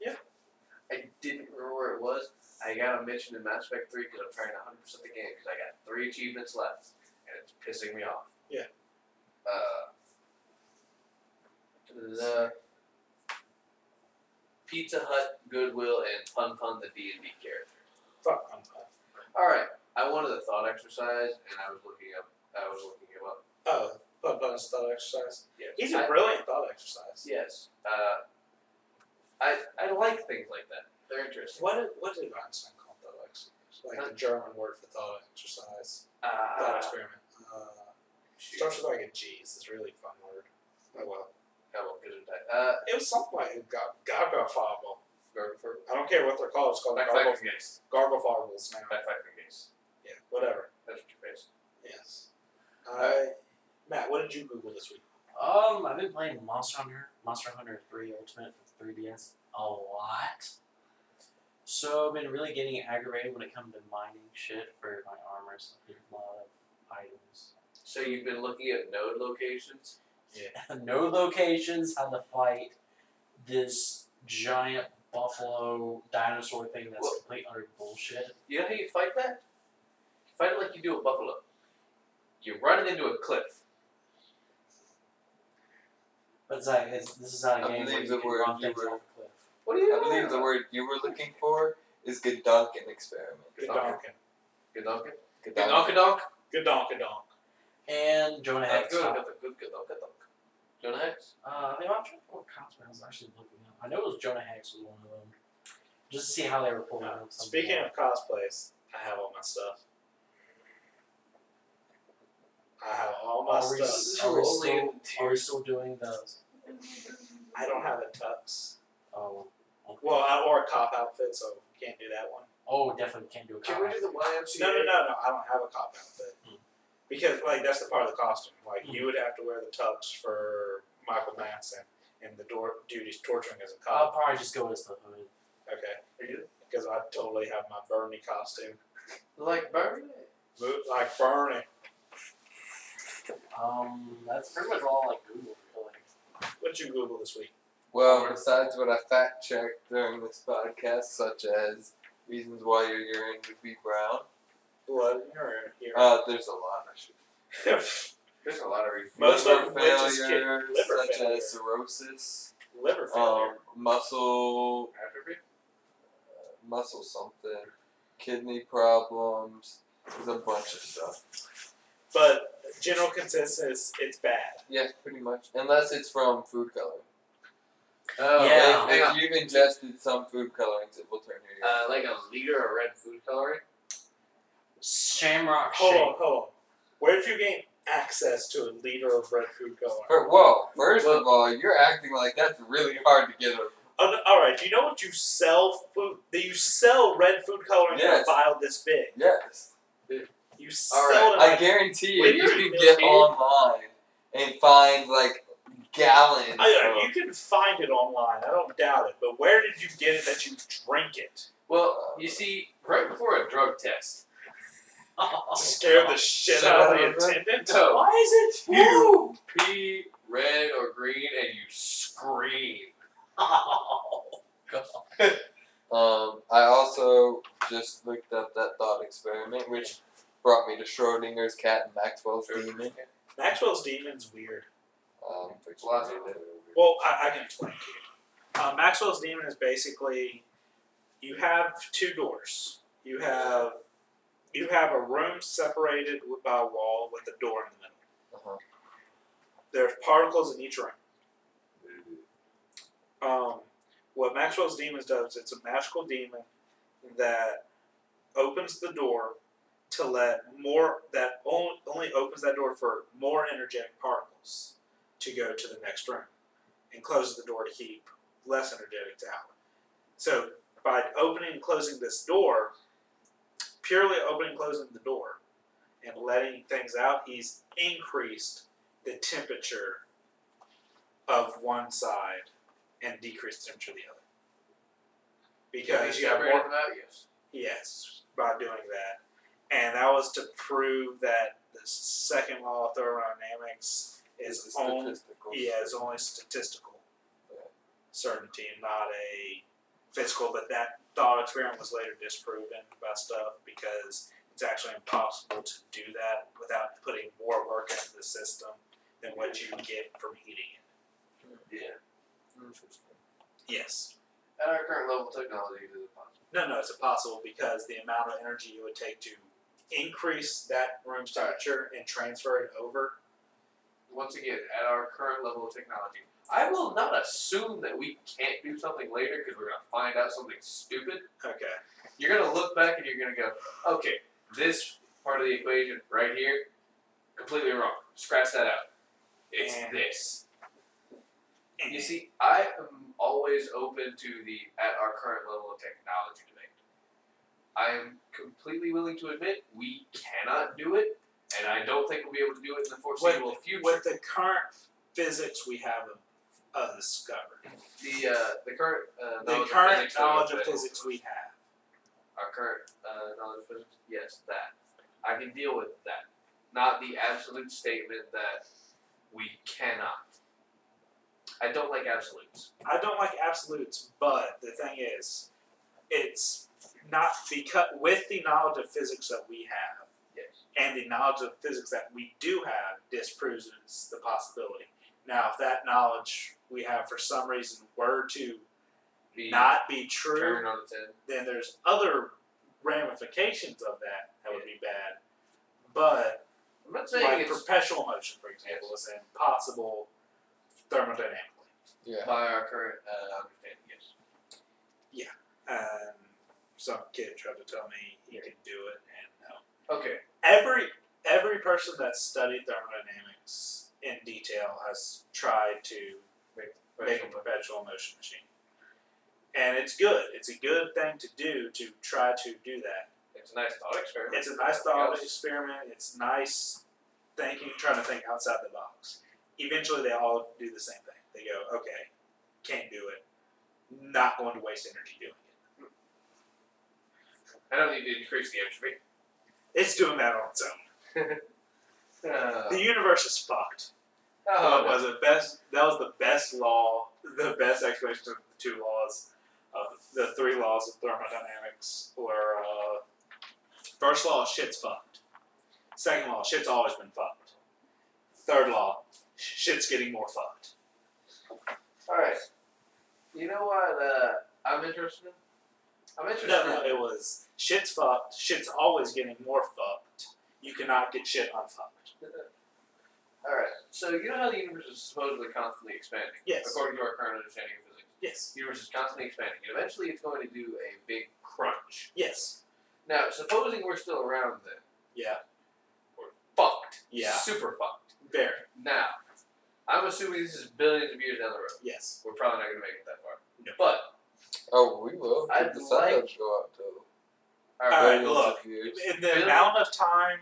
Speaker 1: Yeah.
Speaker 2: I didn't remember where it was. I got a mention in Mass Effect 3 because I'm trying to 100% the game because I got three achievements left and it's pissing me off.
Speaker 1: Yeah.
Speaker 2: Uh, the Pizza Hut, Goodwill, and Pun Pun the D&D character.
Speaker 1: Fuck, I'm fine.
Speaker 2: All right, I wanted a thought exercise, and I was looking up. I was looking him up.
Speaker 1: Oh, fun fun is thought exercise.
Speaker 2: Yeah,
Speaker 1: He's a
Speaker 2: I-
Speaker 1: brilliant thought exercise.
Speaker 2: Yes. Uh, I I like things like that. They're interesting.
Speaker 1: What did, what did Einstein call thought exercise? Like the German word for thought exercise, thought
Speaker 2: Uh,
Speaker 1: experiment. Uh,
Speaker 2: shoot.
Speaker 1: starts with like a G. It's this really fun word. Oh well,
Speaker 2: Come on, good and tight. Uh,
Speaker 1: it was something like gar- gargoyle fable.
Speaker 2: for for
Speaker 1: I don't care what they're called. It's called gargoyle,
Speaker 2: backfiring gaze.
Speaker 1: gargoyle fables now.
Speaker 2: Backfiring gaze.
Speaker 1: Yeah, whatever.
Speaker 2: That's what your face.
Speaker 1: Yes. Uh, Matt, what did you Google this week?
Speaker 3: Um, I've been playing Monster Hunter, Monster Hunter 3 Ultimate for 3DS a lot. So I've been really getting aggravated when it comes to mining shit for my armors. A lot of items.
Speaker 2: So you've been looking at node locations.
Speaker 3: no locations, how to fight this giant buffalo dinosaur thing that's
Speaker 2: Well-
Speaker 3: complete utter bullshit.
Speaker 2: You know how you fight that? You fight it like you do a buffalo. You run it into a cliff.
Speaker 3: But it's like it's, this is not a
Speaker 4: I
Speaker 3: game where
Speaker 4: believe
Speaker 3: you
Speaker 4: the
Speaker 3: can
Speaker 4: word
Speaker 3: run
Speaker 4: you
Speaker 3: things
Speaker 4: were-
Speaker 3: off a cliff.
Speaker 2: What do you?
Speaker 4: I believe the word you were looking for is Goduncan experiment.
Speaker 1: Good
Speaker 2: Okay.
Speaker 1: donk.
Speaker 2: Gadonka.
Speaker 4: Goduncan.
Speaker 2: Gadonka donk.
Speaker 1: Good donk. Good donk.
Speaker 3: And Jonah
Speaker 2: Uh,
Speaker 3: Hex.
Speaker 2: Good.
Speaker 3: Uh,
Speaker 2: Got the good Gadonka donk. Jonah Hex.
Speaker 3: they were trying to what cosplay I was actually looking up. I know it was Jonah Hex was one of them. Just to see how they were pulling
Speaker 1: Uh,
Speaker 3: up something.
Speaker 1: speaking of cosplays, I have all my stuff. I have all my
Speaker 3: Are we
Speaker 1: stuff.
Speaker 3: s- Are we
Speaker 2: Only
Speaker 3: still-
Speaker 2: in
Speaker 3: are we
Speaker 2: tears.
Speaker 3: still doing those?
Speaker 1: I don't have a tux.
Speaker 3: Oh, okay.
Speaker 1: Well, I wore a cop outfit, so can't do that one.
Speaker 3: oh, definitely can't do a
Speaker 2: Can we
Speaker 3: cosplay.
Speaker 2: do the YMCA?
Speaker 1: No, no, no, no. I don't have a cop outfit
Speaker 3: Hmm.
Speaker 1: because like that's the part of the costume. Like you would have to wear the tux for Michael Madsen and the door duties torturing as a
Speaker 3: I'll
Speaker 1: cop.
Speaker 3: probably just go as the hood.
Speaker 1: Oh. Okay, because I totally have my Bernie costume.
Speaker 2: Like burn it.
Speaker 1: Mo- Like Bernie.
Speaker 3: Um, that's pretty much all I Google really.
Speaker 1: What you Google this week?
Speaker 4: Well, besides what I fact checked during this podcast, such as reasons why your urine would be brown,
Speaker 1: Blood in your ear. here.
Speaker 4: uh, there's a lot of shit.
Speaker 2: There's a lot of reasons.
Speaker 1: Most
Speaker 4: liver
Speaker 1: of which is kid-
Speaker 4: failure,
Speaker 1: liver
Speaker 4: such
Speaker 1: failure.
Speaker 4: as cirrhosis,
Speaker 1: Liver failure.
Speaker 4: um, muscle,
Speaker 2: Atrophy.
Speaker 4: uh, muscle something, kidney problems. There's a bunch of stuff.
Speaker 1: but general consensus, it's bad.
Speaker 4: Yeah, pretty much. Unless it's from food coloring.
Speaker 2: Oh,
Speaker 3: Yeah.
Speaker 2: Like,
Speaker 4: If,
Speaker 2: hang on.
Speaker 4: if you've ingested some food colorings, it will turn your urine.
Speaker 2: Uh, like a liter of red food coloring.
Speaker 3: Shamrock
Speaker 1: Hold on,
Speaker 3: Shake.
Speaker 1: hold on. Where did you gain access to a liter of red food coloring?
Speaker 4: Fir- whoa, first
Speaker 2: Well-
Speaker 4: of all, you're acting like that's really hard to get a
Speaker 1: Oh, no, all right. Do you know what you sell food? That you sell red food coloring in a
Speaker 4: Yes.
Speaker 1: vial this big.
Speaker 4: yes.
Speaker 1: You
Speaker 2: All
Speaker 1: sell
Speaker 2: right,
Speaker 1: it.
Speaker 4: I
Speaker 1: like-
Speaker 4: guarantee you,
Speaker 1: When
Speaker 4: you
Speaker 1: you're
Speaker 4: can
Speaker 1: in
Speaker 4: get
Speaker 1: Philly-
Speaker 4: online and find like gallons.
Speaker 1: I- I-
Speaker 4: of-
Speaker 1: you can find it online. I don't doubt it. But where did you get it that you drink it?
Speaker 2: Well, you see, right before a drug test.
Speaker 4: Oh,
Speaker 1: Scare the shit
Speaker 4: So
Speaker 1: out of the
Speaker 4: that was it?
Speaker 1: attendant.
Speaker 2: No.
Speaker 3: Why is it blue?
Speaker 2: pee red or green and you scream.
Speaker 3: Oh, God.
Speaker 4: Um, I also just looked up that thought experiment, which brought me to Schrodinger's cat and Maxwell's demon.
Speaker 1: Maxwell's demon's weird.
Speaker 4: Um, which
Speaker 2: Lots of it.
Speaker 1: Well, I, I can explain to you. Uh, Maxwell's demon is basically you have two doors. You have you have a room separated by a wall with a door in the middle.
Speaker 4: Uh-huh.
Speaker 1: There's particles in each room. um, what Maxwell's Demons does, it's a magical demon that opens the door to let more, that only, only opens that door for more energetic particles to go to the next room and closes the door to keep less energetic out. So by opening and closing this door, purely opening and closing the door and letting things out, he's increased the temperature of one side and decrease the temperature of the other. Because you have
Speaker 2: separated
Speaker 1: more
Speaker 2: them out, yes.
Speaker 1: Yes, by doing that. And that was to prove that the second law of thermodynamics
Speaker 4: It's
Speaker 1: is
Speaker 4: a
Speaker 1: only
Speaker 4: statistical.
Speaker 1: yeah, is only statistical
Speaker 4: Yeah.
Speaker 1: certainty and not a physical, but that thought experiment was later disproven by stuff because it's actually impossible to do that without putting more work into the system than what you get from heating it.
Speaker 2: Yeah.
Speaker 4: Interesting.
Speaker 1: Yes.
Speaker 2: At our current level of technology, it is possible.
Speaker 1: No, no, it's impossible because the amount of energy it would take to increase that room's temperature and transfer it over.
Speaker 2: Once again, at our current level of technology, I will not assume that we can't do something later because we're going to find out something stupid.
Speaker 1: Okay.
Speaker 2: You're going to look back and you're going to go, okay, this part of the equation right here, completely wrong. Scratch that out. It's
Speaker 1: And-
Speaker 2: this.
Speaker 1: And
Speaker 2: You see, I am always open to the at our current level of technology debate. I am completely willing to admit we cannot do it, and I don't think we'll be able to do it in the foreseeable future.
Speaker 1: with the current physics we have of, of discovered,
Speaker 2: the uh, the current uh,
Speaker 1: the
Speaker 2: knowledge of
Speaker 1: current
Speaker 2: physics that
Speaker 1: knowledge
Speaker 2: we're
Speaker 1: of
Speaker 2: available
Speaker 1: physics
Speaker 2: to us.
Speaker 1: we have,
Speaker 2: our current uh, knowledge of physics? Yes, that. I can deal with that. Not the absolute statement that we cannot. I don't like absolutes.
Speaker 1: I don't like absolutes, but the thing is, it's not because with the knowledge of physics that we have
Speaker 2: Yes.
Speaker 1: and the knowledge of physics that we do have disproves the possibility. Now, if that knowledge we have for some reason were to
Speaker 2: Be
Speaker 1: not be true,
Speaker 2: turned on its head.
Speaker 1: then there's other ramifications of that that would be bad. But
Speaker 2: I'm not saying
Speaker 1: like
Speaker 2: it's
Speaker 1: perpetual motion, for example, is impossible thermodynamically.
Speaker 4: Yeah.
Speaker 2: by our current uh, understanding. Yes.
Speaker 1: And some kid tried to tell me he could do it, and uh, no.
Speaker 2: Okay.
Speaker 1: Every every person that studied thermodynamics in detail has tried to make a perpetual motion machine. And it's good. It's a good thing to do to try to do that.
Speaker 2: It's a nice thought experiment.
Speaker 1: It's a nice thought experiment. It's nice thinking, trying to think outside the box. Eventually, they all do the same thing. They go, okay, can't do it. Not going to waste energy doing it.
Speaker 2: I don't need to increase the entropy.
Speaker 1: It's doing that on its own.
Speaker 2: Uh,
Speaker 1: The universe is fucked.
Speaker 2: oh,
Speaker 1: that was the best. That was the best law. The best explanation of the two laws, of the three laws of thermodynamics. Were uh, first law, shit's fucked. Second law, shit's always been fucked. Third law, shit's getting more fucked.
Speaker 2: All right. You know what? Uh, I'm interested. in? I'm interested.
Speaker 1: No, no,
Speaker 2: in-
Speaker 1: it was shit's fucked. Shit's always getting more fucked. You cannot get shit unfucked.
Speaker 2: All right. So you know how the universe is supposedly constantly expanding,
Speaker 1: Yes.
Speaker 2: according to our current understanding of physics.
Speaker 1: Yes.
Speaker 2: The universe is constantly expanding, and eventually it's going to do a big crunch.
Speaker 1: Yes.
Speaker 2: Now, supposing we're still around then,
Speaker 1: Yeah.
Speaker 2: fucked.
Speaker 1: Yeah.
Speaker 2: Super fucked.
Speaker 1: Very.
Speaker 2: Now, I'm assuming this is billions of years down the road.
Speaker 1: Yes.
Speaker 2: We're probably not going to make it that far.
Speaker 1: No.
Speaker 2: But
Speaker 4: Oh, we will.
Speaker 2: I'd
Speaker 4: the
Speaker 2: like-
Speaker 4: go up to
Speaker 2: all
Speaker 1: All
Speaker 2: right.
Speaker 1: right,
Speaker 4: billions
Speaker 1: look.
Speaker 4: of years.
Speaker 1: In the
Speaker 2: Really?
Speaker 1: amount of time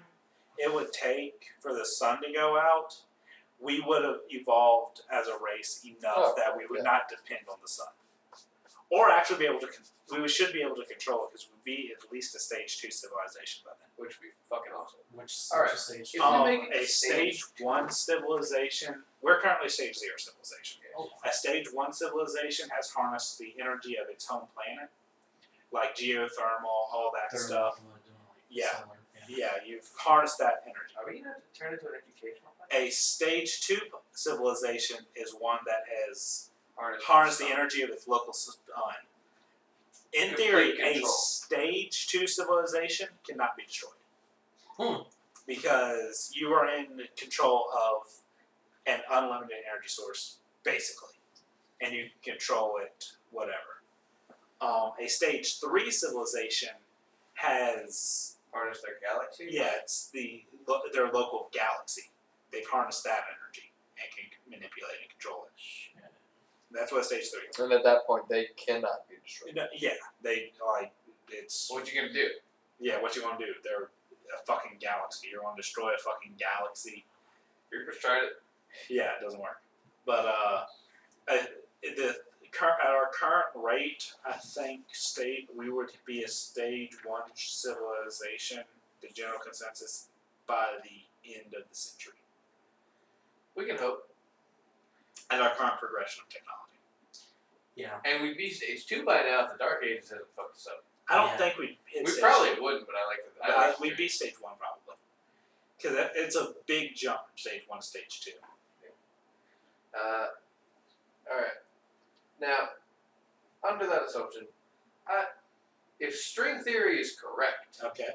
Speaker 1: it would take for the sun to go out, we would have evolved as a race enough
Speaker 4: Oh,
Speaker 1: that we would
Speaker 4: yeah.
Speaker 1: not depend on the sun, or actually be able to. Con- we should be able to control it because we'd be at least a stage two civilization by then.
Speaker 2: Which would be fucking awesome.
Speaker 3: Which
Speaker 2: All right.
Speaker 3: is right.
Speaker 2: If we
Speaker 1: um,
Speaker 2: make it
Speaker 1: a
Speaker 2: to stage-
Speaker 1: stage one civilization. We're currently stage zero civilization.
Speaker 3: Oh.
Speaker 1: A stage one civilization has harnessed the energy of its home planet, like geothermal, all that stuff. Yeah. Yeah, you've harnessed that energy.
Speaker 2: Are we going to have to turn into an educational thing?
Speaker 1: A stage two civilization is one that has
Speaker 2: Harness,
Speaker 1: harnessed the energy of its local sun. In
Speaker 2: Complete
Speaker 1: theory, a
Speaker 2: control.
Speaker 1: stage two civilization cannot be destroyed.
Speaker 3: Hmm.
Speaker 1: Because you are in control of an unlimited energy source, basically. And you control it, whatever. Um, a stage three civilization has,
Speaker 2: Harness their galaxy?
Speaker 1: yeah, it's the lo- their local galaxy. They've harnessed that energy and can manipulate and control it. That's what stage three is.
Speaker 4: And at that point, they cannot be destroyed.
Speaker 1: No, yeah, they like it's
Speaker 2: What you gonna do?
Speaker 1: yeah. What you want to do? They're a fucking galaxy. You're going to destroy a fucking galaxy.
Speaker 2: You're just trying to.
Speaker 1: Yeah, it doesn't work. But uh, I, the current at our current rate, I think state we would be a stage one civilization. The general consensus by the end of the century.
Speaker 2: We can hope,
Speaker 1: At our current progression of technology,
Speaker 3: Yeah.
Speaker 2: and we'd be stage two by now if the Dark Ages hadn't fucked us up.
Speaker 1: I don't
Speaker 3: Yeah.
Speaker 1: think we'd hit
Speaker 2: we
Speaker 1: stage
Speaker 2: probably
Speaker 1: two,
Speaker 2: wouldn't, but I like the.
Speaker 1: but
Speaker 2: I
Speaker 1: I-
Speaker 2: like the
Speaker 1: we'd be
Speaker 2: theory.
Speaker 1: stage one probably because it's a big jump. Stage one, stage two.
Speaker 2: Uh, all right. Uh, Now, under that assumption, I, if string theory is correct,
Speaker 1: Okay.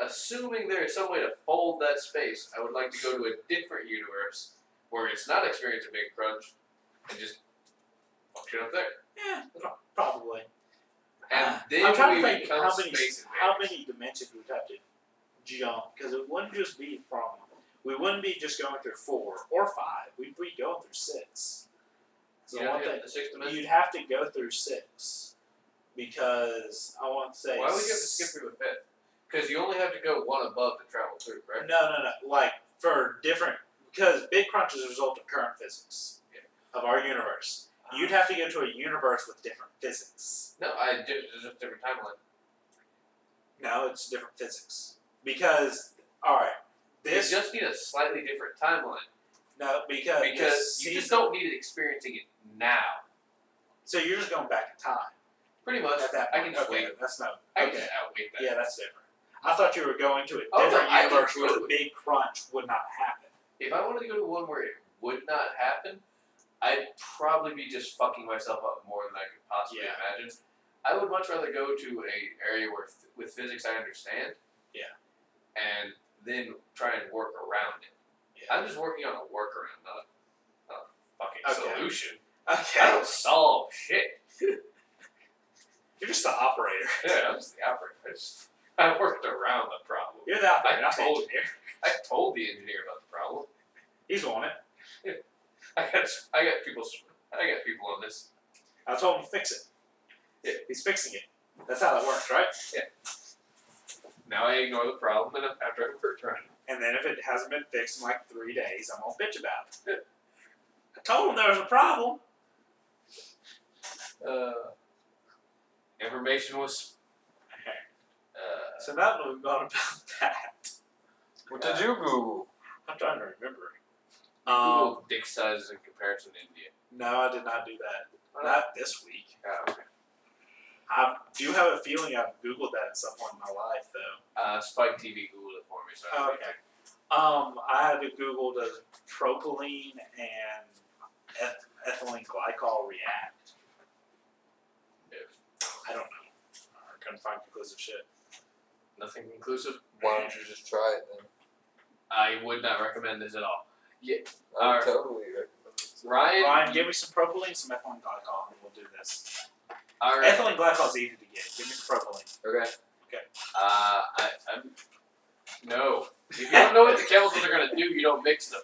Speaker 2: assuming there is some way to fold that space, I would like to go to a different universe where it's not experiencing a big crunch and just fuck shit up there.
Speaker 1: Yeah, pro- probably.
Speaker 2: And then
Speaker 1: Ah, I'm trying
Speaker 2: we
Speaker 1: to think
Speaker 2: become
Speaker 1: how many
Speaker 2: space
Speaker 1: how
Speaker 2: invaders.
Speaker 1: many dimensions we'd have to jump because it wouldn't just be from we wouldn't be just going through four or five. We'd be going through six. So
Speaker 2: You know,
Speaker 1: one
Speaker 2: you have
Speaker 1: thing
Speaker 2: the sixth dimension.
Speaker 1: you'd have to go through six because I want to say
Speaker 2: Why would you have to
Speaker 1: s-
Speaker 2: skip through the fifth? Because you only have to go one above to travel through, right?
Speaker 1: No, no, no. Like for different because big crunch is a result of current physics of our universe. You'd have to go to a universe with different physics.
Speaker 2: No, I just, just a different timeline.
Speaker 1: No, it's different physics. Because, alright, this.
Speaker 2: you just need a slightly different timeline
Speaker 1: no, because.
Speaker 2: because
Speaker 1: this
Speaker 2: you just
Speaker 1: season-
Speaker 2: don't need it experiencing it now.
Speaker 1: So you're just going back in time.
Speaker 2: Pretty much,
Speaker 1: at that
Speaker 2: I
Speaker 1: point.
Speaker 2: can just
Speaker 1: okay,
Speaker 2: wait.
Speaker 1: That's not.
Speaker 2: I can
Speaker 1: okay.
Speaker 2: just outwait that.
Speaker 1: Yeah, that's different. I thought you were going to a
Speaker 2: Oh, no,
Speaker 1: different
Speaker 2: I can
Speaker 1: universe
Speaker 2: do
Speaker 1: where
Speaker 2: it.
Speaker 1: the big crunch would not happen.
Speaker 2: If I wanted to go to one where it would not happen, I'd probably be just fucking myself up more than I could possibly
Speaker 1: Yeah.
Speaker 2: imagine. I would much rather go to a area where f- with physics I understand.
Speaker 1: Yeah.
Speaker 2: And then try and work around it.
Speaker 1: Yeah.
Speaker 2: I'm just working on a workaround, not a, not a fucking
Speaker 1: Okay.
Speaker 2: solution. I
Speaker 1: Okay.
Speaker 2: don't solve shit.
Speaker 1: You're just the operator.
Speaker 2: Yeah, I'm just the operator. I, just, I worked around the problem.
Speaker 1: You're the operator. not the
Speaker 2: told
Speaker 1: engineer.
Speaker 2: I told the engineer about the problem.
Speaker 1: He's on it.
Speaker 2: I got I got people s- I got people on this.
Speaker 1: I told him to fix it.
Speaker 2: Yeah.
Speaker 1: He's fixing it. That's how that works, right?
Speaker 2: Now I ignore the problem and after I worked around it.
Speaker 1: And then if it hasn't been fixed in like three days, I'm gonna bitch about it. I told him there was a problem.
Speaker 2: Uh, information was. Uh,
Speaker 1: So now that we've gone about that,
Speaker 4: What did you Google?
Speaker 1: I'm trying to remember. Um,
Speaker 2: Google Uh, dick sizes in comparison to India.
Speaker 1: no, I did not do that. Not this week.
Speaker 2: Uh, okay.
Speaker 1: I do have a feeling I've googled that at some point in my life, though.
Speaker 2: Uh, Spike TV Googled it for me, so
Speaker 1: Oh.
Speaker 2: I think-
Speaker 1: Um, I had to Google does propylene and eth- ethylene glycol react.
Speaker 2: if
Speaker 1: I don't know. I couldn't find conclusive shit.
Speaker 2: nothing conclusive.
Speaker 4: Why don't you just try it then?
Speaker 2: I would not recommend this at all.
Speaker 4: I would
Speaker 2: Alright.
Speaker 4: totally recommend it.
Speaker 2: Ryan,
Speaker 1: Ryan, give me some propylene, some ethylene glycol, and we'll do this.
Speaker 2: all right.
Speaker 1: Ethylene glycol is easy to get. Give me the propylene.
Speaker 4: Okay.
Speaker 2: Uh, I, I'm no. If you don't know what the chemicals are gonna do, you don't mix them.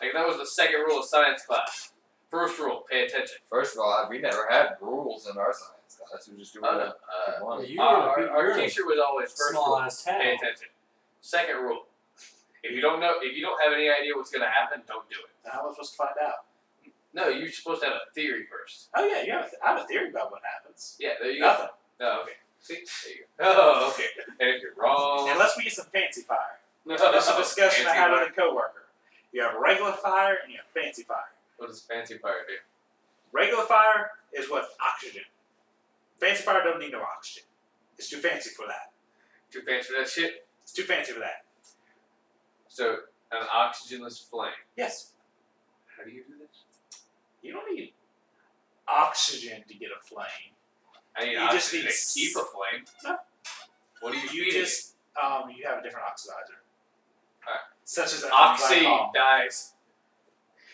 Speaker 2: Like that was the second rule of science class. First rule: pay attention.
Speaker 4: First of all, we never had rules in our science class. We just do
Speaker 2: Oh, no.
Speaker 4: what
Speaker 2: Uh,
Speaker 4: we want.
Speaker 3: You
Speaker 2: Uh,
Speaker 3: were
Speaker 2: our,
Speaker 3: a-
Speaker 2: our
Speaker 3: you're a
Speaker 2: teacher was always first
Speaker 3: small
Speaker 2: rule,
Speaker 3: ass town.
Speaker 2: pay attention. Second rule, if you don't know, if you don't have any idea what's going to happen, don't do it.
Speaker 1: How am I supposed to find out?
Speaker 2: No, you're supposed to have a theory first.
Speaker 1: Oh yeah, you have a th- I have a theory about what happens.
Speaker 2: Yeah, there you go.
Speaker 1: Nothing.
Speaker 2: Oh, okay. See, there you go. Oh, okay. And if you're wrong,
Speaker 1: Unless we get some fancy fire.
Speaker 2: no,
Speaker 1: This is a discussion I
Speaker 2: fancy
Speaker 1: had
Speaker 2: fire.
Speaker 1: with a coworker. You have regular fire and you have fancy fire.
Speaker 2: What does fancy fire do?
Speaker 1: Regular fire is what oxygen. Fancy fire don't need no oxygen. It's too fancy for that.
Speaker 2: Too fancy for that shit.
Speaker 1: It's too fancy for that.
Speaker 2: So an oxygenless flame.
Speaker 1: Yes,
Speaker 2: How do you do this?
Speaker 1: you don't need oxygen to get a flame.
Speaker 2: I need
Speaker 1: You
Speaker 2: oxygen
Speaker 1: just need
Speaker 2: to
Speaker 1: s-
Speaker 2: keep a flame.
Speaker 1: No.
Speaker 2: What do you
Speaker 1: You
Speaker 2: feeding
Speaker 1: just um, you have a different oxidizer,
Speaker 2: Alright.
Speaker 1: such as
Speaker 2: it?
Speaker 1: ethylene
Speaker 2: oxy
Speaker 1: glycol,
Speaker 2: dies.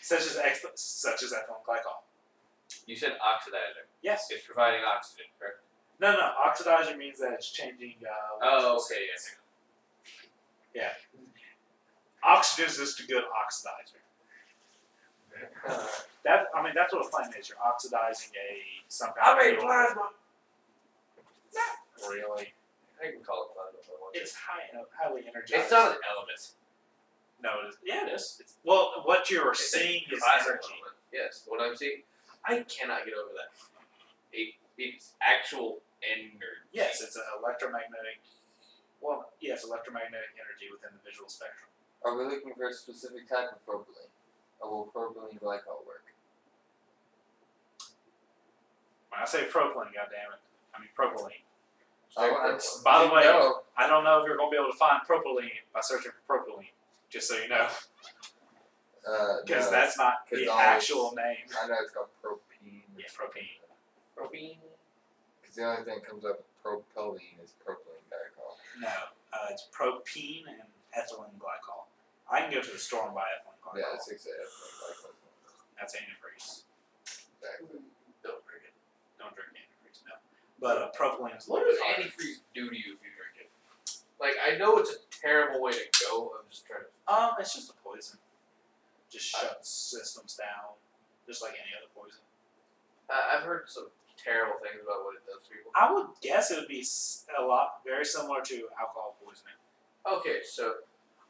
Speaker 1: such as ex- such as ethylene glycol.
Speaker 2: You said oxidizer.
Speaker 1: Yes.
Speaker 2: It's providing oxygen, correct?
Speaker 1: No, no. Oxidizer means that it's changing. Uh,
Speaker 2: Oh, okay, yes.
Speaker 1: Oxygen is just a good oxidizer. That I mean, that's what a flame is. You're oxidizing a some kind of fuel. Really,
Speaker 2: I can call it plasma if I want
Speaker 1: it's high, highly energized.
Speaker 2: It's not an element.
Speaker 1: No, it is. Yeah, it is. It's, well, what you are
Speaker 2: It's
Speaker 1: seeing
Speaker 2: a
Speaker 1: is
Speaker 2: plasma
Speaker 1: energy.
Speaker 2: element. Yes, what I'm seeing, I cannot get over that. It, it's actual energy.
Speaker 1: Yes, it's an electromagnetic. Well, yes, electromagnetic energy within the visual spectrum.
Speaker 4: Are we looking for a specific type of propylene? Or will propylene glycol work?
Speaker 1: When I say propylene, goddammit, I mean propylene.
Speaker 4: Oh,
Speaker 2: Like,
Speaker 4: that's-
Speaker 1: By the
Speaker 4: you
Speaker 1: way-
Speaker 4: know,
Speaker 1: I don't know if you're going to be able to find propylene by searching for propylene. Just so you know,
Speaker 4: uh,
Speaker 1: because
Speaker 4: no,
Speaker 1: that's not
Speaker 4: 'cause
Speaker 1: the
Speaker 4: all it's-
Speaker 1: actual name.
Speaker 4: I know it's called propene.
Speaker 1: Yeah, propene.
Speaker 2: propene.
Speaker 4: Because the only thing that comes up with propylene is propylene glycol.
Speaker 1: No, uh, it's propene and ethylene glycol. I can go to the store and buy ethylene glycol.
Speaker 4: Yeah, it's exactly ethylene
Speaker 1: That's antifreeze.
Speaker 4: glycol.
Speaker 2: Don't drink it.
Speaker 1: Don't drink antifreeze, no. But uh, propylene is a
Speaker 2: What
Speaker 1: little
Speaker 2: does
Speaker 1: bit harder.
Speaker 2: antifreeze do to you if you drink it? Like, I know it's a terrible way to go. I'm just trying to.
Speaker 1: Um, it's just a poison. Just shuts systems down, just like any other poison.
Speaker 2: I I've heard some terrible things about what it does to people.
Speaker 1: I would guess it would be s- a lot very similar to alcohol poisoning.
Speaker 2: Okay, so.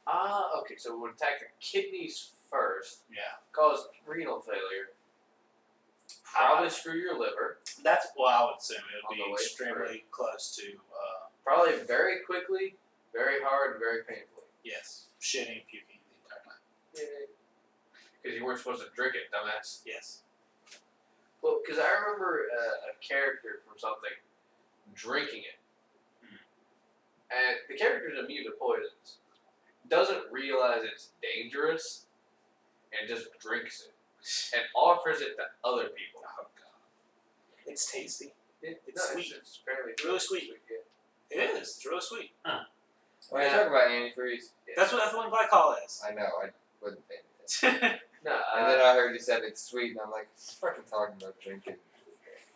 Speaker 2: Ah, okay, so it would attack your kidneys first,
Speaker 1: Yeah.
Speaker 2: cause renal failure, Probably screw your liver.
Speaker 1: That's what I would assume. It
Speaker 2: Uh, On
Speaker 1: would
Speaker 2: the
Speaker 1: be
Speaker 2: way
Speaker 1: extremely close to, uh,
Speaker 2: Probably very quickly, very hard, and very painfully.
Speaker 1: yes, shitting and puking the entire time.
Speaker 2: Because you weren't supposed to drink it, dumbass.
Speaker 1: Yes.
Speaker 2: Well, because I remember uh, a character from something drinking it, and the character's immune to poisons, doesn't realize it's dangerous, and just drinks it, and offers it to other people.
Speaker 1: Oh, God. It's tasty.
Speaker 2: It-
Speaker 1: It's
Speaker 2: no,
Speaker 1: sweet.
Speaker 2: It's, it's fairly
Speaker 1: Really sweet.
Speaker 2: yeah.
Speaker 1: It is. It's really sweet.
Speaker 4: When I talk about antifreeze,
Speaker 2: Yeah.
Speaker 1: That's what ethylene glycol is.
Speaker 4: I know I wasn't paying attention.
Speaker 2: no,
Speaker 4: And
Speaker 2: uh,
Speaker 4: then I heard you said it's sweet, and I'm like, fucking talking about drinking.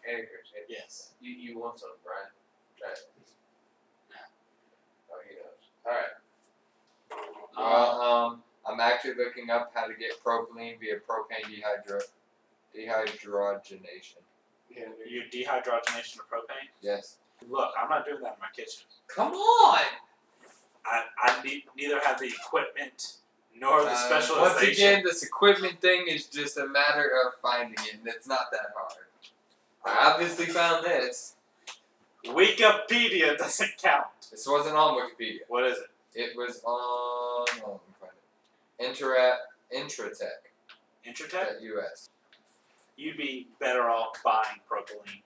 Speaker 2: anchors. yeah.
Speaker 1: yes.
Speaker 2: You, you want some, Brian? Try it. Oh, he knows. All right.
Speaker 4: Well, um, I'm actually looking up how to get propylene via propane dehydro dehydrogenation.
Speaker 2: Yeah.
Speaker 1: Your dehydrogenation of propane.
Speaker 4: Yes.
Speaker 1: Look, I'm not doing that in my kitchen.
Speaker 4: Come on.
Speaker 1: I, I need, neither have the equipment nor the specialization.
Speaker 4: Uh, Once again, this equipment thing is just a matter of finding it, and it's not that hard. I obviously found this.
Speaker 1: Wikipedia doesn't count.
Speaker 4: This wasn't on Wikipedia.
Speaker 1: What is it?
Speaker 4: It was on. Oh, let me find it. Intera- Intratech.
Speaker 1: Intertech?
Speaker 4: US.
Speaker 1: You'd be better off buying propylene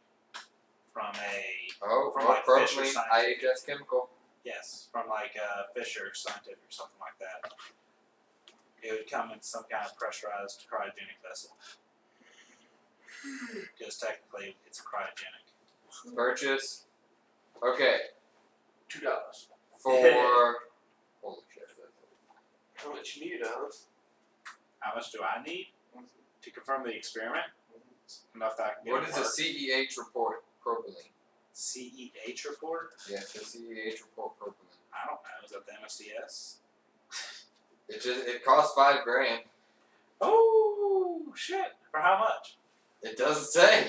Speaker 1: from a
Speaker 4: Oh,
Speaker 1: From,
Speaker 4: oh,
Speaker 1: like, Fisher
Speaker 4: propylene,
Speaker 1: Scientific.
Speaker 4: IHS chemical.
Speaker 1: yes, from like uh, Fisher Scientific or something like that. It would come in some kind of pressurized cryogenic vessel. Because technically, it's cryogenic.
Speaker 4: Purchase. Okay.
Speaker 2: Two dollars.
Speaker 4: For. holy shit.
Speaker 2: How much you need, Alice?
Speaker 1: How much do I need to confirm the experiment? Enough that I can get
Speaker 4: What
Speaker 1: it
Speaker 4: is a
Speaker 1: work.
Speaker 4: CEH report? Propylene.
Speaker 1: CEH report?
Speaker 4: Yes, a CEH E report propylene.
Speaker 1: I don't know. Is that the MSDS?
Speaker 4: It just it costs five grand.
Speaker 1: Oh shit! For how much?
Speaker 4: It doesn't say.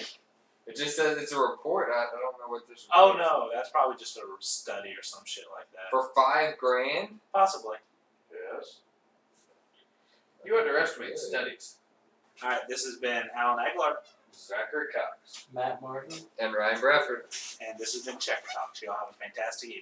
Speaker 4: It just says it's a report. I, I don't know what this.
Speaker 1: Oh
Speaker 4: report is.
Speaker 1: no, that's probably just a study or some shit like that.
Speaker 4: For five grand.
Speaker 1: Possibly.
Speaker 2: Yes. You underestimate studies.
Speaker 1: All right, this has been Alan Aguilar,
Speaker 2: Zachary Cox.
Speaker 6: Matt Martin.
Speaker 4: And Ryan Bradford.
Speaker 1: and this has been Check Talks. Y'all have a fantastic evening.